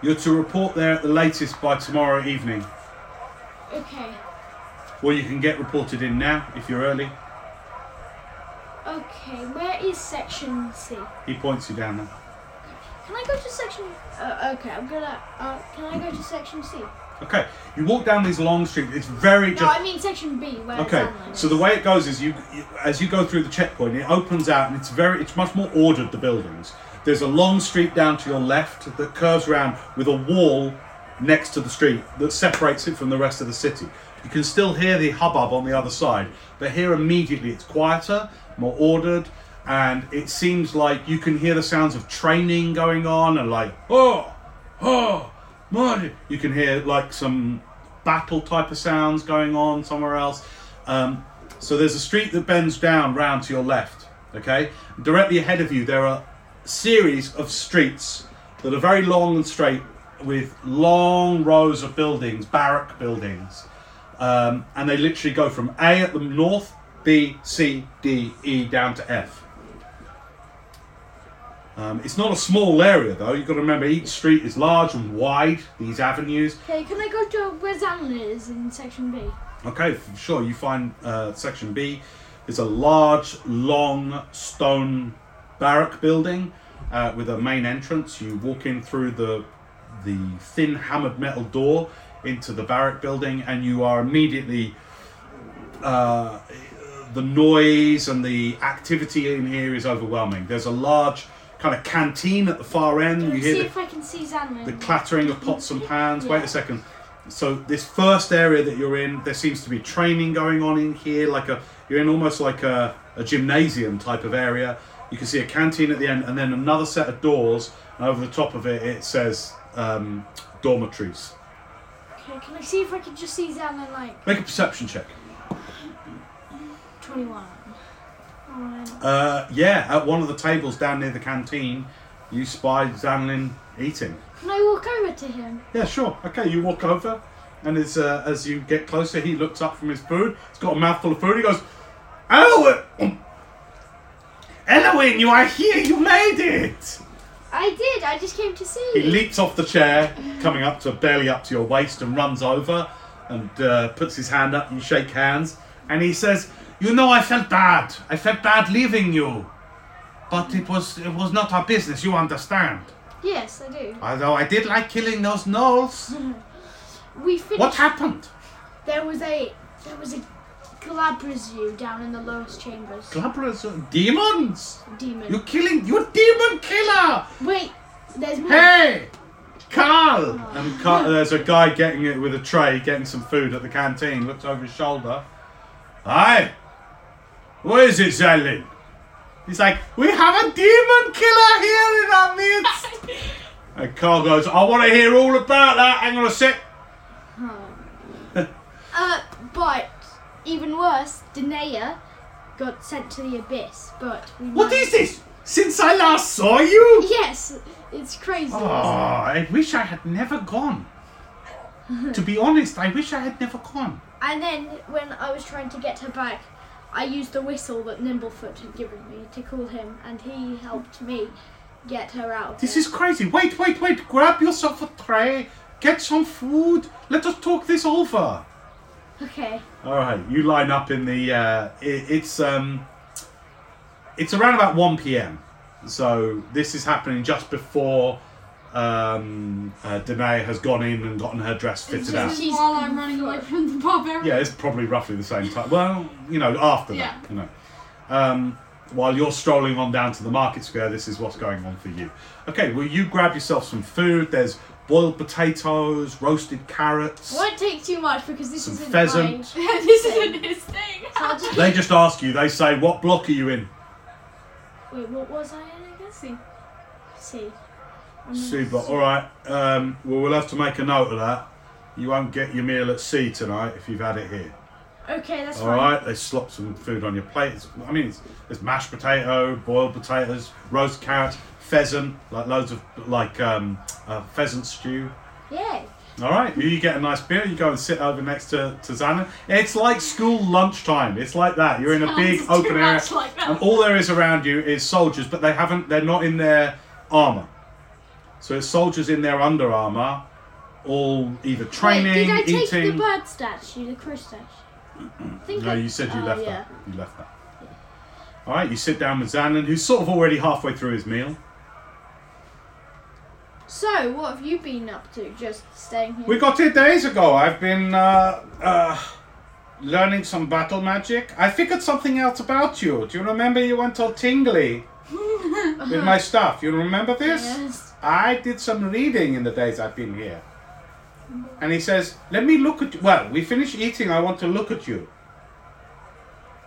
[SPEAKER 1] You're to report there at the latest by tomorrow evening,
[SPEAKER 3] Okay,
[SPEAKER 1] or you can get reported in now if you're early."
[SPEAKER 3] okay, where is Section C?
[SPEAKER 1] He points you down there.
[SPEAKER 3] Can I go to Section. Uh, okay, I'm gonna. Uh, can I go to Section C?
[SPEAKER 1] Okay, you walk down these long streets. It's very
[SPEAKER 3] No,
[SPEAKER 1] just
[SPEAKER 3] I mean Section B, where
[SPEAKER 1] Okay,
[SPEAKER 3] Zanlin
[SPEAKER 1] so the
[SPEAKER 3] is.
[SPEAKER 1] way it goes is you, you as you go through the checkpoint, it opens out and it's very it's much more ordered the buildings. There's a long street down to your left that curves round with a wall next to the street that separates it from the rest of the city. You can still hear the hubbub on the other side, but here immediately it's quieter, more ordered, and it seems like you can hear the sounds of training going on and like oh Oh, Marty! You can hear like some battle type of sounds going on somewhere else. Um, so there's a street that bends down round to your left. Okay, directly ahead of you there are series of streets that are very long and straight, with long rows of buildings, barrack buildings, um, and they literally go from A at the north, B, C, D, E down to F. Um, it's not a small area though. You've got to remember each street is large and wide. These avenues.
[SPEAKER 3] Okay, can I go to where Zanlin is in Section B?
[SPEAKER 1] Okay, f- sure. You find uh, section B. It's a large, long stone barrack building uh, with a main entrance. You walk in through the the thin hammered metal door into the barrack building, and you are immediately uh, the noise and the activity in here is overwhelming. There's a large kind of canteen at the far end. You
[SPEAKER 3] Let's
[SPEAKER 1] hear
[SPEAKER 3] see
[SPEAKER 1] the
[SPEAKER 3] if I can see Zanlin.
[SPEAKER 1] the clattering of pots and pans. Wait a second. So this first area that you're in, there seems to be training going on in here. Like a, you're in almost like a, a gymnasium type of area. You can see a canteen at the end, and then another set of doors. And over the top of it, it says um, dormitories.
[SPEAKER 3] okay, can I see if I can just see Zanlin like
[SPEAKER 1] Make a perception check.
[SPEAKER 3] 21? Alright.
[SPEAKER 1] Uh, yeah, at one of the tables down near the canteen, you spy Zanlin eating.
[SPEAKER 3] Can I walk over to him?
[SPEAKER 1] Yeah, sure. Okay, you walk over, and as uh, as you get closer, he looks up from his food. He's got a mouthful of food. He goes, "Elwin, Elwin, you are here. You made it."
[SPEAKER 3] I did, I just came to see
[SPEAKER 1] He leaps off the chair, coming up to barely up to your waist, and runs over and uh, puts his hand up. You shake hands, and he says, "You know, I felt bad. I felt bad leaving you, but it was it was not our business. You understand?
[SPEAKER 3] Yes, I do.
[SPEAKER 1] Although I did like killing those gnolls.
[SPEAKER 3] We finished.
[SPEAKER 1] What happened?"
[SPEAKER 3] There was a there was a Glabrazoo down in the lowest chambers.
[SPEAKER 1] Glabras are demons!
[SPEAKER 3] Demon.
[SPEAKER 1] You're killing you're demon killer!
[SPEAKER 3] Wait, there's more.
[SPEAKER 1] Hey! Carl! And Carl, Um, uh, there's a guy getting it with a tray, getting some food at the canteen, looks over his shoulder. Aye! What is it, Zelin? He's like, we have a demon killer here in our midst! and Carl goes, I want to hear all about that, hang on a sec.
[SPEAKER 3] Uh, but even worse, Danae got sent to the abyss. But we
[SPEAKER 1] What
[SPEAKER 3] managed-
[SPEAKER 1] is this? Since I last saw you?
[SPEAKER 3] Yes, it's crazy.
[SPEAKER 1] Oh, I wish I had never gone. to be honest, I wish I had never gone.
[SPEAKER 3] And then when I was trying to get her back, I used the whistle that Nimblefoot had given me to call him, and he helped me get her out. of
[SPEAKER 1] This
[SPEAKER 3] it.
[SPEAKER 1] is crazy. Wait, wait, wait. Grab yourself a tray, Get some food. Let us talk this over.
[SPEAKER 3] Okay.
[SPEAKER 1] All right, you line up in the. Uh, it, it's um. It's around about one p.m. So this is happening just before um, uh, Danae has gone in and gotten her dress
[SPEAKER 2] This
[SPEAKER 1] fitted out.
[SPEAKER 2] is while I'm running away from the barbarian.
[SPEAKER 1] Yeah, it's probably roughly the same time. Well, you know, after that, you know. Um, while you're strolling on down to the market square, this is what's going on for you. Okay, well, you grab yourself some food. There's boiled potatoes, roasted carrots.
[SPEAKER 4] Won't take too much because this
[SPEAKER 1] Some
[SPEAKER 4] isn't
[SPEAKER 1] pheasant.
[SPEAKER 4] my.
[SPEAKER 2] this isn't his thing.
[SPEAKER 4] So I'll just-
[SPEAKER 1] They just ask you, they say, What block are you in?
[SPEAKER 4] Wait, what was I in again? See.
[SPEAKER 3] See.
[SPEAKER 1] Super. All right. Um, well, we'll have to make a note of that. You won't get your meal at sea tonight if you've had it here.
[SPEAKER 3] Okay, that's
[SPEAKER 1] All
[SPEAKER 3] fine.
[SPEAKER 1] right. They slop some food on your plate. It's, I mean, it's, it's mashed potato, boiled potatoes, roast carrots, pheasant, like loads of like um, uh, pheasant stew.
[SPEAKER 3] Yay.
[SPEAKER 1] All right. You get a nice beer. You go and sit over next to to Zana. It's like school lunchtime. It's like that. You're in a big
[SPEAKER 2] Sounds
[SPEAKER 1] open
[SPEAKER 2] too
[SPEAKER 1] area,
[SPEAKER 2] much like that.
[SPEAKER 1] and all there is around you is soldiers, but they haven't. They're not in their armor. So it's soldiers in their under armor, all either training,
[SPEAKER 3] Wait, did I take
[SPEAKER 1] eating.
[SPEAKER 3] the bird statue, the crow statue? I think
[SPEAKER 1] No,
[SPEAKER 3] I-
[SPEAKER 1] you said you
[SPEAKER 3] oh,
[SPEAKER 1] left
[SPEAKER 3] yeah.
[SPEAKER 1] that. You left that. All right, you sit down with Zanon, who's sort of already halfway through his meal.
[SPEAKER 3] So, what have you been up to? Just staying here?
[SPEAKER 1] We got it days ago. I've been uh, uh, learning some battle magic. I figured something out about you. Do you remember you went all tingly with my stuff? You remember this?
[SPEAKER 3] Yes.
[SPEAKER 1] I did some reading in the days I've been here. And he says, Let me look at you. Well, we finish eating. I want to look at you.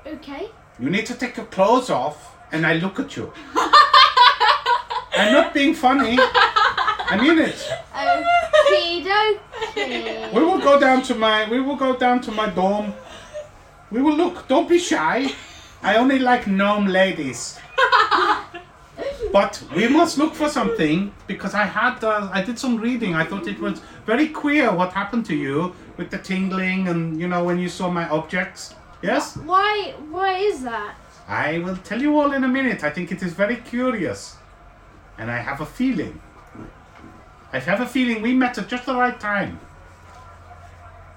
[SPEAKER 3] Okay.
[SPEAKER 1] You need to take your clothes off, and I look at you. I'm not being funny. I mean it.
[SPEAKER 3] Okie
[SPEAKER 1] We
[SPEAKER 3] dokie.
[SPEAKER 1] will go down to my. We will go down to my dorm. We will look. Don't be shy. I only like gnome ladies. But we must look for something because I had. Uh, I did some reading. I thought it was very queer what happened to you with the tingling and you know when you saw my objects. Yes.
[SPEAKER 3] Why, why is that?
[SPEAKER 1] I will tell you all in a minute. I think it is very curious. And I have a feeling. I have a feeling we met at just the right time.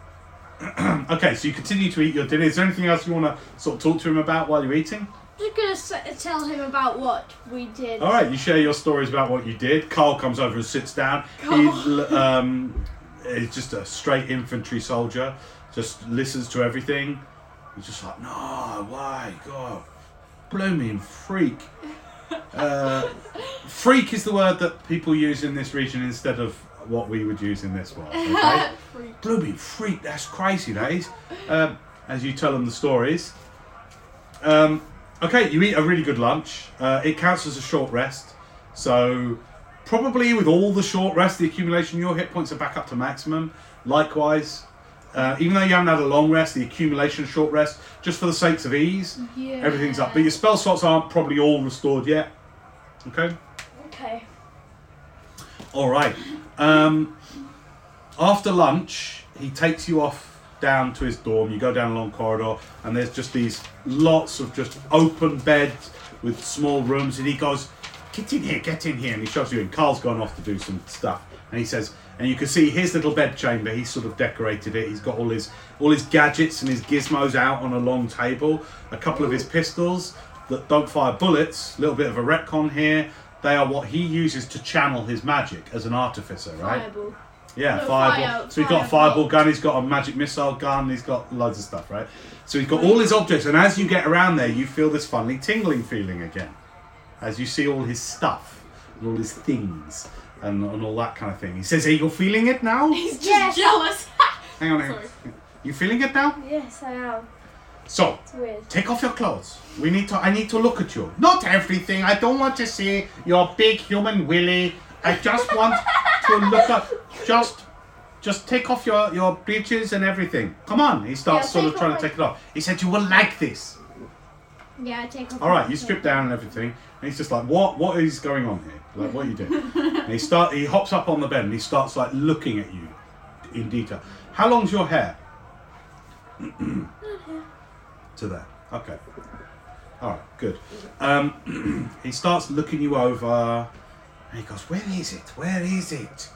[SPEAKER 1] okay, so you continue to eat your dinner. Is there anything else you want to sort of talk to him about while you're eating?
[SPEAKER 3] Just gonna s- tell him about what we did.
[SPEAKER 1] All right, you share your stories about what you did. Carl comes over and sits down. He um, is just a straight infantry soldier, just listens to everything. He's just like, no, why, God, blooming freak. Uh, freak is the word that people use in this region instead of what we would use in this world. Okay? blooming freak, that's crazy, that is. Um, as you tell them the stories. Um, okay, you eat a really good lunch. Uh, it counts as a short rest. So, probably with all the short rest, the accumulation, your hit points are back up to maximum. Likewise, uh, even though you haven't had a long rest, the accumulation of short rest, just for the sakes of ease,
[SPEAKER 3] Yeah.
[SPEAKER 1] everything's up. But your spell slots aren't probably all restored yet. Okay?
[SPEAKER 3] Okay.
[SPEAKER 1] All right. Um, after lunch, he takes you off down to his dorm. You go down a long corridor, and there's just these lots of just open beds with small rooms. And he goes, "Get in here, get in here!" And he shoves you in. Carl's gone off to do some stuff, and he says, and you can see his little bedchamber. He's sort of decorated it. He's got all his all his gadgets and his gizmos out on a long table. A couple of his pistols that don't fire bullets. A little bit of a retcon here. They are what he uses to channel his magic as an artificer, right?
[SPEAKER 3] Fireball.
[SPEAKER 1] Yeah,
[SPEAKER 3] No,
[SPEAKER 1] fireball.
[SPEAKER 3] fire-
[SPEAKER 1] so he's got a
[SPEAKER 3] fireball.
[SPEAKER 1] fireball gun, he's got a magic missile gun, he's got loads of stuff, right? So he's got all his objects, and as you get around there, you feel this funny tingling feeling again. As you see all his stuff and all his things and, and all that kind of thing. He says, Hey, you're feeling it now?
[SPEAKER 2] He's just
[SPEAKER 3] Yes.
[SPEAKER 2] jealous.
[SPEAKER 1] Hang on, hang on.
[SPEAKER 2] Sorry.
[SPEAKER 1] You feeling it now?
[SPEAKER 4] Yes, I am.
[SPEAKER 1] So,
[SPEAKER 4] It's weird.
[SPEAKER 1] Take off your clothes. We need to. I need to look at you. Not everything. I don't want to see your big human willy. I just want to look at. Just, just take off your your breeches and everything. Come on. He starts
[SPEAKER 3] Yeah,
[SPEAKER 1] sort of
[SPEAKER 3] take
[SPEAKER 1] trying
[SPEAKER 3] off
[SPEAKER 1] to
[SPEAKER 3] my-
[SPEAKER 1] take it off. He said you will like this.
[SPEAKER 3] Yeah, I take off.
[SPEAKER 1] All right.
[SPEAKER 3] my-
[SPEAKER 1] You strip down and everything. And he's just like, what? What is going on here? Like, what are you doing? and he start. He hops up on the bed and he starts like looking at you, in detail. How long's your hair? to there. Okay. All right, good. Um, he starts looking you over, and he goes, "Where is it? Where is it?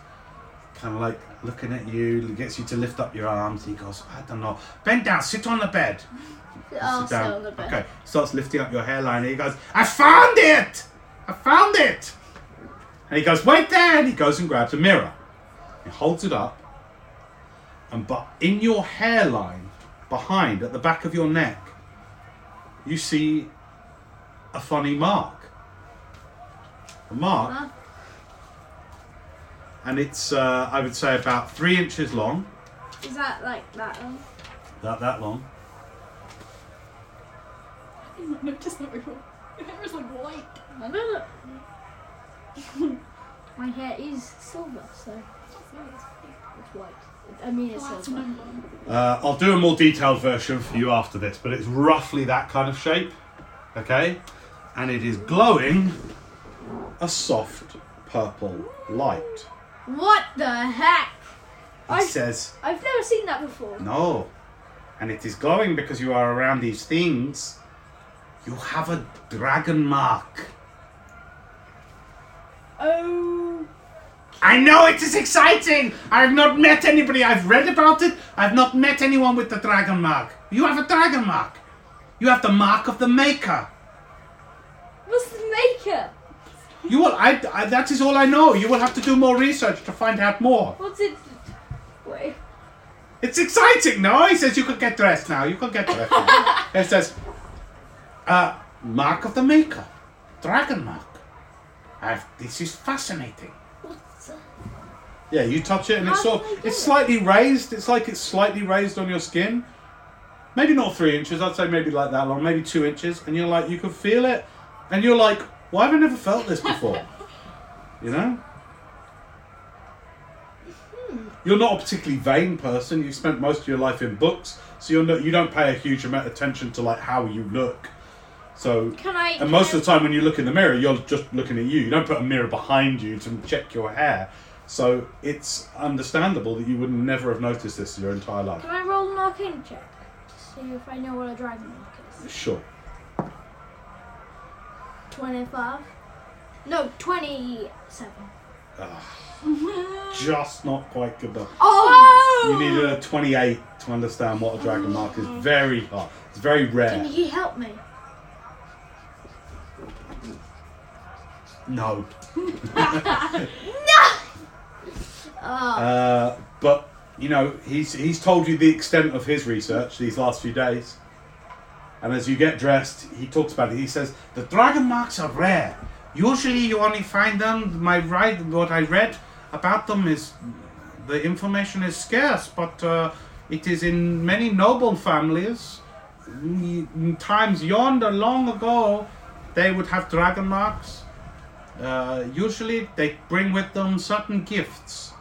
[SPEAKER 1] kind of like looking at you, gets you to lift up your arms. He goes, I don't know, bend down, sit on the bed.
[SPEAKER 3] I'll
[SPEAKER 1] sit down.
[SPEAKER 3] sell the bed.
[SPEAKER 1] Okay, starts lifting up your hairline. And he goes, I found it! I found it! And he goes, wait there! And he goes and grabs a mirror. He holds it up. And but in your hairline, behind, at the back of your neck, you see a funny mark. A mark.
[SPEAKER 3] Huh?
[SPEAKER 1] And it's, uh, I would say, about three inches long.
[SPEAKER 3] Is that like that one?
[SPEAKER 1] That that long.
[SPEAKER 2] I didn't notice that before. Your hair is like white.
[SPEAKER 3] I don't know. My hair is silver, so it's white. I mean, it's silver.
[SPEAKER 2] Platinum blonde.
[SPEAKER 1] Uh, I'll do a more detailed version for you after this, but it's roughly that kind of shape, okay? And it is glowing a soft purple light.
[SPEAKER 3] What the heck?
[SPEAKER 1] It
[SPEAKER 3] I-
[SPEAKER 1] says
[SPEAKER 3] I've never seen that before.
[SPEAKER 1] no, and it is glowing because you are around these things. You have a dragon mark.
[SPEAKER 3] Oh,
[SPEAKER 1] I know it is exciting. I have not met anybody. I've read about it. I've not met anyone with the dragon mark. You have a dragon mark. You have the mark of the maker.
[SPEAKER 3] what's the maker?
[SPEAKER 1] You will. I, I. That is all I know. You will have to do more research to find out more.
[SPEAKER 3] What's it? Wait.
[SPEAKER 1] It's exciting, no? He says you could get dressed now. You could get dressed. Now. it says, uh, mark of the maker, dragon mark. I've, this is fascinating.
[SPEAKER 3] What's uh, the-
[SPEAKER 1] Yeah, you touch it and it's
[SPEAKER 3] How
[SPEAKER 1] sort.
[SPEAKER 3] do I
[SPEAKER 1] Of,
[SPEAKER 3] do
[SPEAKER 1] it's
[SPEAKER 3] it?
[SPEAKER 1] slightly raised. It's like it's slightly raised on your skin. Maybe not three inches. I'd say maybe like that long. Maybe two inches. And you're like, you can feel it, and you're like, why have I never felt this before? you know. You're not a particularly vain person. You've spent most of your life in books, so you're not, you don't pay a huge amount of attention to like how you look. So
[SPEAKER 3] Can I?
[SPEAKER 1] and most of the time, when you look in the mirror, you're just looking at you. You don't put a mirror behind you to check your hair. So it's understandable that you would never have noticed this your entire life.
[SPEAKER 3] Can I roll an arcane check to see if I know what a dragon mark is?
[SPEAKER 1] Sure.
[SPEAKER 3] Twenty-five. No, twenty-seven.
[SPEAKER 1] Just not quite good enough. You
[SPEAKER 3] Oh!
[SPEAKER 1] need a 28 to understand what a dragon mark is. Very hard. It's very
[SPEAKER 3] Can
[SPEAKER 1] rare.
[SPEAKER 3] he help me?
[SPEAKER 1] No.
[SPEAKER 3] Oh,
[SPEAKER 1] Uh, but, you know, he's, he's told you the extent of his research these last few days. And as you get dressed, he talks about it. He says, The dragon marks are rare. Usually you only find them. My right, what I read about them is the information is scarce, but uh, it is in many noble families. In times yonder long ago, they would have dragon marks. Uh, usually they bring with them certain gifts.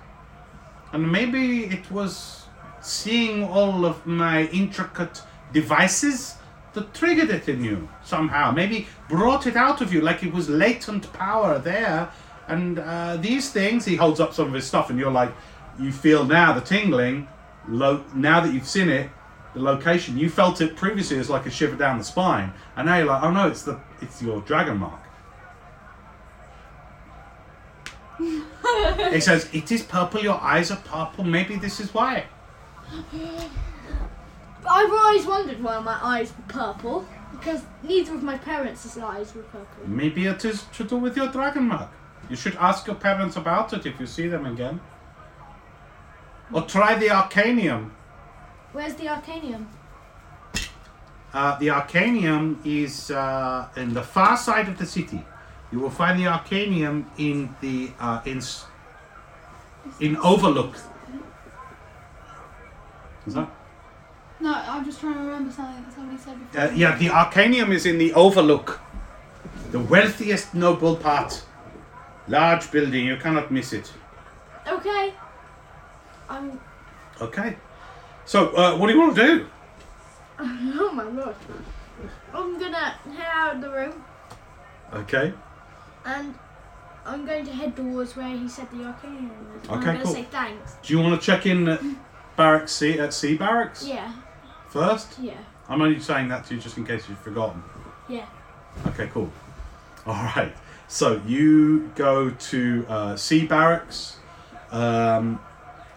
[SPEAKER 1] And maybe it was seeing all of my intricate devices that triggered it in you somehow. Maybe brought it out of you like it was latent power there. And uh, these things, he holds up some of his stuff, and you're like, you feel now the tingling. Lo- now that you've seen it, the location you felt it previously as like a shiver down the spine, and now you're like, oh no, it's the it's your dragon mark. He says, It is purple, your eyes are purple, maybe this is why.
[SPEAKER 3] I've always wondered why my eyes were purple because neither of my parents' eyes were purple.
[SPEAKER 1] Maybe it is to do with your dragon mark. You should ask your parents about it if you see them again. Or try the Arcanium.
[SPEAKER 3] Where's the arcanium?
[SPEAKER 1] Uh, the Arcanium is uh, in the far side of the city. You will find the Arcanium in the uh, in s- in Overlook. Is that?
[SPEAKER 2] No, I'm just trying to remember something that somebody said before.
[SPEAKER 1] Uh, yeah, the Arcanium is in the Overlook, the wealthiest noble part. Large building, you cannot miss it.
[SPEAKER 3] Okay. I'm.
[SPEAKER 1] Okay. So, uh, what do you want to do?
[SPEAKER 3] Oh my god. I'm gonna head out of the room
[SPEAKER 1] Okay.
[SPEAKER 3] and I'm going to head towards where he said the arcanium was. I'm
[SPEAKER 1] Okay,
[SPEAKER 3] gonna
[SPEAKER 1] cool.
[SPEAKER 3] say thanks.
[SPEAKER 1] Do you want to check in at Barracks C at C Barracks
[SPEAKER 3] Yeah,
[SPEAKER 1] first?
[SPEAKER 3] yeah,
[SPEAKER 1] I'm only saying that to you just in case you've forgotten.
[SPEAKER 3] yeah.
[SPEAKER 1] Okay, cool. All right. So you go to uh, C barracks. Um,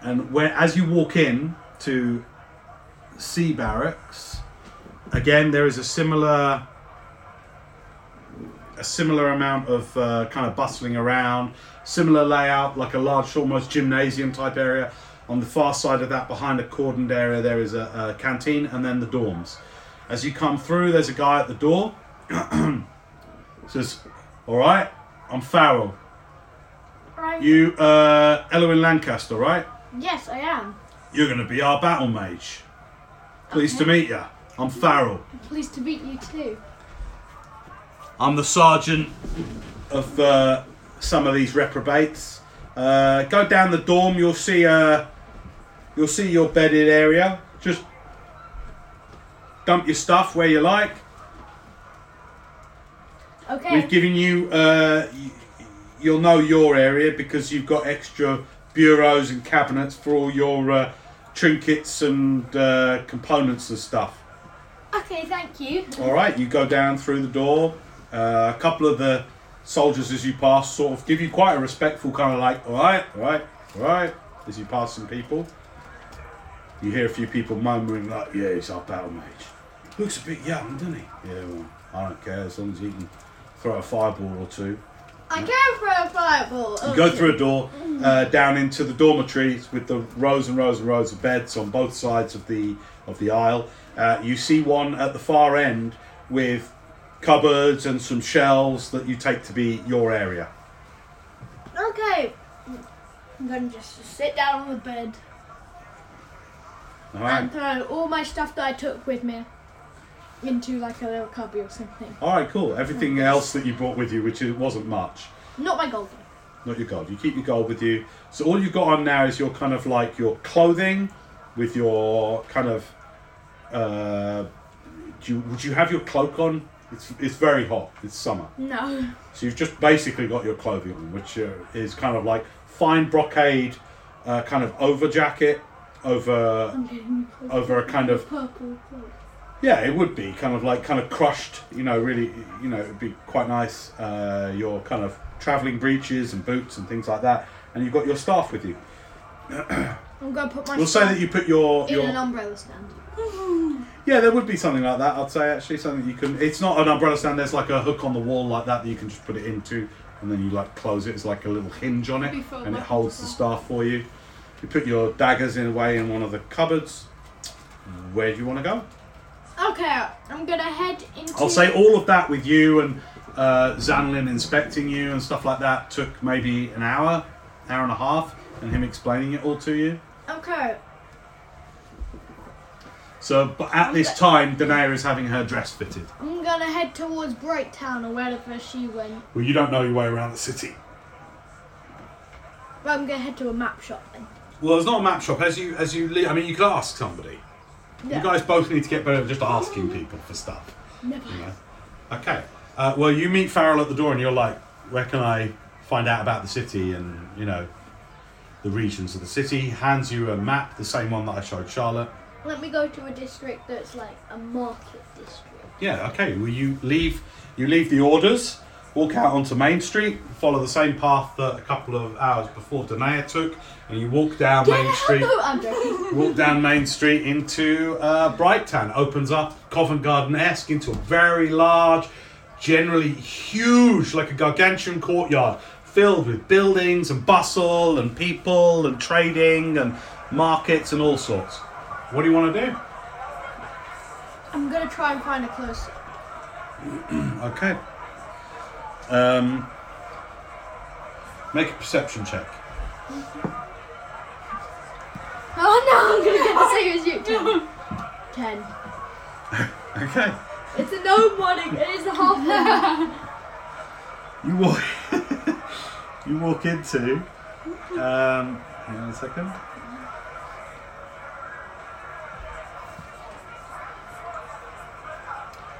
[SPEAKER 1] And where, as you walk in to C barracks, again there is a similar, a similar amount of uh, kind of bustling around, similar layout, like a large, almost gymnasium type area. On the far side of that, behind a cordoned area, there is a, a canteen, and then the dorms. As you come through, there's a guy at the door. Says, "All right, I'm Farrell.
[SPEAKER 3] I'm,
[SPEAKER 1] You, uh, Elwin Lancaster, right?
[SPEAKER 3] yes, I am.
[SPEAKER 1] You're going to be our battle mage. Pleased to meet you. I'm Farrell.
[SPEAKER 2] Pleased to meet you too.
[SPEAKER 1] I'm the sergeant of uh, some of these reprobates. Uh, go down the dorm. You'll see. Uh, you'll see your bedded area. Just dump your stuff where you like.
[SPEAKER 3] Okay.
[SPEAKER 1] We've given you. Uh, y- you'll know your area because you've got extra bureaus and cabinets for all your uh, trinkets and uh, components and stuff.
[SPEAKER 3] okay, thank you.
[SPEAKER 1] All right, you go down through the door. Uh, a couple of the soldiers, as you pass, sort of give you quite a respectful kind of like, all right, all right, all right, as you pass some people. You hear a few people murmuring like, yeah, he's our battle mage. Looks a bit young, doesn't he? Yeah, well, I don't care as long as he can throw a fireball or two.
[SPEAKER 3] I go for a fireball.
[SPEAKER 1] You go through a door uh, down into the dormitories with the rows and rows and rows of beds on both sides of the of the aisle. Uh, you see one at the far end with cupboards and some shelves that you take to be your area.
[SPEAKER 3] Okay. I'm gonna just sit down on the bed
[SPEAKER 1] All right,
[SPEAKER 3] and throw all my stuff that I took with me into like a little cubby or something.
[SPEAKER 1] all right, cool. Everything else that you brought with you, which is, wasn't much,
[SPEAKER 3] Not my gold.
[SPEAKER 1] not your gold. You keep your gold with you. So all you've got on now is your kind of like your clothing with your kind of. Uh, do you, would you have your cloak on? It's, it's very hot. It's summer.
[SPEAKER 3] No.
[SPEAKER 1] So you've just basically got your clothing on, which uh, is kind of like fine brocade, uh, kind of over jacket, over over a kind of
[SPEAKER 2] Purple. purple.
[SPEAKER 1] yeah, it would be kind of like kind of crushed, you know, really, you know, it'd be quite nice. Uh, your kind of traveling breeches and boots and things like that, and you've got your staff with you.
[SPEAKER 3] I'm gonna put my
[SPEAKER 1] We'll say
[SPEAKER 3] stuff
[SPEAKER 1] that you put your
[SPEAKER 3] in
[SPEAKER 1] your
[SPEAKER 3] an umbrella stand.
[SPEAKER 1] yeah, there would be something like that. I'd say actually something you can. It's not an umbrella stand. There's like a hook on the wall like that that you can just put it into, and then you like close it. It's like a little hinge on it,
[SPEAKER 2] Be full of
[SPEAKER 1] and it
[SPEAKER 2] weapons
[SPEAKER 1] holds
[SPEAKER 2] as
[SPEAKER 1] the
[SPEAKER 2] well.
[SPEAKER 1] staff for you. You put your daggers in away in one of the cupboards. Where do you want to go?
[SPEAKER 3] Okay, I'm gonna head into.
[SPEAKER 1] I'll say all of that with you and uh, Zanlin inspecting you and stuff like that took maybe an hour, hour and a half, and him explaining it all to you.
[SPEAKER 3] Okay.
[SPEAKER 1] So, but at this time, Danae is having her dress fitted.
[SPEAKER 3] I'm gonna head towards Brighttown or wherever she went.
[SPEAKER 1] Well, you don't know your way around the city.
[SPEAKER 3] Well, I'm gonna head to a map shop then.
[SPEAKER 6] Well, it's not a map shop. As you as you, leave, I mean, you could ask somebody.
[SPEAKER 3] Yeah.
[SPEAKER 6] You guys both need to get better at just asking people for stuff.
[SPEAKER 3] Never.
[SPEAKER 6] You know? Okay. Uh, well, you meet Farrell at the door, and you're like, "Where can I find out about the city and you know the regions of the city?" Hands you a map, the same one that I showed Charlotte.
[SPEAKER 3] Let me go to a district that's like a market district.
[SPEAKER 6] Yeah. Okay. Well, you leave. You leave the orders. Walk out onto Main Street. Follow the same path that a couple of hours before Danae took, and you walk down
[SPEAKER 3] Get
[SPEAKER 6] Main
[SPEAKER 3] out!
[SPEAKER 6] Street.
[SPEAKER 3] No, I'm joking.
[SPEAKER 6] Walk down Main Street into uh, Brighttown. Opens up Covent Garden esque into a very large, generally huge, like a gargantuan courtyard filled with buildings and bustle and people and trading and markets and all sorts. What do you want to do?
[SPEAKER 3] I'm gonna try and find a close.
[SPEAKER 6] Okay. Um, make a perception check.
[SPEAKER 3] Oh no, I'm gonna get the same as you. Ten. Ten.
[SPEAKER 6] Okay.
[SPEAKER 3] It's a gnome one. It is a half one.
[SPEAKER 6] You walk. you walk into. Um, hang on a second.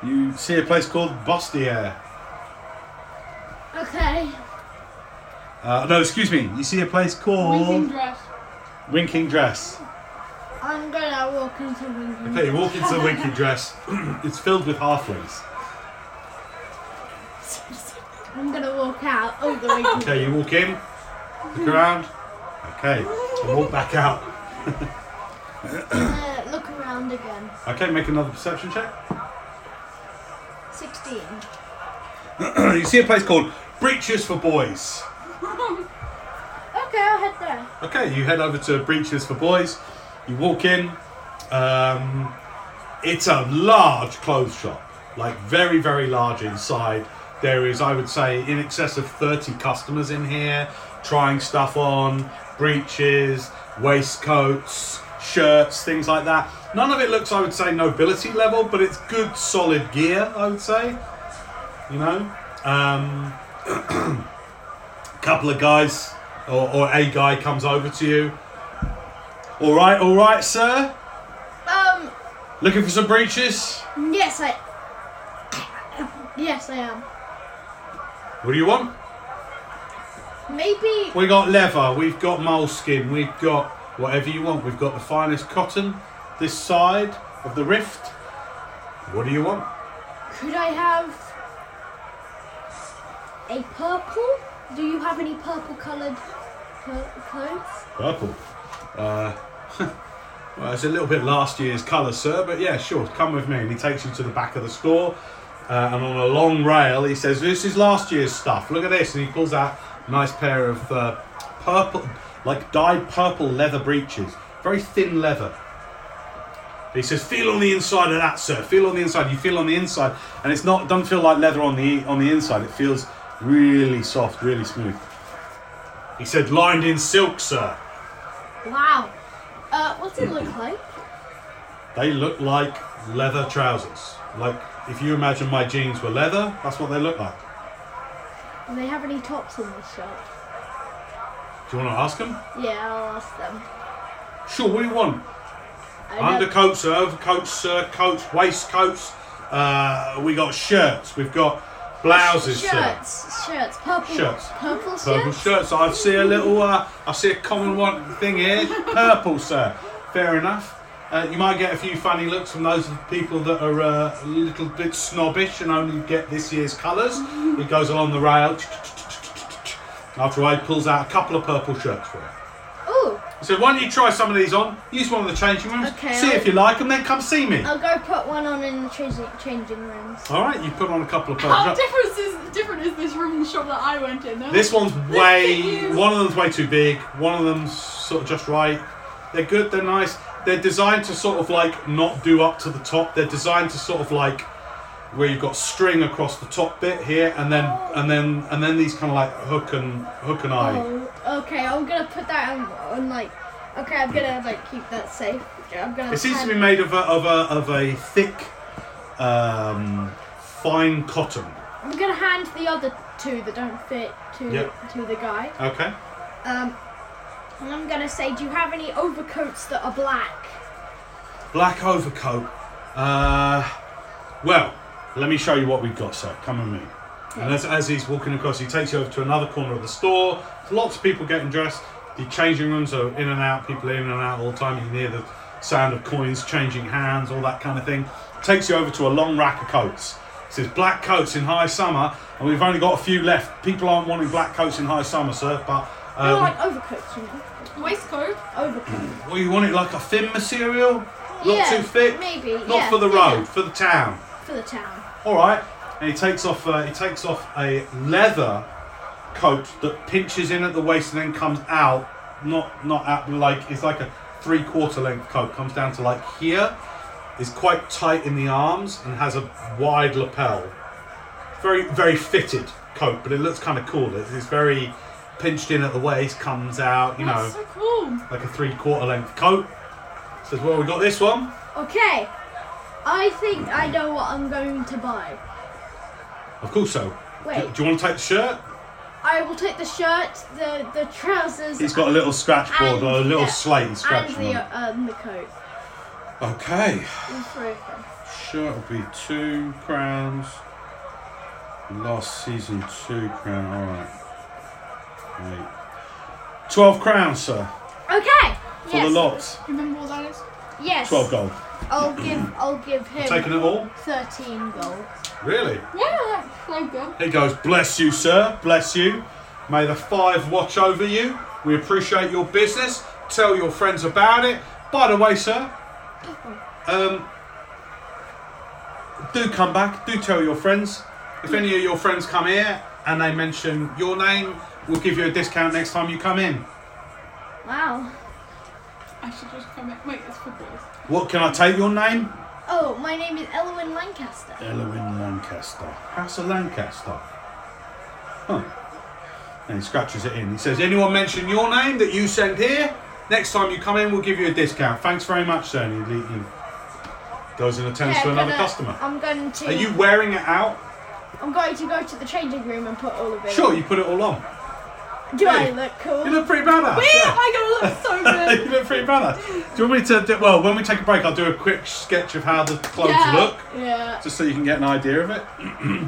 [SPEAKER 6] You see a place called Bostier.
[SPEAKER 3] Okay.
[SPEAKER 6] Uh, no, excuse me. You see a place
[SPEAKER 1] Oh.
[SPEAKER 2] Winking
[SPEAKER 6] called
[SPEAKER 2] dress.
[SPEAKER 6] Winking Dress.
[SPEAKER 3] I'm gonna walk into Wimbledon.
[SPEAKER 6] Okay, you walk into Winking Dress. it's filled with halflings.
[SPEAKER 3] I'm gonna walk out Oh, of the Wimbledon.
[SPEAKER 6] Okay, you walk in, look around. Okay,
[SPEAKER 1] I walk back out.
[SPEAKER 3] Uh, look around again.
[SPEAKER 1] Okay, make another perception check.
[SPEAKER 3] 16.
[SPEAKER 1] you see a place called Breaches for Boys.
[SPEAKER 3] Okay, I'll head there.
[SPEAKER 1] Okay, you head over to Breaches for Boys. You walk in. Um, it's a large clothes shop, like very, very large inside. There is, I would say, in excess of 30 customers in here trying stuff on, breeches, waistcoats, shirts, things like that. None of it looks, I would say, nobility level, but it's good, solid gear, I would say. You know? Um, couple of guys or, or a guy comes over to you. All right, all right, sir.
[SPEAKER 3] Um,
[SPEAKER 1] Looking for some breeches.
[SPEAKER 3] yes, I. Yes, I am.
[SPEAKER 1] What do you want?
[SPEAKER 3] Maybe.
[SPEAKER 1] We got leather. We've got moleskin. We've got whatever you want. We've got the finest cotton this side of the rift. What do you want?
[SPEAKER 3] Could I have a purple? Do you have any purple coloured clo- clothes?
[SPEAKER 1] Purple. Uh, well, it's a little bit last year's colour, sir, but yeah, sure, come with me. And he takes you to the back of the store, uh, and on a long rail, he says, This is last year's stuff. Look at this. And he pulls out a nice pair of uh, purple, like dyed purple leather breeches, very thin leather. He says, "Feel on the inside of that, sir. Feel on the inside. You feel on the inside, and it's not. Don't feel like leather on the on the inside. It feels really soft, really smooth." He said, "Lined in silk, sir."
[SPEAKER 3] Wow. Uh, what's it look like?
[SPEAKER 1] They look like leather trousers. Like if you imagine my jeans were leather, that's what they look like.
[SPEAKER 3] Do they have any tops in this shop?
[SPEAKER 1] Do you want to ask them?
[SPEAKER 3] Yeah, I'll ask them.
[SPEAKER 1] Sure. What do you want?
[SPEAKER 3] I know-
[SPEAKER 1] Undercoats, uh, overcoats, surcoats, waistcoats. Uh, we got shirts. We've got blouses, sir.
[SPEAKER 3] Shirts, shirts, purple,
[SPEAKER 1] Shirts.
[SPEAKER 3] purple shirts.
[SPEAKER 1] Purple shirts. I see a little. Uh, I see a common one thing here. Purple, sir. Fair enough. Uh, you might get a few funny looks from those people that are uh, a little bit snobbish and only get this year's colours. It goes along the rail. After I pulls out a couple of purple shirts for you.
[SPEAKER 3] Ooh,
[SPEAKER 1] I said, why don't you try some of these on? Use one of the changing rooms.
[SPEAKER 3] Okay, Uh,
[SPEAKER 1] see
[SPEAKER 3] I'll-
[SPEAKER 1] if you like them, then come see me.
[SPEAKER 3] I'll go put one on in the changing, changing rooms.
[SPEAKER 1] All right, you put on a couple of
[SPEAKER 2] How
[SPEAKER 1] purple shirts.
[SPEAKER 2] different is different is this room than the shop that I went in? though?
[SPEAKER 1] This one's way.
[SPEAKER 2] you.
[SPEAKER 1] One of them's way too big. One of them's sort of just right. They're good. They're nice. They're designed to sort of like not do up to the top. They're designed to sort of like where you've got string across the top bit here, and then and then and then these kind of like hook and hook and eye.
[SPEAKER 3] Oh, okay. I'm gonna put that on, on like. Okay, I'm gonna like keep that safe. I'm gonna.
[SPEAKER 1] It seems to
[SPEAKER 3] hide-
[SPEAKER 1] be made of a of a of a thick, um, fine cotton.
[SPEAKER 3] I'm gonna hand the other two that don't fit to
[SPEAKER 1] Yep.
[SPEAKER 3] to the guy.
[SPEAKER 1] Okay.
[SPEAKER 3] Um, and I'm gonna say, do you have any overcoats that are black?
[SPEAKER 1] Black overcoat. Uh, well, let me show you what we've got, sir. Come with me. And as, as he's walking across, he takes you over to another corner of the store. Lots of people getting dressed. The changing rooms are in and out, people in and out all the time. You can hear the sound of coins changing hands, all that kind of thing. Takes you over to a long rack of coats. It says black coats in high summer, and we've only got a few left. People aren't wanting black coats in high summer, sir, but.
[SPEAKER 3] I
[SPEAKER 1] Um,
[SPEAKER 3] like overcoats, you know.
[SPEAKER 2] waistcoat.
[SPEAKER 3] Overcoats.
[SPEAKER 1] well, you want it like a thin material? Not
[SPEAKER 3] Yeah,
[SPEAKER 1] too thick?
[SPEAKER 3] maybe,
[SPEAKER 1] Not
[SPEAKER 3] yeah,
[SPEAKER 1] for the
[SPEAKER 3] thinner.
[SPEAKER 1] road, for the town.
[SPEAKER 3] For the town.
[SPEAKER 1] All right, and he takes off. Uh, he takes off a leather coat that pinches in at the waist and then comes out. Not not at like it's like a three quarter length coat. Comes down to like here. Is quite tight in the arms and has a wide lapel. Very very fitted coat, but it looks kind of cool. It's, it's very pinched in at the waist. Comes out, you know,
[SPEAKER 2] That's so cool.
[SPEAKER 1] like a three quarter length coat. Says, well, we got this one.
[SPEAKER 3] Okay. I think I know what I'm going to buy.
[SPEAKER 1] Of course, so. Do,
[SPEAKER 3] Wait.
[SPEAKER 1] do you want to take the shirt?
[SPEAKER 3] I will take the shirt, the the trousers,
[SPEAKER 1] He's got a little scratch board
[SPEAKER 3] And
[SPEAKER 1] or a little
[SPEAKER 3] the-
[SPEAKER 1] slate he's
[SPEAKER 3] and
[SPEAKER 1] scratching
[SPEAKER 3] the uh,
[SPEAKER 1] on.
[SPEAKER 3] um, the coat.
[SPEAKER 1] Okay.
[SPEAKER 3] The three of them.
[SPEAKER 1] Shirt will be two crowns. Last season, two crown. All right. Wait. Twelve crowns, sir,
[SPEAKER 3] Okay.
[SPEAKER 1] for
[SPEAKER 3] yes.
[SPEAKER 1] the lot.
[SPEAKER 2] Remember what that is?
[SPEAKER 3] Yes.
[SPEAKER 1] Twelve gold.
[SPEAKER 3] I'll give I'll give him
[SPEAKER 1] Taking it all.
[SPEAKER 3] thirteen gold.
[SPEAKER 1] Really?
[SPEAKER 2] Yeah, that's so good.
[SPEAKER 1] He goes, bless you, sir. Bless you. May the five watch over you. We appreciate your business. Tell your friends about it. By the way, sir, um, do come back. Do tell your friends. If any of your friends come here and they mention your name, we'll give you a discount next time you come in.
[SPEAKER 3] Wow.
[SPEAKER 2] I should just come in. Wait, it's for boys.
[SPEAKER 1] What can I take your name?
[SPEAKER 3] Oh, my name is Elwyn Lancaster.
[SPEAKER 1] Elwin Lancaster. House of Lancaster. Huh. And he scratches it in. He says, Anyone mention your name that you send here? Next time you come in, we'll give you a discount. Thanks very much, sir. And he, he goes and attends
[SPEAKER 3] Yeah,
[SPEAKER 1] to another
[SPEAKER 3] gonna-
[SPEAKER 1] customer.
[SPEAKER 3] I'm going to.
[SPEAKER 1] Are you wearing it out?
[SPEAKER 3] I'm going to go to the changing room and put all of it.
[SPEAKER 1] Sure, you put it all on.
[SPEAKER 3] Do I
[SPEAKER 1] Hey.
[SPEAKER 3] look cool?
[SPEAKER 1] You look pretty badass.
[SPEAKER 2] Yeah,
[SPEAKER 1] yeah.
[SPEAKER 2] I gotta look so good.
[SPEAKER 1] you look pretty badass. Do you want me to do, well, when we take a break, I'll do a quick sketch of how the clothes
[SPEAKER 2] Yeah.
[SPEAKER 1] look.
[SPEAKER 3] yeah.
[SPEAKER 1] Just so you can get an idea of it.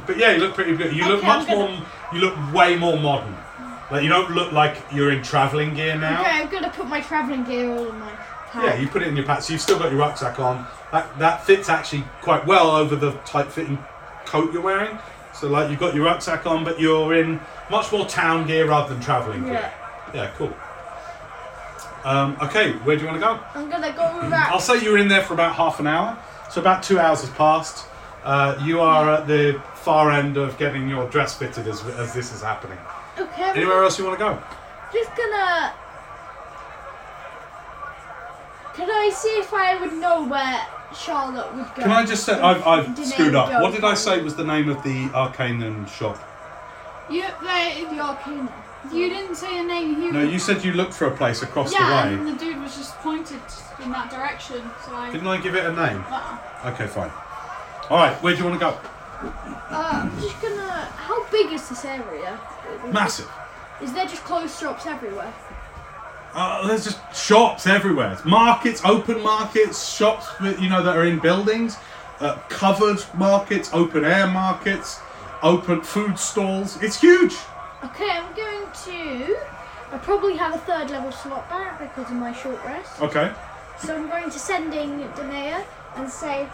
[SPEAKER 1] but yeah, you look pretty good. You look
[SPEAKER 3] Okay,
[SPEAKER 1] much
[SPEAKER 3] I'm gonna-
[SPEAKER 1] more. You look way more modern. Like you don't look like you're in travelling gear now.
[SPEAKER 3] Okay, I'm gonna put my traveling gear all in my pack.
[SPEAKER 1] Yeah, you put it in your pack, so you've still got your rucksack on. That that fits actually quite well over the tight fitting coat you're wearing. So like you've got your rucksack on, but you're in much more town gear rather than travelling gear. Yeah, cool. Um, okay, where do you want to go?
[SPEAKER 3] I'm gonna go back.
[SPEAKER 1] I'll say you were in there for about half an hour. So about two hours has passed. Uh, you are at the far end of getting your dress fitted as, as this is happening.
[SPEAKER 3] Okay. I'm
[SPEAKER 1] Anywhere else you want to go?
[SPEAKER 3] just gonna. Can I see if I would know where Charlotte would go?
[SPEAKER 1] Can I just say I've, I've
[SPEAKER 3] Did
[SPEAKER 1] screwed
[SPEAKER 3] they
[SPEAKER 1] up?
[SPEAKER 3] go
[SPEAKER 1] What did I say was the name of the Arcanum shop?
[SPEAKER 2] You, they,
[SPEAKER 3] The Arcana.
[SPEAKER 2] you didn't say a name. You
[SPEAKER 1] No, you said you looked for a place across
[SPEAKER 2] yeah,
[SPEAKER 1] the way.
[SPEAKER 2] and the dude was just pointed in that direction. So I.
[SPEAKER 1] Didn't I give it a name?
[SPEAKER 2] Uh-uh.
[SPEAKER 1] Okay, fine. All right, where do you want to
[SPEAKER 3] Uh, I'm just gonna. How big is this area?
[SPEAKER 1] go? Massive.
[SPEAKER 3] Is there just clothes shops everywhere?
[SPEAKER 1] Uh, there's just shops everywhere. It's markets, open markets, shops with, you know that are in buildings, uh, covered markets, open air markets, open food stalls. It's huge.
[SPEAKER 3] Okay, I'm going to. I probably have a third level slot back because of my short rest.
[SPEAKER 1] Okay.
[SPEAKER 3] So I'm going to sending Danea and say,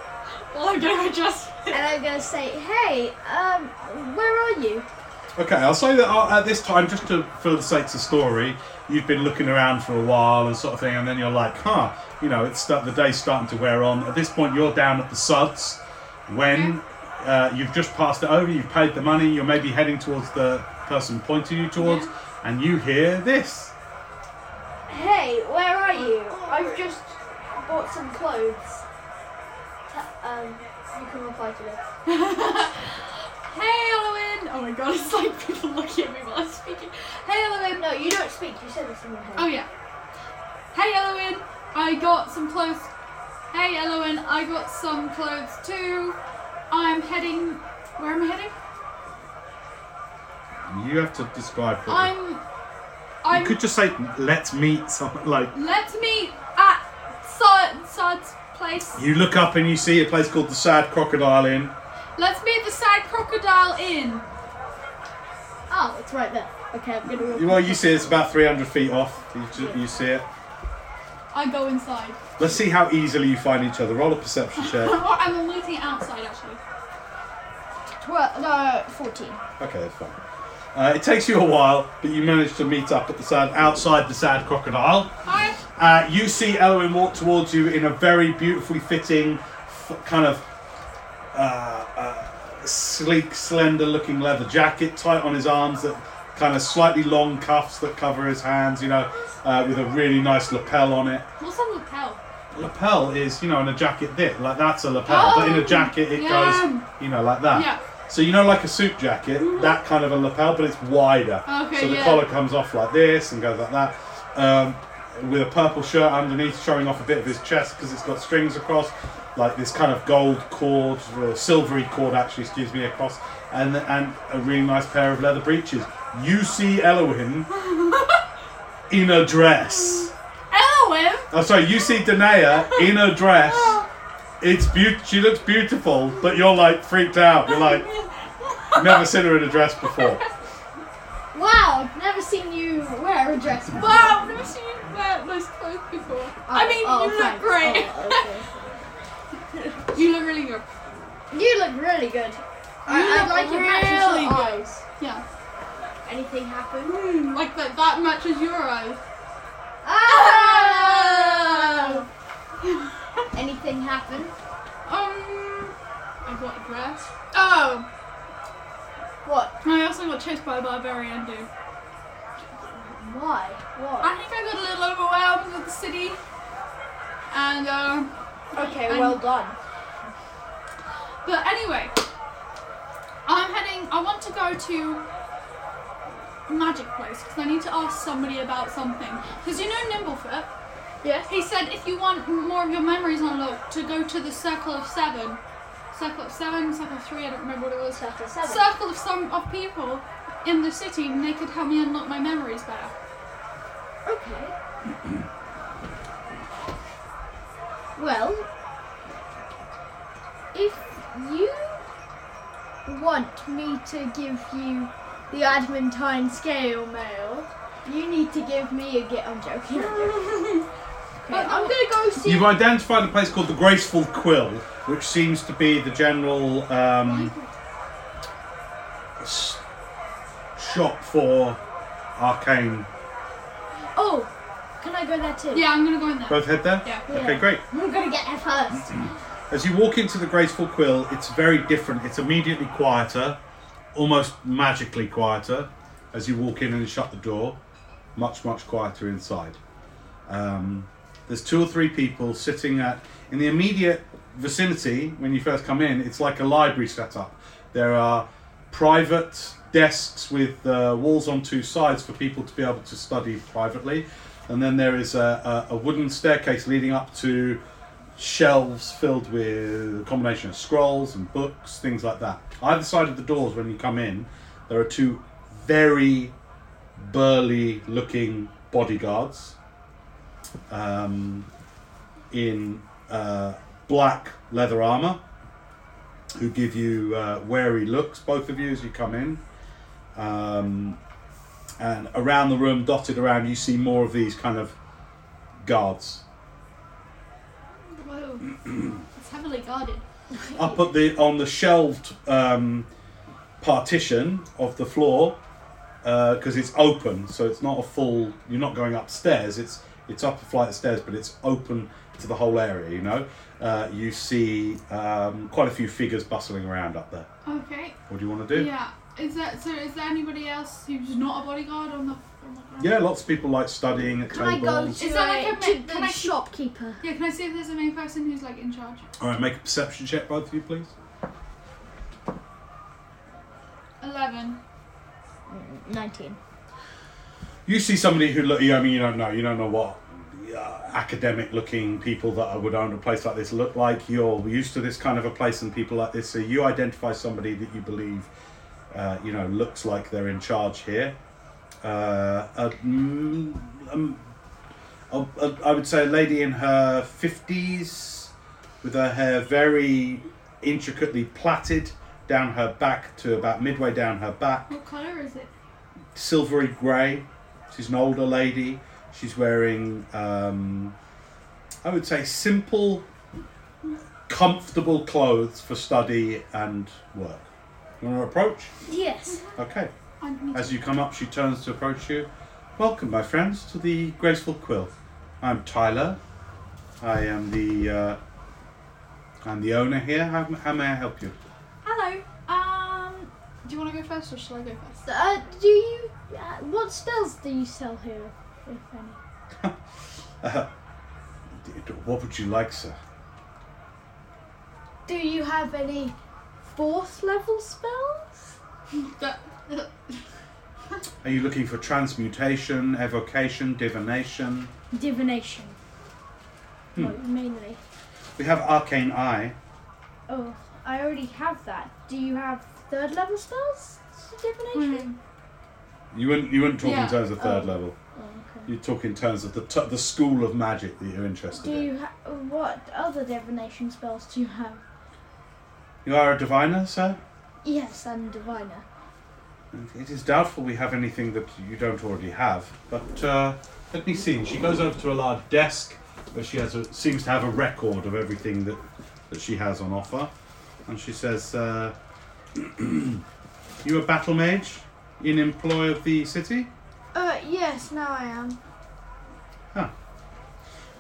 [SPEAKER 2] Well, I'm gonna just.
[SPEAKER 3] and I'm going to say, hey, um, where are you?
[SPEAKER 1] Okay. I'll say that uh, at this time, just to for the sakes of story, you've been looking around for a while and sort of thing, and then you're like, huh, you know, it's start, the day's starting to wear on. At this point, you're down at the suds when uh, you've just passed it over. You've paid the money. You're maybe heading towards the person pointing you towards, and you hear this.
[SPEAKER 3] Hey, where are you? I've just bought some clothes. Ta- Um, you can reply to this.
[SPEAKER 2] Hey, Owen! Oh my god, it's like people looking at me while I'm speaking. Hey, Owen!
[SPEAKER 3] No, you don't speak. You said this in your head.
[SPEAKER 2] Oh yeah. Hey, Owen! I got some clothes. Hey, Owen! I got some clothes too. I'm heading. Where am I heading?
[SPEAKER 1] You have to describe. What you-
[SPEAKER 2] I'm. I'm.
[SPEAKER 1] you could just say, "Let's meet." Someone like
[SPEAKER 2] Let's meet at Sod Sod's place.
[SPEAKER 1] you look up and you see a place called the Sad Crocodile Inn.
[SPEAKER 2] Let's meet the sad crocodile in.
[SPEAKER 3] Oh, it's right there. Okay, I'm going to reply.
[SPEAKER 1] Well, you see it's about three hundred feet off. You, ju- you see it.
[SPEAKER 2] I go inside.
[SPEAKER 1] Let's see how easily you find each other. Roll a perception check.
[SPEAKER 2] Or I'm looking outside actually.
[SPEAKER 3] Twe- no, 14.
[SPEAKER 1] Okay, that's fine. Uh, it takes you a while, but you manage to meet up at the sad outside the Sad Crocodile.
[SPEAKER 2] Hi.
[SPEAKER 1] Uh, you see Elwin walk towards you in a very beautifully fitting, f- kind of uh, uh, sleek, slender-looking leather jacket, tight on his arms, that kind of slightly long cuffs that cover his hands. You know, uh, with a really nice lapel on it.
[SPEAKER 2] What's a lapel?
[SPEAKER 1] Lapel is, you know, in a jacket bit like that's a lapel, but in a
[SPEAKER 2] Oh,
[SPEAKER 1] jacket it
[SPEAKER 2] yeah.
[SPEAKER 1] goes, you know, like that.
[SPEAKER 2] Yeah. Mm-hmm.
[SPEAKER 1] So you know, like a suit jacket, that kind of a lapel, but it's wider.
[SPEAKER 2] Okay,
[SPEAKER 1] so the
[SPEAKER 2] yeah.
[SPEAKER 1] collar comes off like this and goes like that, um, with a purple shirt underneath, showing off a bit of his chest because it's got strings across, like this kind of gold cord or silvery cord, actually, excuse me, across, and and a really nice pair of leather breeches. You see Elohim in a dress.
[SPEAKER 2] Elohim.
[SPEAKER 1] Oh, sorry, you see Danae in a dress. It's beaut. She looks beautiful, but you're like freaked out. You're like, never seen her in a dress before.
[SPEAKER 3] Wow, I've never seen you wear a dress before.
[SPEAKER 2] Wow, I've never seen you wear those clothes before. I mean,
[SPEAKER 3] Oh,
[SPEAKER 2] you look
[SPEAKER 3] thanks.
[SPEAKER 2] great.
[SPEAKER 3] Oh,
[SPEAKER 2] You look really good.
[SPEAKER 3] okay. you look really good. I,
[SPEAKER 2] You
[SPEAKER 3] I
[SPEAKER 2] look
[SPEAKER 3] like your
[SPEAKER 2] really
[SPEAKER 3] really
[SPEAKER 2] good.
[SPEAKER 3] eyes.
[SPEAKER 2] Yeah.
[SPEAKER 3] Anything happen?
[SPEAKER 2] Mm, like that. That matches your eyes.
[SPEAKER 3] Ah! Anything happen?
[SPEAKER 2] Um, I got addressed.
[SPEAKER 3] Oh. What?
[SPEAKER 2] I also got chased by a barbarian dude.
[SPEAKER 3] Why? What?
[SPEAKER 2] I think I got a little overwhelmed with the city, and um,
[SPEAKER 3] Okay,
[SPEAKER 2] I'm-
[SPEAKER 3] well done.
[SPEAKER 2] but anyway, I'm heading. I want to go to Magic Place because I need to ask somebody about something. Because you know Nimblefoot.
[SPEAKER 3] Yes.
[SPEAKER 2] He said if you want more of your memories unlocked, to go to the Circle of Seven. Circle of Seven, Circle of Three, I don't remember what it was.
[SPEAKER 3] Circle of Seven.
[SPEAKER 2] Circle of some of people in the city and they could help me unlock my memories better.
[SPEAKER 3] Okay. well, if you want me to give you the adamantine scale mail, you need to give me a get. I'm joking. I'm joking. Okay, I'm
[SPEAKER 2] oh.
[SPEAKER 3] gonna go see.
[SPEAKER 1] You've identified a place called the Graceful Quill, which seems to be the general um, s- shop for arcane.
[SPEAKER 3] Oh, can I go there too?
[SPEAKER 2] Yeah, I'm gonna go in there.
[SPEAKER 1] Both head there?
[SPEAKER 2] Yeah.
[SPEAKER 1] Okay, great.
[SPEAKER 3] I'm gonna get there first.
[SPEAKER 1] As you walk into the Graceful Quill, it's very different. It's immediately quieter, almost magically quieter, as you walk in and shut the door. Much, much quieter inside. Um, there's two or three people sitting at in the immediate vicinity when you first come in. It's like a library setup. There are private desks with uh, walls on two sides for people to be able to study privately, and then there is a, a, a wooden staircase leading up to shelves filled with a combination of scrolls and books, things like that. Either side of the doors, when you come in, there are two very burly looking bodyguards um, in uh, black leather armor who give you uh, wary looks, both of you, as you come in. Um, and around the room, dotted around, you see more of these kind of guards.
[SPEAKER 2] Whoa. it's heavily guarded.
[SPEAKER 1] up at the on the shelved um, partition of the floor because it's open, so it's not a full. You're not going upstairs. It's it's up a flight of stairs, but it's open to the whole area. You know, uh, you see um, quite a few figures bustling around up there.
[SPEAKER 2] Okay.
[SPEAKER 1] What do you want to do?
[SPEAKER 2] Yeah. Is that so is there anybody else who's not a bodyguard on the on the ground?
[SPEAKER 1] Yeah, lots of people like studying at
[SPEAKER 3] Can I go
[SPEAKER 1] tables.
[SPEAKER 3] to,
[SPEAKER 2] Is that like
[SPEAKER 3] uh,
[SPEAKER 2] a ma-
[SPEAKER 3] to the
[SPEAKER 2] can I-
[SPEAKER 3] shopkeeper?
[SPEAKER 2] Yeah, can I see if there's a main person who's like in charge?
[SPEAKER 1] All right, make a perception check, both of you, please.
[SPEAKER 2] Eleven.
[SPEAKER 3] Mm, Nineteen.
[SPEAKER 1] you see somebody who look, you know, I mean, you don't know, you don't know what uh, academic-looking people that would own a place like this look like. You're used to this kind of a place and people like this, so you identify somebody that you believe, uh, you know, looks like they're in charge here. Uh, a, mm, um, a, a, I would say a lady in her fifties, with her hair very intricately plaited down her back to about midway down her back
[SPEAKER 2] What colour is it?
[SPEAKER 1] silvery grey. She's an older lady. She's wearing, um, I would say, simple, comfortable clothes for study and work. You want to approach?
[SPEAKER 3] Yes.
[SPEAKER 1] Okay.
[SPEAKER 2] I need
[SPEAKER 1] As you come up, she turns to approach you. Welcome, my friends, to the Graceful Quill. I'm Tyler. I am the uh, I'm the owner here. How, how may I help you?
[SPEAKER 2] Hello. Um do you wanna go first or shall I go first?
[SPEAKER 3] Uh, do you? Uh, what spells do you sell here, if any?
[SPEAKER 1] What would you like, sir?
[SPEAKER 3] Do you have any fourth level spells?
[SPEAKER 2] Go-
[SPEAKER 1] Are you looking for transmutation, evocation, divination?
[SPEAKER 3] Divination. Well, mainly.
[SPEAKER 1] We have Arcane Eye.
[SPEAKER 3] Oh, I already have that. Do you have third level spells? for
[SPEAKER 2] Hmm.
[SPEAKER 3] Divination?
[SPEAKER 1] You wouldn't, you wouldn't talk
[SPEAKER 2] Yeah.
[SPEAKER 1] in terms of third level.
[SPEAKER 3] Oh, okay.
[SPEAKER 1] You talk in terms of the, t- the school of magic that you're interested
[SPEAKER 3] Do
[SPEAKER 1] in.
[SPEAKER 3] you ha- what other divination spells do you have?
[SPEAKER 1] You are a diviner, sir?
[SPEAKER 3] Yes, I'm diviner.
[SPEAKER 1] It is doubtful we have anything that you don't already have, but uh, let me see. She goes over to a large desk where she has a, seems to have a record of everything that, that she has on offer, and she says, uh, "You a battle mage in employ of the city?
[SPEAKER 3] Uh, yes, now I am.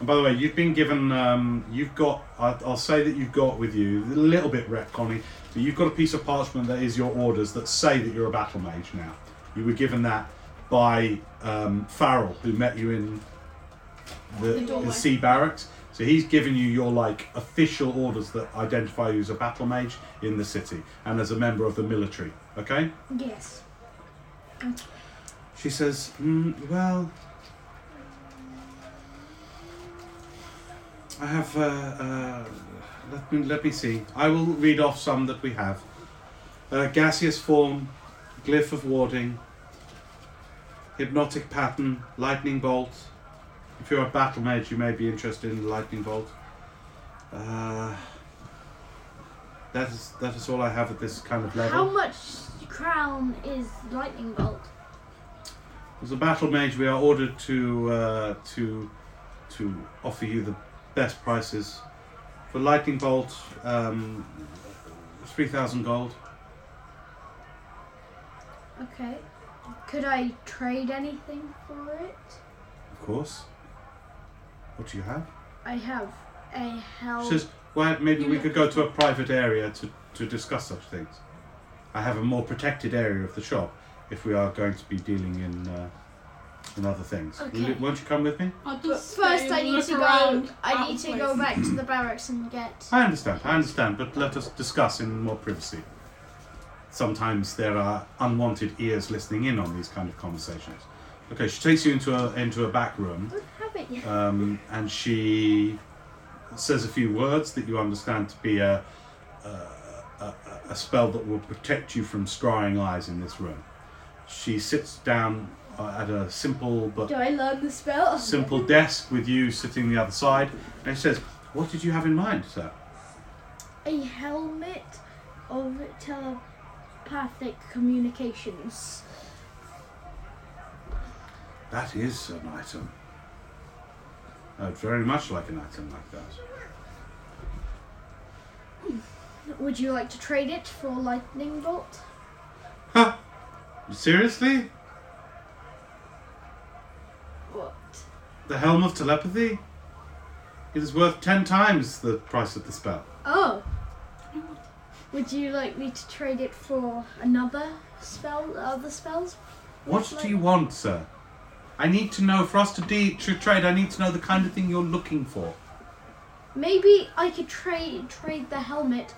[SPEAKER 1] And by the way, you've been given, um, you've got, I, I'll say that you've got with you, a little bit retconning, but you've got a piece of parchment that is your orders that say that you're a battle mage now. You were given that by um, Farrell, who met you in the,
[SPEAKER 2] The doorway.
[SPEAKER 1] the sea barracks. So he's given you your like official orders that identify you as a battle mage in the city and as a member of the military. Okay?
[SPEAKER 3] Yes.
[SPEAKER 1] She says, mm, "Well, I have. Uh, uh, let me let me see. I will read off some that we have. Uh, gaseous form, glyph of warding, hypnotic pattern, lightning bolt. If you're a battle mage, you may be interested in the lightning bolt. Uh, that is that is all I have at this kind of level."
[SPEAKER 3] How much crown is lightning bolt?
[SPEAKER 1] As a battle mage, we are ordered to uh, to to offer you the best prices for lightning bolt, um, three thousand gold.
[SPEAKER 3] Okay. Could I trade anything for it?
[SPEAKER 1] Of course. What do you have?
[SPEAKER 3] I have a hell.
[SPEAKER 1] She says, "Well, maybe we could go to a private area to to discuss such things. I have a more protected area of the shop if we are going to be dealing in." Uh, in other things. Will you-
[SPEAKER 3] Okay.
[SPEAKER 1] won't you come with me?
[SPEAKER 2] I'll just stay
[SPEAKER 3] But first,
[SPEAKER 2] and
[SPEAKER 3] I need
[SPEAKER 2] look
[SPEAKER 3] to go.
[SPEAKER 2] around at
[SPEAKER 3] I need
[SPEAKER 2] the
[SPEAKER 3] to go
[SPEAKER 2] place.
[SPEAKER 3] back to the barracks and get.
[SPEAKER 1] I understand, I understand, but let us discuss in more privacy. Sometimes there are unwanted ears listening in on these kind of conversations. Okay, she takes you into a into a back room,
[SPEAKER 3] don't have it yet.
[SPEAKER 1] um, and she says a few words that you understand to be a a, a a spell that will protect you from scrying eyes in this room. She sits down uh, at a simple but
[SPEAKER 3] Do I learn the spell?
[SPEAKER 1] simple desk with you sitting the other side, and she says, "What did you have in mind, sir?"
[SPEAKER 3] A helmet of telepathic communications.
[SPEAKER 1] That is an item. I'd very much like an item like that.
[SPEAKER 3] Would you like to trade it for a lightning bolt?
[SPEAKER 1] Seriously?
[SPEAKER 3] What?
[SPEAKER 1] The Helm of Telepathy? It is worth ten times the price of the spell.
[SPEAKER 3] Oh. Would you like me to trade it for another spell? Other spells?
[SPEAKER 1] What do you want, sir? I need to know, for us to, de- to trade, I need to know the kind of thing you're looking for.
[SPEAKER 3] Maybe I could trade trade the helmet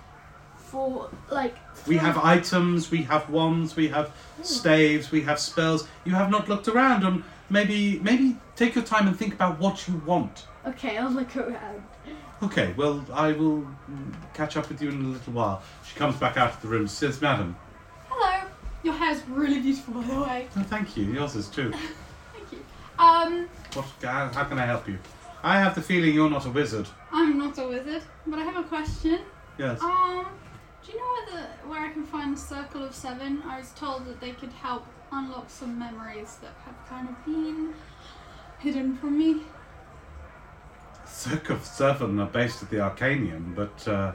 [SPEAKER 3] for like.
[SPEAKER 1] We have items, we have wands, we have staves, we have spells. You have not looked around, and maybe, maybe take your time and think about what you want.
[SPEAKER 3] Okay, I'll look around.
[SPEAKER 1] Okay, well, I will mm, catch up with you in a little while. She comes back out of the room, says, Madam,
[SPEAKER 2] Hello. Your hair's really beautiful, by the way.
[SPEAKER 1] no, oh, thank you, yours is too.
[SPEAKER 2] Thank you. Um,
[SPEAKER 1] What, how, how can I help you? I have the feeling you're not a wizard.
[SPEAKER 2] I'm not a wizard, but I have a question.
[SPEAKER 1] Yes.
[SPEAKER 2] Um, do you know where, the, where I can find Circle of Seven? I was told that they could help unlock some memories that have kind of been hidden from me.
[SPEAKER 1] Cirque of Seven are based at the Arcanium, but uh,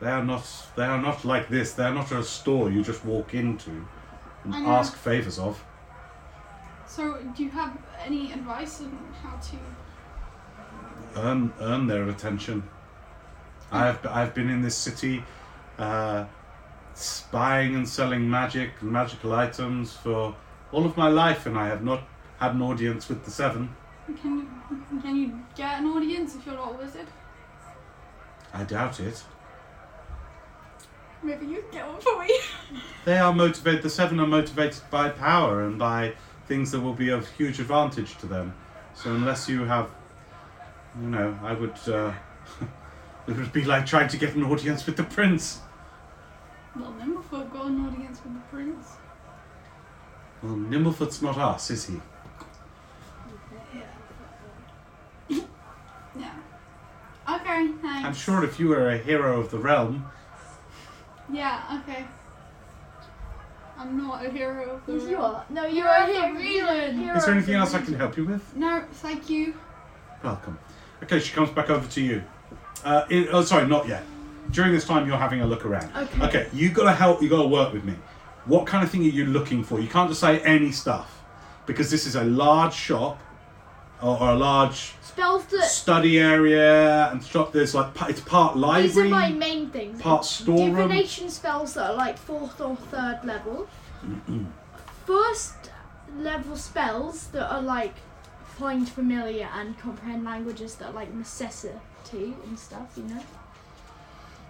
[SPEAKER 1] they are not they are not like this. They are not a store you just walk into and
[SPEAKER 2] I know.
[SPEAKER 1] ask favours of.
[SPEAKER 2] So, do you have any advice on how to?
[SPEAKER 1] earn earn their attention. I've I've been in this city, uh, spying and selling magic and magical items for all of my life, and I have not had an audience with the Seven.
[SPEAKER 2] Can you can you get an audience if you're not a wizard?
[SPEAKER 1] I doubt it.
[SPEAKER 2] Maybe you get one for me.
[SPEAKER 1] They are motivated. The Seven are motivated by power and by things that will be of huge advantage to them. So unless you have, you know, I would. Uh, it would be like trying to get an audience with the prince.
[SPEAKER 2] well, then before I got an audience with the prince.
[SPEAKER 1] Well, Nimblefoot's not us, is he?
[SPEAKER 2] Yeah. Okay. Thanks.
[SPEAKER 1] I'm sure if you were a hero of the realm,
[SPEAKER 2] Yeah. Okay. I'm not a hero. of the
[SPEAKER 3] Yes, you
[SPEAKER 2] realm.
[SPEAKER 3] are. No, you're,
[SPEAKER 2] You're
[SPEAKER 3] a
[SPEAKER 2] the
[SPEAKER 3] hero. you're a
[SPEAKER 2] villain.
[SPEAKER 3] hero
[SPEAKER 1] is there
[SPEAKER 3] of
[SPEAKER 1] anything
[SPEAKER 3] the
[SPEAKER 1] else I
[SPEAKER 3] region.
[SPEAKER 1] can help you with?
[SPEAKER 2] No, thank you.
[SPEAKER 1] Welcome. Okay, she comes back over to you. Uh, in, oh, sorry, not yet. During this time, you're having a look around.
[SPEAKER 3] Okay.
[SPEAKER 1] Okay, you gotta help. You gotta work with me. What kind of thing are you looking for? You can't just say any stuff because this is a large shop or, or a large
[SPEAKER 3] Spells that.
[SPEAKER 1] study area and stuff. There's like pa- it's part
[SPEAKER 3] These
[SPEAKER 1] library,
[SPEAKER 3] are my main things.
[SPEAKER 1] part storeroom.
[SPEAKER 3] Divination spells that are like fourth or third level. First level spells that are like find familiar and comprehend languages that are like necessity and stuff, you know.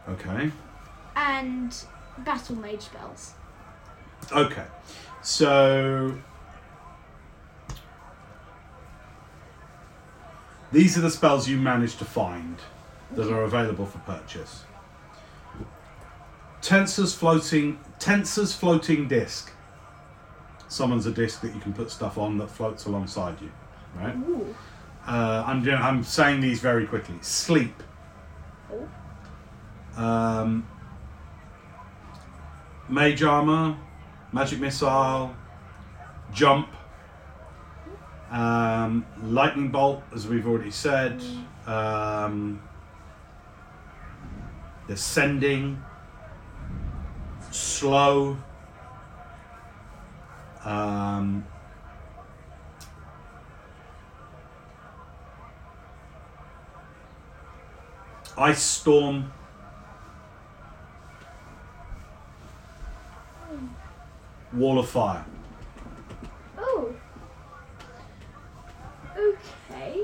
[SPEAKER 1] Okay,
[SPEAKER 3] And battle mage spells.
[SPEAKER 1] okay. So these are the spells you managed to find that are available for purchase. Tensor's floating Tensor's floating disc summons a disc that you can put stuff on that floats alongside you. Right.
[SPEAKER 3] Ooh.
[SPEAKER 1] Uh, I'm doing, I'm saying these very quickly. Sleep.
[SPEAKER 3] Oh.
[SPEAKER 1] Um, mage armor, magic missile, jump, um, lightning bolt, as we've already said. Um, descending, slow. Um, Ice Storm. Wall of Fire.
[SPEAKER 3] Oh. Okay.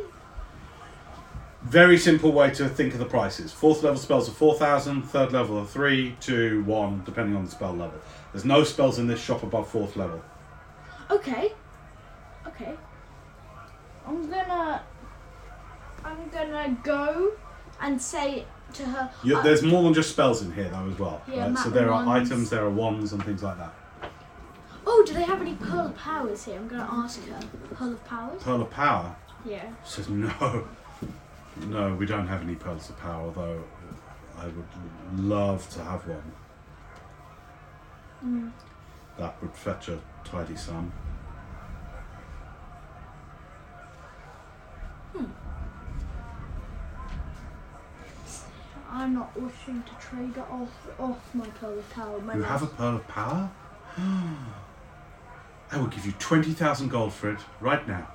[SPEAKER 1] Very simple way to think of the prices. Fourth level spells are 4,000, third level are 3, 2, 1, depending on the spell level. There's no spells in this shop above fourth level.
[SPEAKER 3] Okay. Okay. I'm gonna. I'm gonna go and say to her.
[SPEAKER 1] You,
[SPEAKER 3] uh,
[SPEAKER 1] there's more than just spells in here, though, as well.
[SPEAKER 3] Yeah,
[SPEAKER 1] right? So
[SPEAKER 3] ma-
[SPEAKER 1] there are
[SPEAKER 3] wands.
[SPEAKER 1] items, there are wands, and things like that.
[SPEAKER 3] oh, do they have any pearl of powers here? I'm gonna ask her. Pearl of powers.
[SPEAKER 1] Pearl of Power
[SPEAKER 3] Yeah.
[SPEAKER 1] says, no. No, we don't have any pearls of power, although I would love to have one.
[SPEAKER 3] Mm.
[SPEAKER 1] That would fetch a tidy sum.
[SPEAKER 3] I'm not wishing to trade it off off my pearl of power. My
[SPEAKER 1] You have a pearl of power? I will give you 20,000 gold for it right now.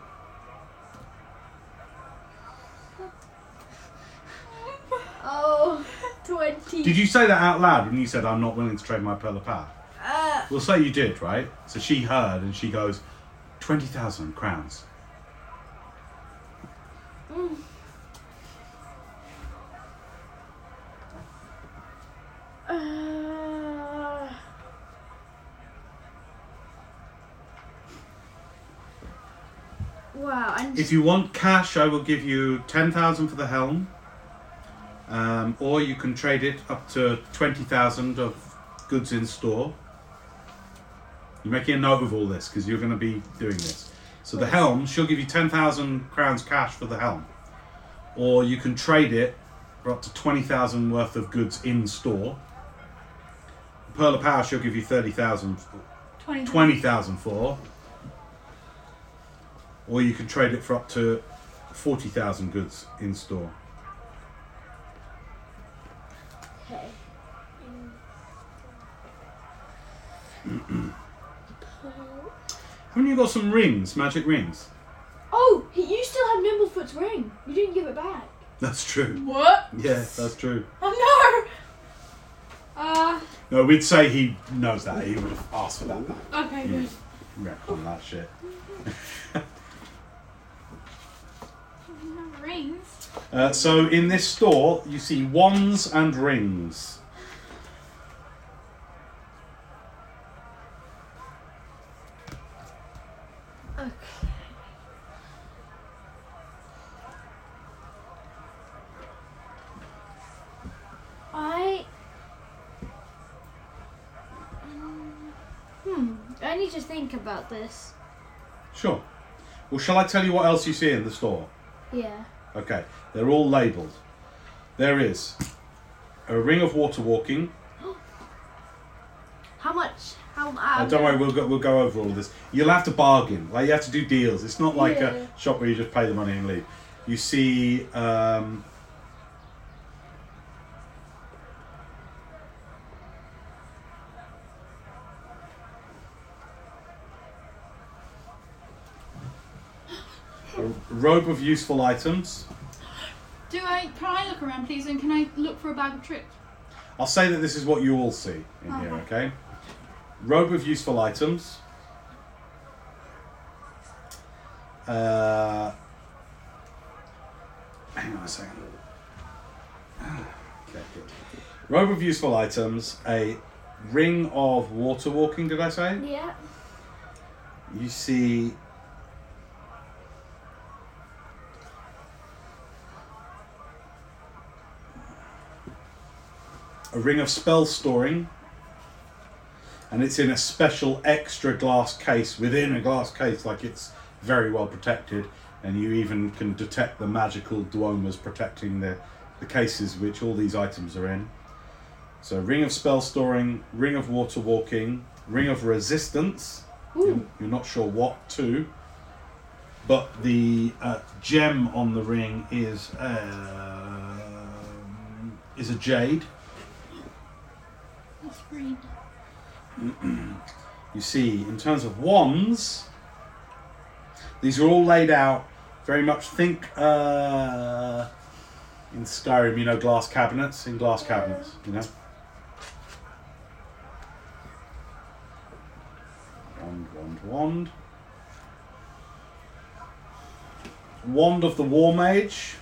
[SPEAKER 3] Oh, 20.
[SPEAKER 1] Did you say that out loud when you said, I'm not willing to trade my pearl of power?
[SPEAKER 3] Uh,
[SPEAKER 1] We'll say you did, right? So she heard and she goes, 20,000 crowns.
[SPEAKER 3] uh, wow, and
[SPEAKER 1] If you want cash, I will give you 10,000 for the helm. Um, or you can trade it up to 20,000 of goods in store. You're making a note of all this because you're going to be doing this. So the helm, she'll give you 10,000 crowns cash for the helm. Or you can trade it for up to 20,000 worth of goods in store. Pearl of Power, she'll give you 30,000
[SPEAKER 2] Twenty.
[SPEAKER 1] twenty thousand for, or you can trade it for up to forty thousand goods in store.
[SPEAKER 3] Okay.
[SPEAKER 1] Haven't you got some rings, magic rings?
[SPEAKER 3] Oh, he, you still have Nimblefoot's ring. You didn't give it back.
[SPEAKER 1] That's true.
[SPEAKER 2] What?
[SPEAKER 1] Yeah, that's true.
[SPEAKER 2] Oh no! Uh,
[SPEAKER 1] No, we'd say he knows that. He would have asked for that.
[SPEAKER 2] okay, good.
[SPEAKER 1] Wreck on that shit.
[SPEAKER 2] Rings?
[SPEAKER 1] Uh, so in this store, you see wands and rings.
[SPEAKER 3] Okay. I. Um, hmm. I need to think about this.
[SPEAKER 1] Sure. Well, shall I tell you what else you see in the store?
[SPEAKER 3] Yeah.
[SPEAKER 1] Okay, they're all labelled. There is a ring of water walking,
[SPEAKER 3] How much? How? Um,
[SPEAKER 1] Uh, don't worry, we'll go, we'll go over all this. You'll have to bargain. Like you have to do deals. It's not like
[SPEAKER 3] Yeah.
[SPEAKER 1] a shop where you just pay the money and leave. You see, um, a robe of useful items.
[SPEAKER 2] Do I? Can I look around, please? And can I look for a bag of tricks?
[SPEAKER 1] I'll say that this is what you all see in here, okay? Robe of useful items. Uh, hang on a second. Okay, good. Robe of useful items, a ring of water walking, did I say?
[SPEAKER 3] Yeah.
[SPEAKER 1] You see. A ring of spell storing, and it's in a special extra glass case within a glass case, like it's very well protected. And you even can detect the magical duomas protecting the, the cases which all these items are in. So, ring of spell storing, ring of water walking, ring of resistance, you're, you're not sure what to. But the uh, gem on the ring is um is a jade.
[SPEAKER 2] That's green.
[SPEAKER 1] You see, in terms of wands, these are all laid out very much. Think uh, in Skyrim, you know, glass cabinets in glass cabinets, you know. Wand, wand, wand. Wand of the War Mage.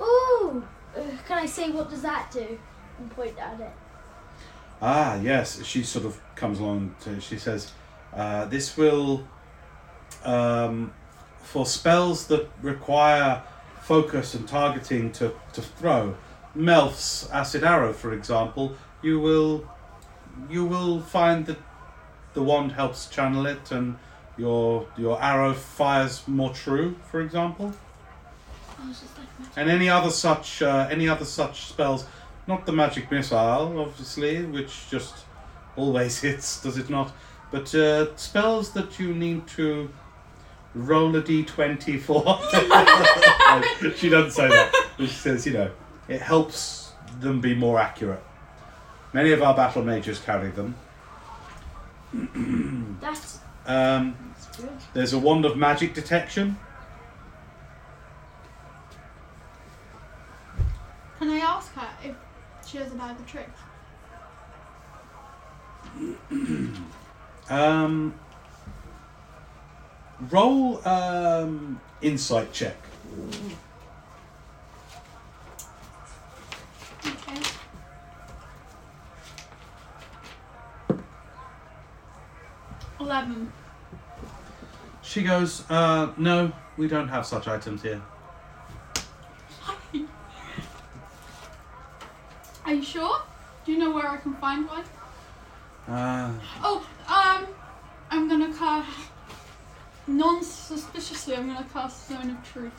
[SPEAKER 3] Ooh. Uh, Can I say what does that do? And point at it.
[SPEAKER 1] Ah, yes. She sort of comes along. To, she says, uh, "This will um, for spells that require focus and targeting to to throw. Melf's acid arrow, for example. You will you will find that the wand helps channel it, and your your arrow fires more true, for example."
[SPEAKER 2] I was just like,
[SPEAKER 1] and any other such uh, any other such spells. Not the magic missile, obviously, which just always hits, does it not? But uh, spells that you need to roll a d20 for. No, she doesn't say that. She says, you know, it helps them be more accurate. Many of our battle mages carry them.
[SPEAKER 3] That's
[SPEAKER 1] Um,
[SPEAKER 3] good.
[SPEAKER 1] There's a wand of magic detection.
[SPEAKER 2] can I ask her if she has a bag of tricks?
[SPEAKER 1] Um, roll um, insight check.
[SPEAKER 2] Okay. Eleven.
[SPEAKER 1] She goes, uh, no, we don't have such items here.
[SPEAKER 2] Are you sure? Do you know where I can find one?
[SPEAKER 1] Uh,
[SPEAKER 2] Oh, um, I'm gonna cast. Non-suspiciously, I'm gonna cast Zone of Truth.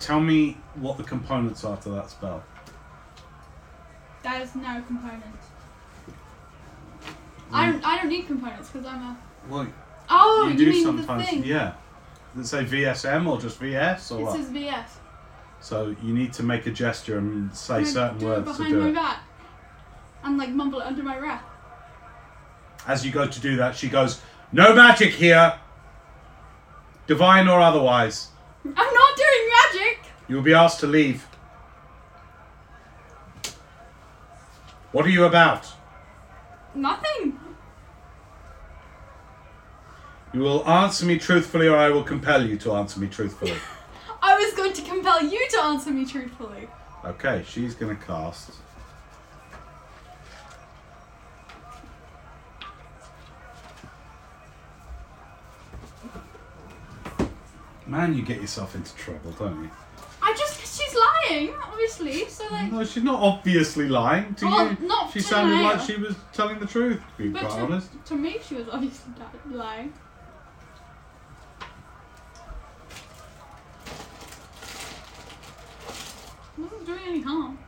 [SPEAKER 1] tell me what the components are to that spell.
[SPEAKER 2] That is now components. I don't. I don't need components because I'm a.
[SPEAKER 1] Well,
[SPEAKER 2] Oh,
[SPEAKER 1] you
[SPEAKER 2] you,
[SPEAKER 1] do
[SPEAKER 2] mean
[SPEAKER 1] sometimes,
[SPEAKER 2] the thing?
[SPEAKER 1] yeah. Does it say VSM or just VS or
[SPEAKER 2] It
[SPEAKER 1] what?
[SPEAKER 2] says VS.
[SPEAKER 1] So you need to make a gesture and say
[SPEAKER 2] Can I
[SPEAKER 1] certain
[SPEAKER 2] do it
[SPEAKER 1] words to
[SPEAKER 2] behind my
[SPEAKER 1] do it.
[SPEAKER 2] back and like mumble it under my breath.
[SPEAKER 1] As you go to do that, she goes, no magic here, divine or otherwise.
[SPEAKER 2] I'm not doing magic.
[SPEAKER 1] You will be asked to leave. What are you about?
[SPEAKER 2] Nothing.
[SPEAKER 1] You will answer me truthfully, or I will compel you to answer me truthfully.
[SPEAKER 2] I was going to compel you to answer me truthfully.
[SPEAKER 1] Okay, she's going to cast. Man, you get yourself into trouble, don't you?
[SPEAKER 2] I just she's lying, obviously. So like,
[SPEAKER 1] No, she's not obviously lying to
[SPEAKER 2] Well,
[SPEAKER 1] you.
[SPEAKER 2] not
[SPEAKER 1] she
[SPEAKER 2] to
[SPEAKER 1] sounded
[SPEAKER 2] Naya.
[SPEAKER 1] like she was telling the truth, to be
[SPEAKER 2] but
[SPEAKER 1] quite
[SPEAKER 2] to,
[SPEAKER 1] honest.
[SPEAKER 2] to me she was obviously di- lying. Wasn't doing any harm.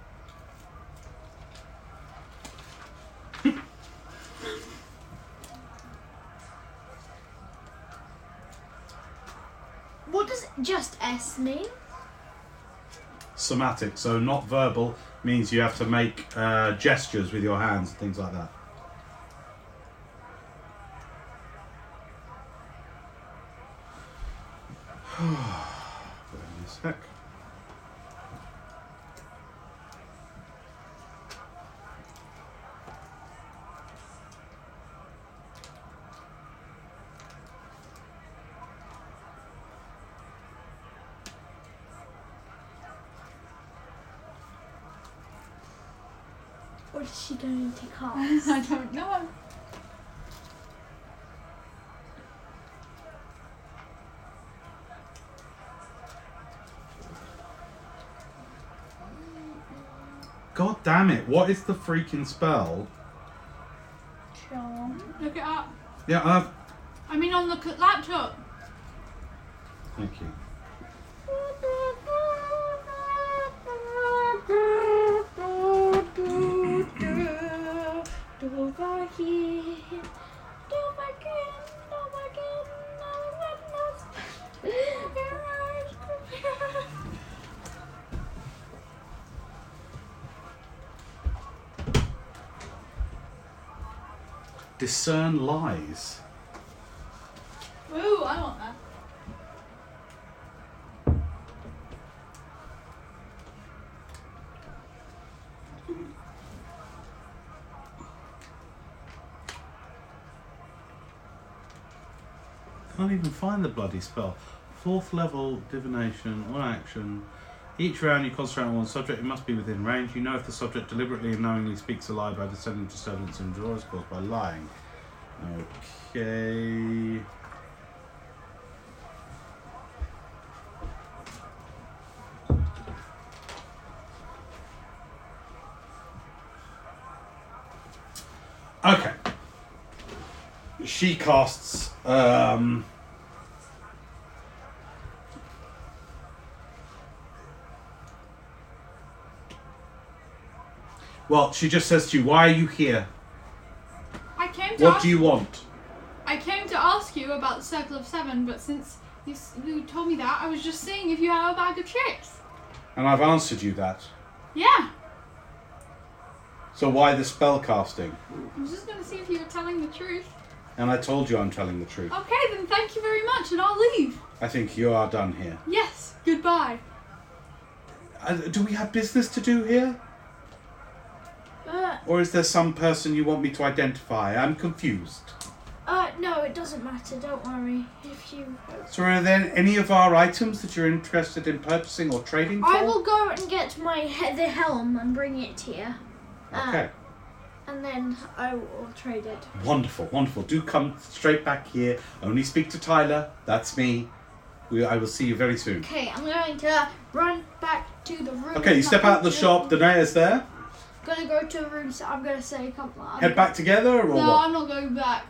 [SPEAKER 3] What does just S mean?
[SPEAKER 1] Somatic, so not verbal, means you have to make uh, gestures with your hands, and things like that. Bear me a sec.
[SPEAKER 3] Or is she going to call?
[SPEAKER 2] I don't know.
[SPEAKER 1] God damn it! What is the freaking spell?
[SPEAKER 3] Charm.
[SPEAKER 2] Look it up.
[SPEAKER 1] Yeah, I've.
[SPEAKER 2] I mean, on the c- laptop.
[SPEAKER 1] Thank you. Discern lies.
[SPEAKER 2] Ooh, I want that.
[SPEAKER 1] Can't even find the bloody spell. Fourth level divination, one action. Each round you concentrate on one subject, it must be within range. You know if the subject deliberately and knowingly speaks a lie by descending disturbance and draws caused by lying. Okay.
[SPEAKER 7] Okay. She casts. Um,
[SPEAKER 1] Well, she just says to you, Why are you here?
[SPEAKER 2] I came to
[SPEAKER 1] What
[SPEAKER 2] ask,
[SPEAKER 1] do you want?
[SPEAKER 2] I came to ask you about the Circle of Seven, but since you, s- you told me that, I was just seeing if you have a bag of chips.
[SPEAKER 1] And I've answered you that.
[SPEAKER 2] Yeah.
[SPEAKER 1] So why the spell casting?
[SPEAKER 2] I was just going to see if you were telling the truth.
[SPEAKER 1] And I told you I'm telling the truth.
[SPEAKER 2] Okay, then thank you very much, and I'll leave.
[SPEAKER 1] I think you are done here.
[SPEAKER 2] Yes, goodbye.
[SPEAKER 1] Uh, do we have business to do here?
[SPEAKER 3] Uh,
[SPEAKER 1] Or is there some person you want me to identify? I'm confused.
[SPEAKER 3] uh, no, it doesn't matter. Don't worry. If you,
[SPEAKER 1] So are there any of our items that you're interested in purchasing or trading for?
[SPEAKER 3] I will go and get my he- the helm and bring it here,
[SPEAKER 1] Okay.
[SPEAKER 3] and then I will trade it.
[SPEAKER 1] Wonderful, wonderful. Do come straight back here. Only speak to Tyler. That's me. We, I will see you very soon.
[SPEAKER 3] Okay, I'm going to run back to the room.
[SPEAKER 1] Okay, you step out of the shop. Danae's there.
[SPEAKER 3] Gonna go to the room. So I'm gonna say, come on.
[SPEAKER 1] Head back together or
[SPEAKER 2] No,
[SPEAKER 1] what?
[SPEAKER 2] I'm not going back.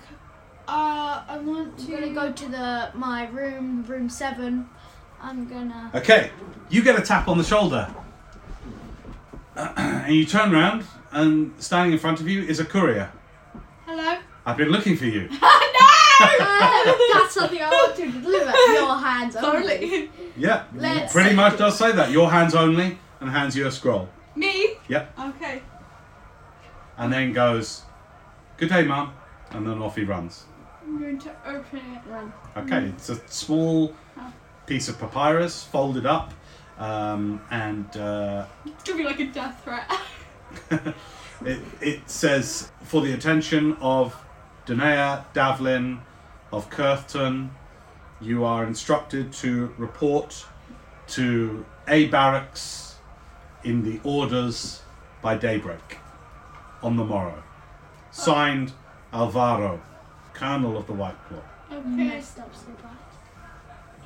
[SPEAKER 2] Uh, I want
[SPEAKER 3] I'm
[SPEAKER 2] to.
[SPEAKER 3] gonna go to the my room, room seven. I'm gonna.
[SPEAKER 1] Okay, you get a tap on the shoulder. and you turn round, and standing in front of you is a courier.
[SPEAKER 2] Hello.
[SPEAKER 1] I've been looking for you.
[SPEAKER 3] Ah, that's something I want to deliver. Your hands only.
[SPEAKER 2] Sorry.
[SPEAKER 1] Yeah,
[SPEAKER 3] Let's-
[SPEAKER 1] pretty much does say that. Your hands only, and hands you a scroll.
[SPEAKER 2] Me.
[SPEAKER 1] Yep.
[SPEAKER 2] Okay.
[SPEAKER 1] And then goes, Good day, mum. And then off he runs.
[SPEAKER 2] I'm going to open it.
[SPEAKER 3] Run.
[SPEAKER 1] Okay, it's a small piece of papyrus folded up, um, and uh,
[SPEAKER 2] It's gonna be like a death threat.
[SPEAKER 1] it, it says for the attention of Danaea Davlin of Curthton, you are instructed to report to A Barracks in the orders by daybreak on the morrow. Signed Alvaro, Colonel of the White Claw.
[SPEAKER 3] Mm.
[SPEAKER 2] okay.
[SPEAKER 3] up so bad.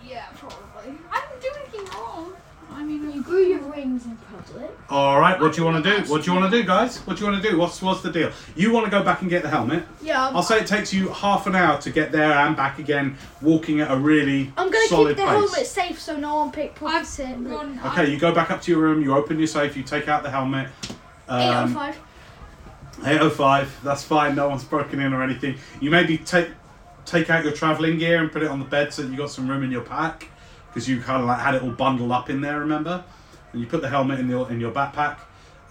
[SPEAKER 2] Yeah, probably. I didn't do anything wrong. I mean,
[SPEAKER 3] You grew your wings in public.
[SPEAKER 1] All right, what do you want to do? What do you want to do, guys? What do you want to do? What's what's the deal? You want to go back and get the helmet?
[SPEAKER 3] Yeah.
[SPEAKER 1] I'll say it takes you half an hour to get there and back again, walking at a really
[SPEAKER 3] I'm gonna
[SPEAKER 1] solid
[SPEAKER 3] keep the
[SPEAKER 1] pace.
[SPEAKER 3] helmet safe so no one pickpockets it.
[SPEAKER 2] I've gone. I-
[SPEAKER 1] Okay, you go back up to your room, you open your safe, you take out the helmet. Um,
[SPEAKER 3] 805.
[SPEAKER 1] 805, that's fine, no one's broken in or anything. You maybe take take out your travelling gear and put it on the bed so that you got some room in your pack because you kind of like had it all bundled up in there, remember? And you put the helmet in your in your backpack.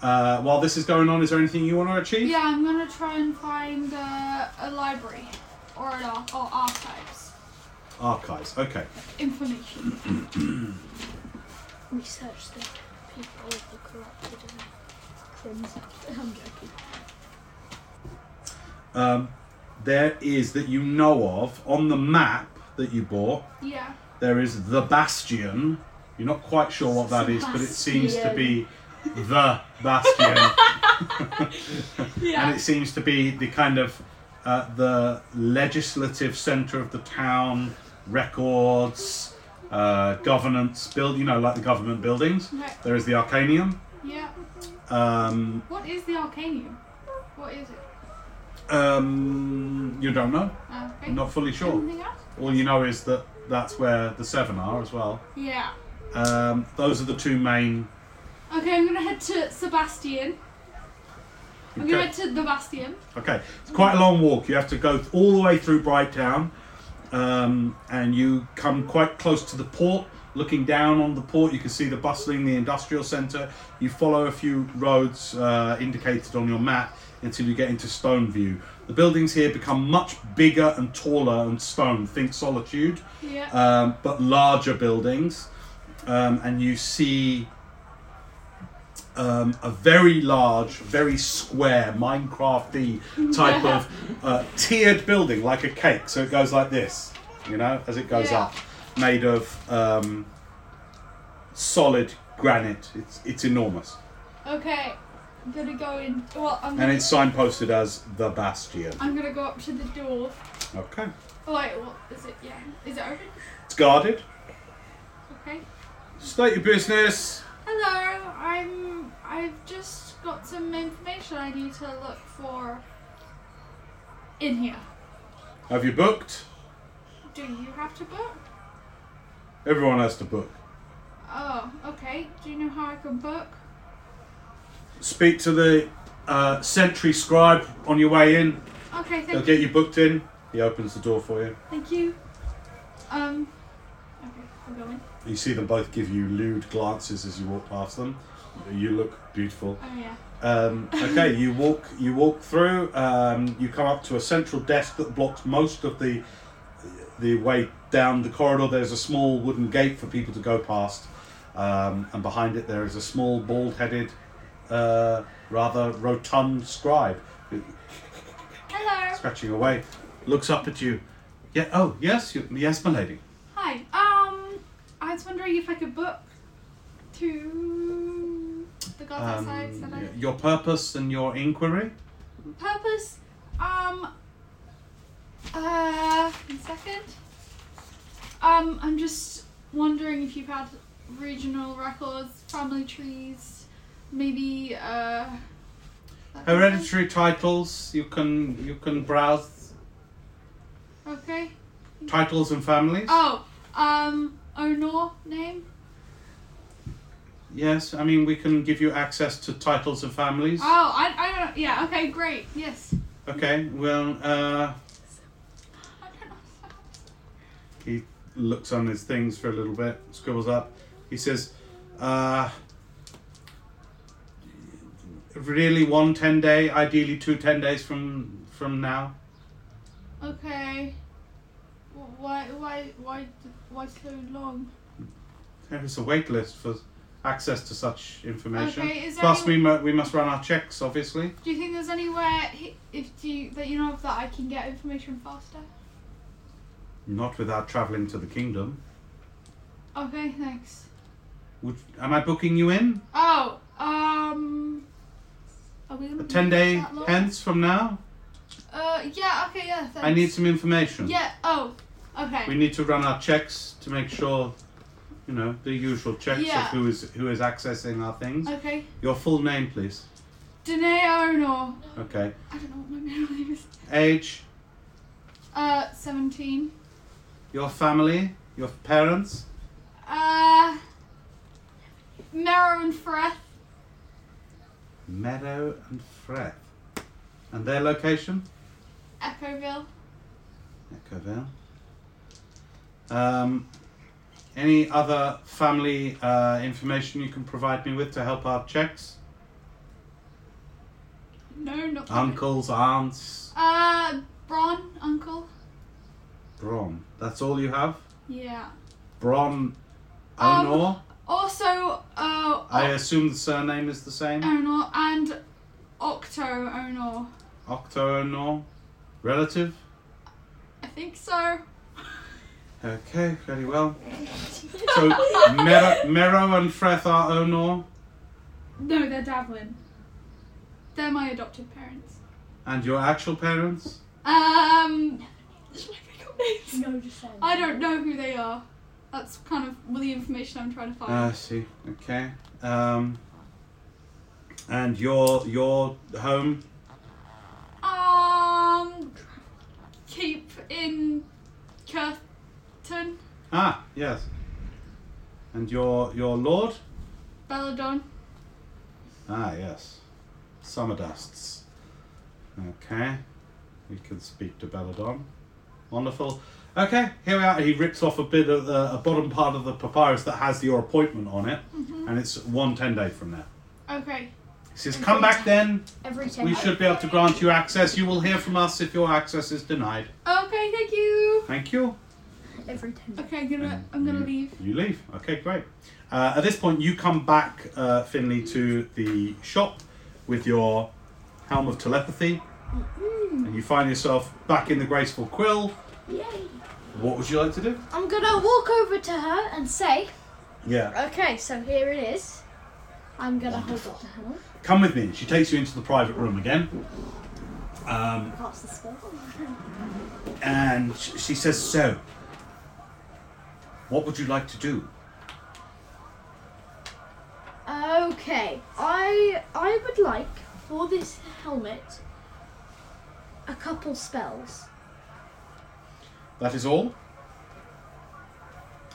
[SPEAKER 1] Uh, while this is going on, is there anything you want to achieve?
[SPEAKER 2] yeah, I'm gonna try and find uh, a library or an ar- or archives.
[SPEAKER 1] Archives. Okay.
[SPEAKER 2] Information.
[SPEAKER 3] Research the people of the corrupted and crimson. I'm joking.
[SPEAKER 1] Um, there is that you know of on the map that you bought.
[SPEAKER 2] Yeah.
[SPEAKER 1] There is the Bastion. You're not quite sure what that is, but it seems to be the Bastion. and
[SPEAKER 2] Yeah.
[SPEAKER 1] it seems to be the kind of uh, the legislative centre of the town, records, uh, governance build. You know, like the government buildings.
[SPEAKER 2] Right.
[SPEAKER 1] There is the Arcanium.
[SPEAKER 2] Yeah.
[SPEAKER 1] Um,
[SPEAKER 2] What is the Arcanium? What is it?
[SPEAKER 1] um, you don't know.
[SPEAKER 2] Uh, okay.
[SPEAKER 1] Not fully sure.
[SPEAKER 2] Anything else?
[SPEAKER 1] All you know is that that's where the Seven are as well.
[SPEAKER 2] Yeah.
[SPEAKER 1] Um, those are the two main.
[SPEAKER 2] Okay, I'm gonna head to Sebastian. I'm gonna
[SPEAKER 1] Okay.
[SPEAKER 2] head to the Bastion.
[SPEAKER 1] okay, it's quite a long walk. You have to go all the way through Brighttown, um, and you come quite close to the port. Looking down on the port, you can see the bustling, the industrial centre. You follow a few roads uh, indicated on your map until you get into Stoneview. The buildings here become much bigger and taller and stone. Think solitude.
[SPEAKER 2] Yeah.
[SPEAKER 1] um, but larger buildings, um, and you see um, a very large, very square, Minecrafty type of uh, tiered building, like a cake. So it goes like this, you know, as it goes
[SPEAKER 2] Yeah.
[SPEAKER 1] up, made of um, solid granite. It's it's enormous,
[SPEAKER 2] okay. I'm gonna go in. Well, I'm
[SPEAKER 1] and
[SPEAKER 2] gonna,
[SPEAKER 1] it's signposted as the Bastion.
[SPEAKER 2] I'm gonna go up to the door.
[SPEAKER 1] Okay,
[SPEAKER 2] Oh, wait, what is it? Yeah. Is it open?
[SPEAKER 1] it's guarded.
[SPEAKER 2] Okay.
[SPEAKER 1] State your business.
[SPEAKER 2] Hello. I'm. I've just got some information I need to look for. In here.
[SPEAKER 1] Have you booked?
[SPEAKER 2] Do you have to book?
[SPEAKER 1] Everyone has to book.
[SPEAKER 2] Oh, okay. Do you know how I can book?
[SPEAKER 1] speak to the uh, sentry scribe on your way in.
[SPEAKER 2] Okay,
[SPEAKER 1] They'll
[SPEAKER 2] thank you.
[SPEAKER 1] get you booked in. He opens the door for you.
[SPEAKER 2] Thank you. Um. Okay, I'm going.
[SPEAKER 1] You see them both give you lewd glances as you walk past them. You look beautiful.
[SPEAKER 2] Oh yeah.
[SPEAKER 1] Um, okay, you walk. You walk through. Um, you come up to a central desk that blocks most of the the way down the corridor. There's a small wooden gate for people to go past, um, and behind it there is a small bald-headed, uh, rather rotund scribe who-
[SPEAKER 2] Hello.
[SPEAKER 1] scratching away, looks up at you. Yeah. Oh, yes, you, yes, my lady.
[SPEAKER 2] Hi. Um, I was wondering if I could book to the gods
[SPEAKER 1] Um,
[SPEAKER 2] outside. Said I.
[SPEAKER 1] your purpose and your inquiry.
[SPEAKER 2] Purpose. Um. Uh, one second. Um, I'm just wondering if you've had regional records, family trees, maybe uh. that kind of thing.
[SPEAKER 1] Hereditary titles. You can you can browse
[SPEAKER 2] Okay.
[SPEAKER 1] titles and families.
[SPEAKER 2] Oh, um, Onor name.
[SPEAKER 1] Yes, I mean we can give you access to titles and families.
[SPEAKER 2] Oh, I, I don't. Yeah. Okay. Great. Yes.
[SPEAKER 1] Okay. Well, uh,
[SPEAKER 2] I don't know.
[SPEAKER 1] he looks on his things for a little bit, scribbles up. He says, uh, "Really, one ten day, ideally two ten days from from now."
[SPEAKER 2] Okay. Wh- Why, why, why, d- why so long?
[SPEAKER 1] There is a wait list for access to such information.
[SPEAKER 2] Okay, is there
[SPEAKER 1] Plus,
[SPEAKER 2] any-
[SPEAKER 1] we, mu- we must run our checks, obviously.
[SPEAKER 2] Do you think there's anywhere he- if do you, that you know of that I can get information faster?
[SPEAKER 1] Not without travelling to the kingdom.
[SPEAKER 2] Okay, thanks.
[SPEAKER 1] Would, am I booking you in?
[SPEAKER 2] Oh, um, are we gonna be
[SPEAKER 1] Ten day
[SPEAKER 2] Mm, that long?
[SPEAKER 1] hence from now?
[SPEAKER 2] Uh, yeah. Okay, yeah. Thanks.
[SPEAKER 1] I need some information.
[SPEAKER 2] Yeah. Oh. Okay.
[SPEAKER 1] We need to run our checks to make sure, you know, the usual checks
[SPEAKER 2] Yeah.
[SPEAKER 1] of who is who is accessing our things.
[SPEAKER 2] okay.
[SPEAKER 1] Your full name, please.
[SPEAKER 2] Danae Onor.
[SPEAKER 1] Okay.
[SPEAKER 2] I don't know what my middle name is.
[SPEAKER 1] Age,
[SPEAKER 2] Uh, seventeen.
[SPEAKER 1] your family, your parents.
[SPEAKER 2] Uh, Merrow and Freth.
[SPEAKER 1] Meadow and Freth. And their location?
[SPEAKER 2] Echoville.
[SPEAKER 1] Echoville. Um, any other family uh, information you can provide me with to help our checks?
[SPEAKER 2] No, not that.
[SPEAKER 1] Um, Uncles, aunts,
[SPEAKER 2] Uh, Bron, uncle.
[SPEAKER 1] Brom. That's all you have?
[SPEAKER 2] Yeah.
[SPEAKER 1] Brom
[SPEAKER 2] Um,
[SPEAKER 1] Onor?
[SPEAKER 2] Also, uh,
[SPEAKER 1] I assume the surname is the same?
[SPEAKER 2] Onor and Octo Onor.
[SPEAKER 1] Octo Onor? Relative?
[SPEAKER 2] I think so.
[SPEAKER 1] Okay, very well. So, Mero, Mero and Freth are Onor,
[SPEAKER 2] No, they're Davlin. They're my adopted parents.
[SPEAKER 1] and your actual parents?
[SPEAKER 2] Um, should I pick up names?
[SPEAKER 3] No, just saying.
[SPEAKER 2] I don't know who they are. That's kind of the information I'm trying to find.
[SPEAKER 1] Ah, I see. Okay. Um, and your your home?
[SPEAKER 2] Um, keep in Curtin.
[SPEAKER 1] Ah, yes. And your your lord?
[SPEAKER 2] Belladon.
[SPEAKER 1] Ah, yes. Summer dusts. Okay. We can speak to Belladon. Wonderful. Okay, here we are. He rips off a bit of the a bottom part of the papyrus that has your appointment on it, and it's one ten day from now.
[SPEAKER 2] Okay.
[SPEAKER 1] He says, "Come back then.
[SPEAKER 3] Every ten.
[SPEAKER 1] We should be able to grant you access. You will hear from us if your access is denied."
[SPEAKER 2] Okay, thank you.
[SPEAKER 1] Thank you.
[SPEAKER 3] Every ten.
[SPEAKER 2] Okay, I'm gonna, I'm gonna leave.
[SPEAKER 1] You leave. Okay, great. Uh, at this point, you come back, uh, Finley, to the shop with your helm of telepathy, and you find yourself back in the graceful quill.
[SPEAKER 3] Yay!
[SPEAKER 7] What would you like to do?
[SPEAKER 3] I'm gonna walk over to her and say,
[SPEAKER 1] Yeah.
[SPEAKER 3] "Okay, so here it is." I'm gonna hold up the hammer.
[SPEAKER 1] Come with me. She takes you into the private room again, Um,
[SPEAKER 3] That's the spell.
[SPEAKER 1] and sh- she says, "So, what would you like to do?"
[SPEAKER 3] Okay, I I would like for this helmet a couple spells
[SPEAKER 1] That is all.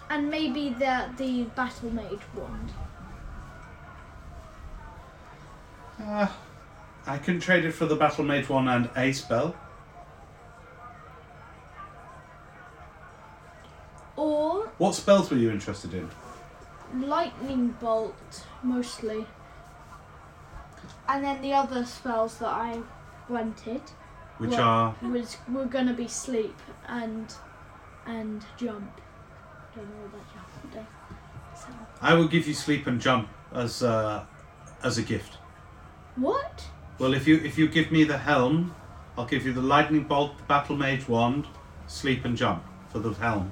[SPEAKER 3] and maybe the the battle mage wand.
[SPEAKER 1] Uh, I can trade it for the battle mage one and a spell.
[SPEAKER 3] Or
[SPEAKER 1] What spells were you interested in?
[SPEAKER 3] lightning bolt mostly. And then the other spells that I wanted
[SPEAKER 1] Which
[SPEAKER 3] Well-
[SPEAKER 1] are
[SPEAKER 3] was were gonna be sleep and and jump. Don't know about jump today. So
[SPEAKER 1] I will give you sleep and jump as uh, as a gift.
[SPEAKER 3] what?
[SPEAKER 1] Well, if you if you give me the helm, I'll give you the lightning bolt, the battle mage wand, sleep and jump for the helm.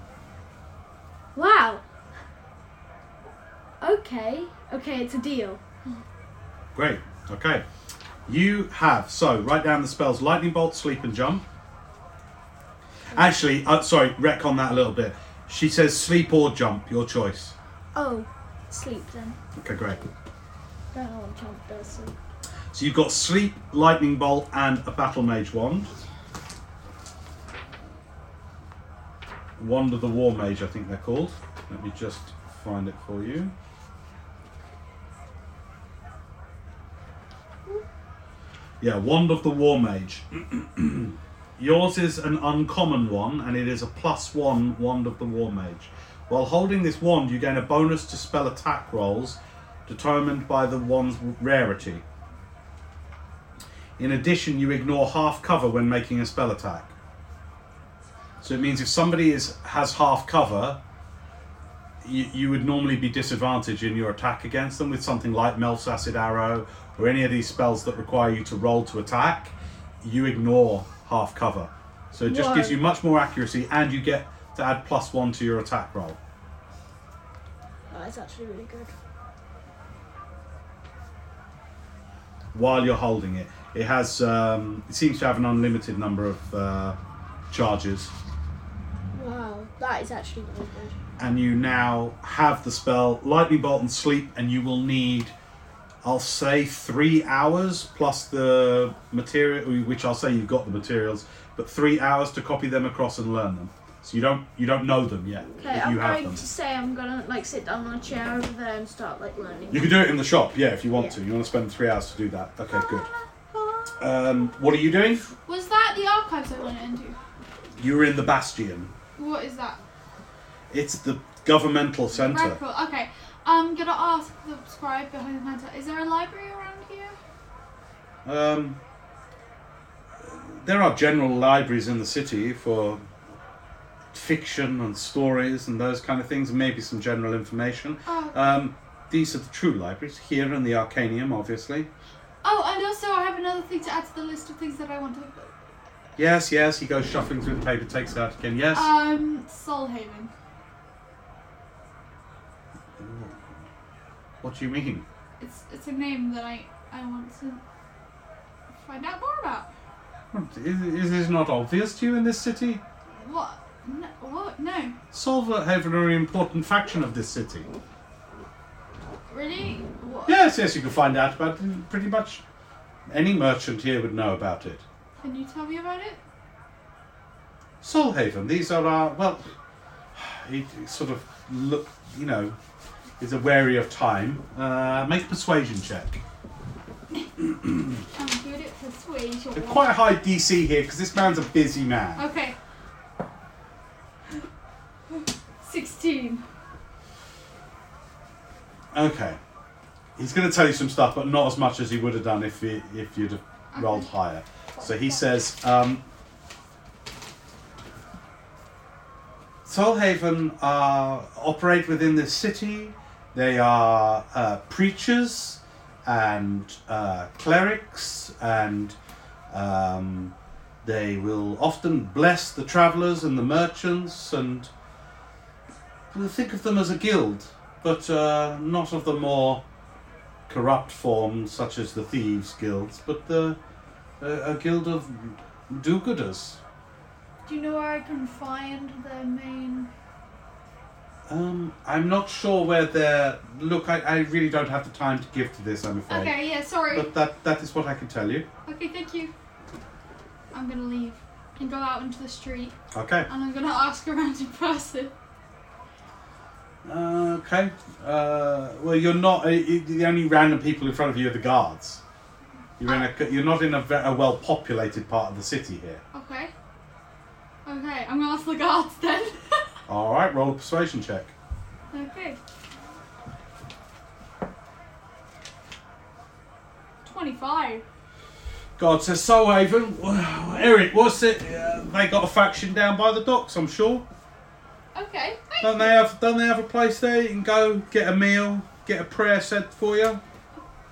[SPEAKER 3] Wow. Okay. Okay, it's a deal.
[SPEAKER 1] Great. Okay. You have so write down the spells: lightning bolt, sleep and jump. Actually, uh, sorry, wreck on that a little bit. She says sleep or jump, your choice.
[SPEAKER 3] Oh, sleep then.
[SPEAKER 1] Okay, great.
[SPEAKER 3] Don't know what jump does. So.
[SPEAKER 1] So you've got sleep, lightning bolt, and a battle mage wand. Wand of the War Mage, I think they're called. Let me just find it for you. Yeah, Wand of the War Mage. Yours is an uncommon one, and it is a plus one Wand of the War Mage. While holding this wand, you gain a bonus to spell attack rolls determined by the wand's rarity. In addition, you ignore half cover when making a spell attack. So it means if somebody is has half cover, you, you would normally be disadvantaged in your attack against them with something like Melf's Acid Arrow or any of these spells that require you to roll to attack. You ignore half cover. So it just gives
[SPEAKER 3] Whoa.
[SPEAKER 1] you much more accuracy and you get to add plus one to your attack roll.
[SPEAKER 3] That's Uh, actually really good.
[SPEAKER 1] while you're holding it. It has. Um, it seems to have an unlimited number of uh, charges,
[SPEAKER 3] Wow, Um, that is actually really good.
[SPEAKER 1] and you now have the spell Lightning Bolt and Sleep, and you will need. I'll say three hours plus the material, which I'll say you've got the materials, but three hours to copy them across and learn them. So you don't you don't know them yet.
[SPEAKER 3] Okay,
[SPEAKER 1] but
[SPEAKER 3] I'm
[SPEAKER 1] you have
[SPEAKER 3] going
[SPEAKER 1] them.
[SPEAKER 3] to say I'm gonna like sit down on a chair over there and start like learning.
[SPEAKER 1] You can do it in the shop, yeah, if you want
[SPEAKER 3] Yeah.
[SPEAKER 1] to. You want to spend three hours to do that. Okay, good. Um, what are you doing?
[SPEAKER 2] Was that the archives I went into?
[SPEAKER 1] You're in the Bastion.
[SPEAKER 2] What is that?
[SPEAKER 1] It's the governmental centre.
[SPEAKER 2] Right, cool. Okay. I'm gonna ask the scribe behind the counter. Is there a library around here?
[SPEAKER 1] Um, there are general libraries in the city for fiction and stories and those kind of things, and maybe some general information.
[SPEAKER 3] Oh.
[SPEAKER 1] Um, these are the true libraries here in the Arcanium, obviously.
[SPEAKER 2] Oh, and also I have another thing to add to the list of things that I want to.
[SPEAKER 1] Yes, yes. He goes shuffling through the paper, takes it out again. Yes.
[SPEAKER 2] Um, Solhaven.
[SPEAKER 1] what do you mean?
[SPEAKER 2] It's it's a name that I I want to find out more about.
[SPEAKER 1] Is, is this not obvious to you in this city?
[SPEAKER 2] What? No, what? No.
[SPEAKER 1] Solverhaven are an important faction of this city.
[SPEAKER 2] Really? What?
[SPEAKER 1] Yes, yes, you can find out about it. Pretty much any merchant here would know about it.
[SPEAKER 2] Can you tell me about it?
[SPEAKER 1] Solhaven, these are our, well, he sort of, look, you know, is a wary of time. Uh, make a persuasion check.
[SPEAKER 2] I'm good at persuasion.
[SPEAKER 1] They're quite a high DC here because this man's a busy man.
[SPEAKER 2] Okay. Sixteen.
[SPEAKER 1] Okay. He's going to tell you some stuff, but not as much as he would have done if, he, if you'd have rolled higher. So he says, um, Solhaven are, operate within this city. They are uh, preachers and uh, clerics, and um, they will often bless the travelers and the merchants, and we think of them as a guild, but uh, not of the more corrupt form, such as the thieves' guilds, but the a, a guild of do-gooders.
[SPEAKER 3] Do you know where I can find their main?
[SPEAKER 1] Um, I'm not sure where they're. Look, I, I really don't have the time to give to this, I'm afraid.
[SPEAKER 2] Okay. Yeah. Sorry.
[SPEAKER 1] But that that is what I can tell you.
[SPEAKER 2] Okay. Thank you. I'm gonna leave and go out into the street,
[SPEAKER 1] Okay.
[SPEAKER 2] and I'm gonna ask around in person.
[SPEAKER 1] Uh, okay. Uh, well, you're not. Uh, you- the only random people in front of you are the guards. You're in a. c- You're not in a, ve- a well-populated part of the city here.
[SPEAKER 2] Okay. Okay. I'm gonna ask the guards then.
[SPEAKER 1] All right. Roll a persuasion check.
[SPEAKER 2] okay. Twenty-five.
[SPEAKER 1] God says, so Avon, Eric, what's it? Uh, they got a faction down by the docks, I'm sure.
[SPEAKER 2] Okay. Thank
[SPEAKER 1] Don't they have? Don't they have a place there you can go get a meal, get a prayer said for you,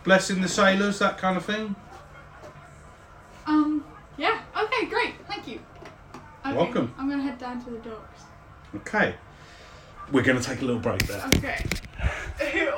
[SPEAKER 1] blessing the sailors, that kind of thing.
[SPEAKER 2] Um. Yeah. Okay. Great. Thank you. Okay,
[SPEAKER 1] welcome.
[SPEAKER 2] I'm gonna head down to the docks.
[SPEAKER 1] Okay, we're gonna take a little break there.
[SPEAKER 2] Okay.